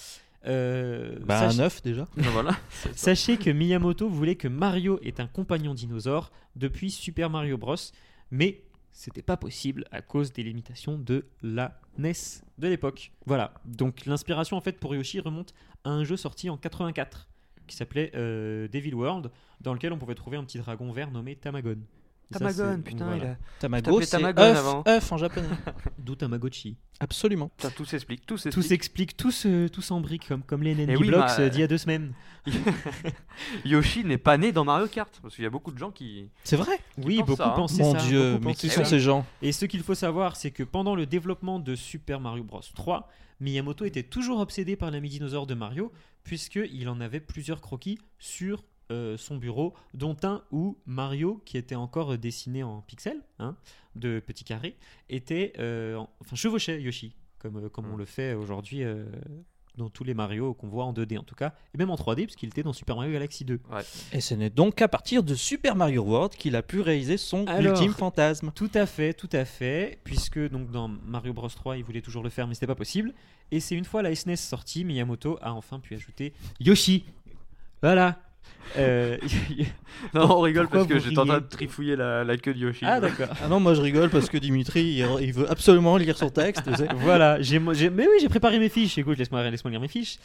Speaker 1: Euh,
Speaker 3: Bah,
Speaker 1: sach-
Speaker 3: un œuf déjà.
Speaker 2: voilà.
Speaker 1: sachez que Miyamoto voulait que Mario est un compagnon dinosaure depuis Super Mario Bros. Mais c'était pas possible à cause des limitations de la NES de l'époque. Voilà, donc l'inspiration en fait pour Yoshi remonte à un jeu sorti en 84 qui s'appelait euh, Devil World, dans lequel on pouvait trouver un petit dragon vert nommé Tamagon. Ça,
Speaker 2: Tamagon,
Speaker 1: c'est-
Speaker 2: putain,
Speaker 1: voilà.
Speaker 2: il a...
Speaker 3: Tamago,
Speaker 2: t'appelais
Speaker 3: c'est
Speaker 2: Tamagon avant.
Speaker 3: œuf, œuf en japonais.
Speaker 1: D'où Tamagotchi.
Speaker 3: Absolument.
Speaker 2: putain, tout s'explique, tout
Speaker 1: Tout
Speaker 2: s'explique.
Speaker 1: s'explique, tout se- tout s'embrique, comme, comme les NND
Speaker 2: Eh oui,
Speaker 1: Blocks
Speaker 2: bah,
Speaker 1: euh, d'il y a deux semaines.
Speaker 2: Yoshi n'est pas né dans Mario Kart, parce qu'il y a beaucoup de gens qui...
Speaker 3: C'est vrai.
Speaker 1: Oui,
Speaker 2: pensent
Speaker 1: beaucoup
Speaker 2: ça, hein.
Speaker 1: pensaient
Speaker 3: Mon
Speaker 1: ça,
Speaker 3: Dieu,
Speaker 1: beaucoup
Speaker 3: mais
Speaker 1: pensaient
Speaker 3: qui sont
Speaker 1: ça.
Speaker 3: ces gens
Speaker 1: Et ce qu'il faut savoir, c'est que pendant le développement de Super Mario Bros 3, Miyamoto était toujours obsédé par l'ami dinosaure de Mario, puisqu'il en avait plusieurs croquis sur euh, son bureau, dont un où Mario, qui était encore euh, dessiné en pixels, hein, de petits carrés, était, euh, en- enfin, chevauchait Yoshi, comme, euh, comme on le fait aujourd'hui euh, dans tous les Mario qu'on voit en 2D en tout cas, et même en 3D, puisqu'il était dans Super Mario Galaxy 2.
Speaker 3: Et ce n'est donc qu'à partir de Super Mario World qu'il a pu réaliser son
Speaker 1: Alors,
Speaker 3: ultime fantasme.
Speaker 1: Tout à fait, tout à fait, puisque donc dans Mario Bros 3, il voulait toujours le faire, mais c'était pas possible. Et c'est une fois la SNES sortie, Miyamoto a enfin pu ajouter Yoshi. Voilà. Euh,
Speaker 2: Non, on rigole
Speaker 1: Pourquoi
Speaker 2: parce que
Speaker 1: vous
Speaker 2: j'étais en train
Speaker 1: riez
Speaker 2: de trifouiller la, la queue de Yoshi.
Speaker 1: ah d'accord.
Speaker 3: Ah non, moi je rigole parce que Dimitri, il, il veut absolument lire son texte. vous savez.
Speaker 1: voilà, j'ai, j'ai- mais oui, j'ai préparé mes fiches. Écoute, laisse-moi, laisse-moi lire mes fiches.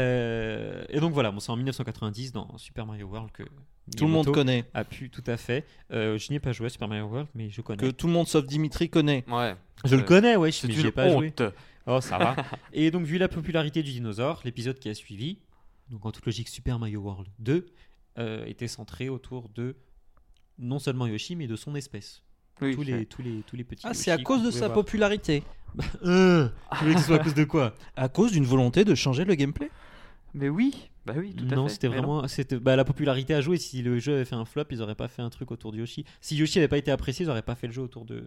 Speaker 1: Euh, et donc voilà, bon, c'est en 1990 dans Super Mario World que
Speaker 3: Tout le monde
Speaker 1: Miyamoto
Speaker 3: connaît.
Speaker 1: a pu tout à fait. Euh, je n'y ai pas joué à Super Mario World, mais je connais.
Speaker 3: Que tout le monde sauf Dimitri connaît.
Speaker 2: Ouais.
Speaker 1: Je le
Speaker 2: Euh,
Speaker 1: connais, ouais,
Speaker 2: C'est
Speaker 1: mais j'y ai
Speaker 2: une
Speaker 1: pas joué.
Speaker 2: honte.
Speaker 1: Oh, ça va. Et donc, vu la popularité du dinosaure, l'épisode qui a suivi, donc en toute logique Super Mario World 2, euh, était centré autour de non seulement Yoshi, mais de son espèce.
Speaker 2: Oui.
Speaker 1: Tous, les, tous, les, tous les petits.
Speaker 3: Ah, c'est à cause de sa popularité.
Speaker 1: population. Euh, tu veux que ce soit à cause de quoi
Speaker 3: À cause d'une volonté de changer le gameplay.
Speaker 2: Mais oui, bah oui, tout à fait.
Speaker 1: Non, c'était
Speaker 2: Mais non.
Speaker 1: vraiment. C'était, bah, la popularité a joué. Si le jeu avait fait un flop, ils n'auraient pas fait un truc autour de Yoshi. Si Yoshi n'avait pas été apprécié, ils n'auraient pas fait le jeu autour de,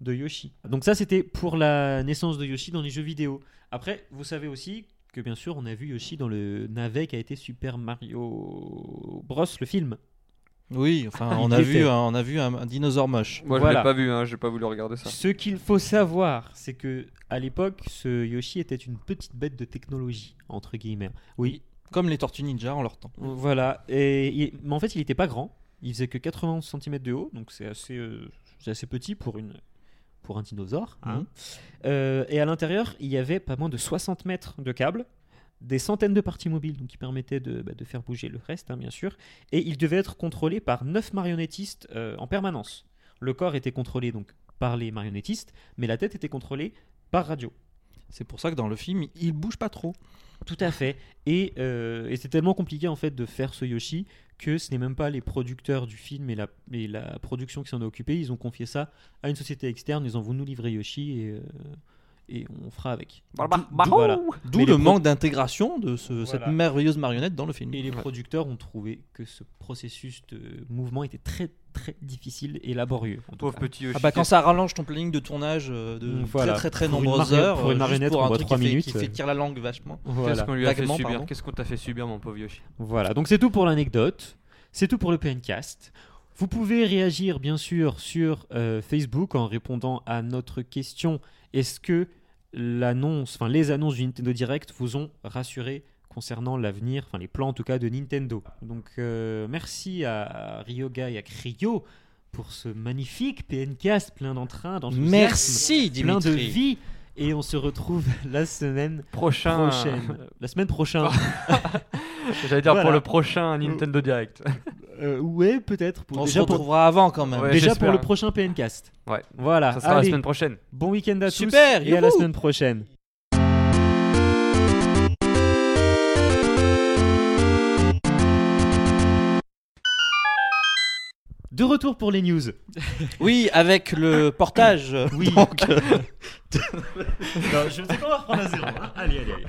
Speaker 1: de Yoshi. Donc, ça, c'était pour la naissance de Yoshi dans les jeux vidéo. Après, vous savez aussi que, bien sûr, on a vu Yoshi dans le navet qui a été Super Mario Bros, le film.
Speaker 3: Oui, enfin,
Speaker 1: Ah, Il
Speaker 3: on a vu,
Speaker 1: l'était.
Speaker 3: un, on a vu un, un dinosaure moche.
Speaker 2: Moi, je
Speaker 1: Voilà.
Speaker 2: l'ai pas vu, hein, j'ai pas voulu regarder ça.
Speaker 1: Ce qu'il faut savoir, c'est que à l'époque, ce Yoshi était une petite bête de technologie, entre guillemets. Oui,
Speaker 3: Comme les Tortues Ninja en leur temps.
Speaker 1: Voilà. Et, il- mais en fait, il n'était pas grand. Il faisait que 91 cm de haut, donc c'est assez, euh, c'est assez petit pour, une, pour un dinosaure. hein.
Speaker 3: Mhm.
Speaker 1: Euh, et à l'intérieur, il y avait pas moins de 60 mètres de câbles, des centaines de parties mobiles, donc qui permettaient de, bah, de faire bouger le reste, hein, bien sûr. Et il devait être contrôlé par 9 marionnettistes euh, en permanence. Le corps était contrôlé donc par les marionnettistes, mais la tête était contrôlée par radio.
Speaker 3: C'est pour ça que dans le film, il bouge pas trop.
Speaker 1: Tout à fait. Et, euh, et c'est tellement compliqué en fait de faire ce Yoshi que ce n'est même pas les producteurs du film et la, et la production qui s'en est occupée. Ils ont confié ça à une société externe. Ils ont vous nous livrer Yoshi et, euh, et on fera avec.
Speaker 2: Bah,
Speaker 1: D'où-
Speaker 2: bah,
Speaker 1: d'où-
Speaker 2: bah,
Speaker 1: voilà.
Speaker 3: D'où
Speaker 1: Mais
Speaker 3: le
Speaker 1: les pro-
Speaker 3: manque d'intégration de ce- cette
Speaker 1: Voilà.
Speaker 3: merveilleuse marionnette dans le film.
Speaker 1: Et
Speaker 2: bah.
Speaker 1: les producteurs ont trouvé que ce processus de mouvement était très très difficile et laborieux. en tout
Speaker 2: Pauvre
Speaker 1: cas.
Speaker 2: petit Yoshi.
Speaker 3: Ah bah quand ça rallonge ton planning de tournage euh, de
Speaker 1: Mm, voilà.
Speaker 3: très très très
Speaker 1: Pour une
Speaker 3: nombreuses
Speaker 1: mari-
Speaker 3: heures,
Speaker 1: pour une
Speaker 3: euh, juste
Speaker 1: marionnette
Speaker 3: pour un
Speaker 1: qu'on voit
Speaker 3: truc
Speaker 1: trois
Speaker 3: qui fait-
Speaker 1: minutes,
Speaker 3: qui fait
Speaker 1: euh.
Speaker 3: tirer la langue vachement.
Speaker 2: Qu'est-ce
Speaker 1: Voilà.
Speaker 2: qu'on lui a fait
Speaker 3: Vaguement,
Speaker 2: subir
Speaker 3: pardon.
Speaker 2: Qu'est-ce qu'on t'a fait subir, mon pauvre Yoshi
Speaker 1: Voilà, donc c'est tout pour l'anecdote. C'est tout pour le PNcast. Vous pouvez réagir bien sûr sur euh, Facebook en répondant à notre question est-ce que l'annonce, enfin les annonces du Nintendo Direct vous ont rassuré concernant l'avenir, enfin les plans en tout cas de Nintendo. Donc euh, merci à Ryoga et à Cryo pour ce magnifique PNcast plein d'entrain, d'enthousiasme,
Speaker 3: Merci
Speaker 1: plein de
Speaker 3: Dimitri.
Speaker 1: vie et on se retrouve la semaine
Speaker 2: Prochain.
Speaker 1: prochaine. La semaine prochaine.
Speaker 2: J'allais dire pour
Speaker 1: Voilà.
Speaker 2: le prochain Nintendo Direct.
Speaker 1: Euh, ouais, peut-être pour
Speaker 3: On se
Speaker 1: déjà pour-
Speaker 3: retrouvera avant quand même.
Speaker 2: Ouais,
Speaker 1: Déjà
Speaker 2: j'espère.
Speaker 1: pour le prochain PNcast.
Speaker 2: Ouais.
Speaker 1: Voilà.
Speaker 2: Ça sera
Speaker 1: Ah, Allez,
Speaker 2: la semaine prochaine.
Speaker 1: Bon week-end à
Speaker 3: Super,
Speaker 1: tous. Et à la
Speaker 3: youhou.
Speaker 1: semaine prochaine. De retour pour les news.
Speaker 3: Oui, avec le portage.
Speaker 1: Oui.
Speaker 3: Donc, euh,
Speaker 1: je sais qu'on va reprendre à zéro. hein. Allez, allez, allez.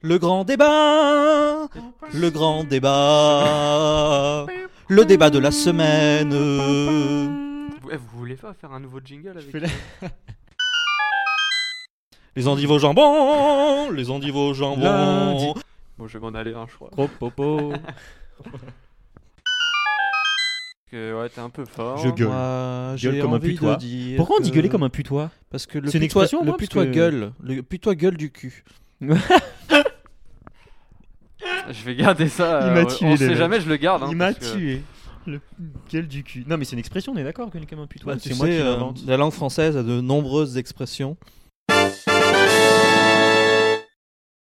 Speaker 3: le grand débat. Le grand débat. Le débat de la semaine.
Speaker 2: Vous, eh, vous voulez pas faire un nouveau jingle avec
Speaker 1: fais
Speaker 3: Les endives au jambon. Les endives au jambon.
Speaker 1: Lundi.
Speaker 2: Bon, je vais m'en aller un, je crois.
Speaker 1: Gros popo.
Speaker 2: Parce Que, ouais, t'es un peu fort.
Speaker 1: Je gueule.
Speaker 3: Moi, j'ai
Speaker 1: Gueule comme un
Speaker 3: envie de
Speaker 1: putois.
Speaker 3: dire
Speaker 1: Pourquoi on
Speaker 2: euh,
Speaker 3: que-
Speaker 1: dit gueuler comme un putois
Speaker 3: Parce que le
Speaker 1: C'est une
Speaker 3: putois,
Speaker 1: expression,
Speaker 3: le
Speaker 1: moi, parce
Speaker 3: putois
Speaker 1: que-
Speaker 3: gueule. Le putois gueule du cul.
Speaker 2: Je vais garder ça.
Speaker 1: Il
Speaker 2: euh,
Speaker 1: m'a
Speaker 2: on-
Speaker 1: tué,
Speaker 2: On
Speaker 1: le
Speaker 2: sait
Speaker 1: mec.
Speaker 2: jamais, je le garde. hein,
Speaker 1: Il m'a
Speaker 2: parce que-
Speaker 1: tué. Le gueule du cul. Non, mais c'est une expression, on est d'accord, gueuler comme un putois.
Speaker 3: Bah, tu
Speaker 1: c'est moi qui
Speaker 3: sais, euh,
Speaker 1: l'invente.
Speaker 3: la langue française a de nombreuses expressions.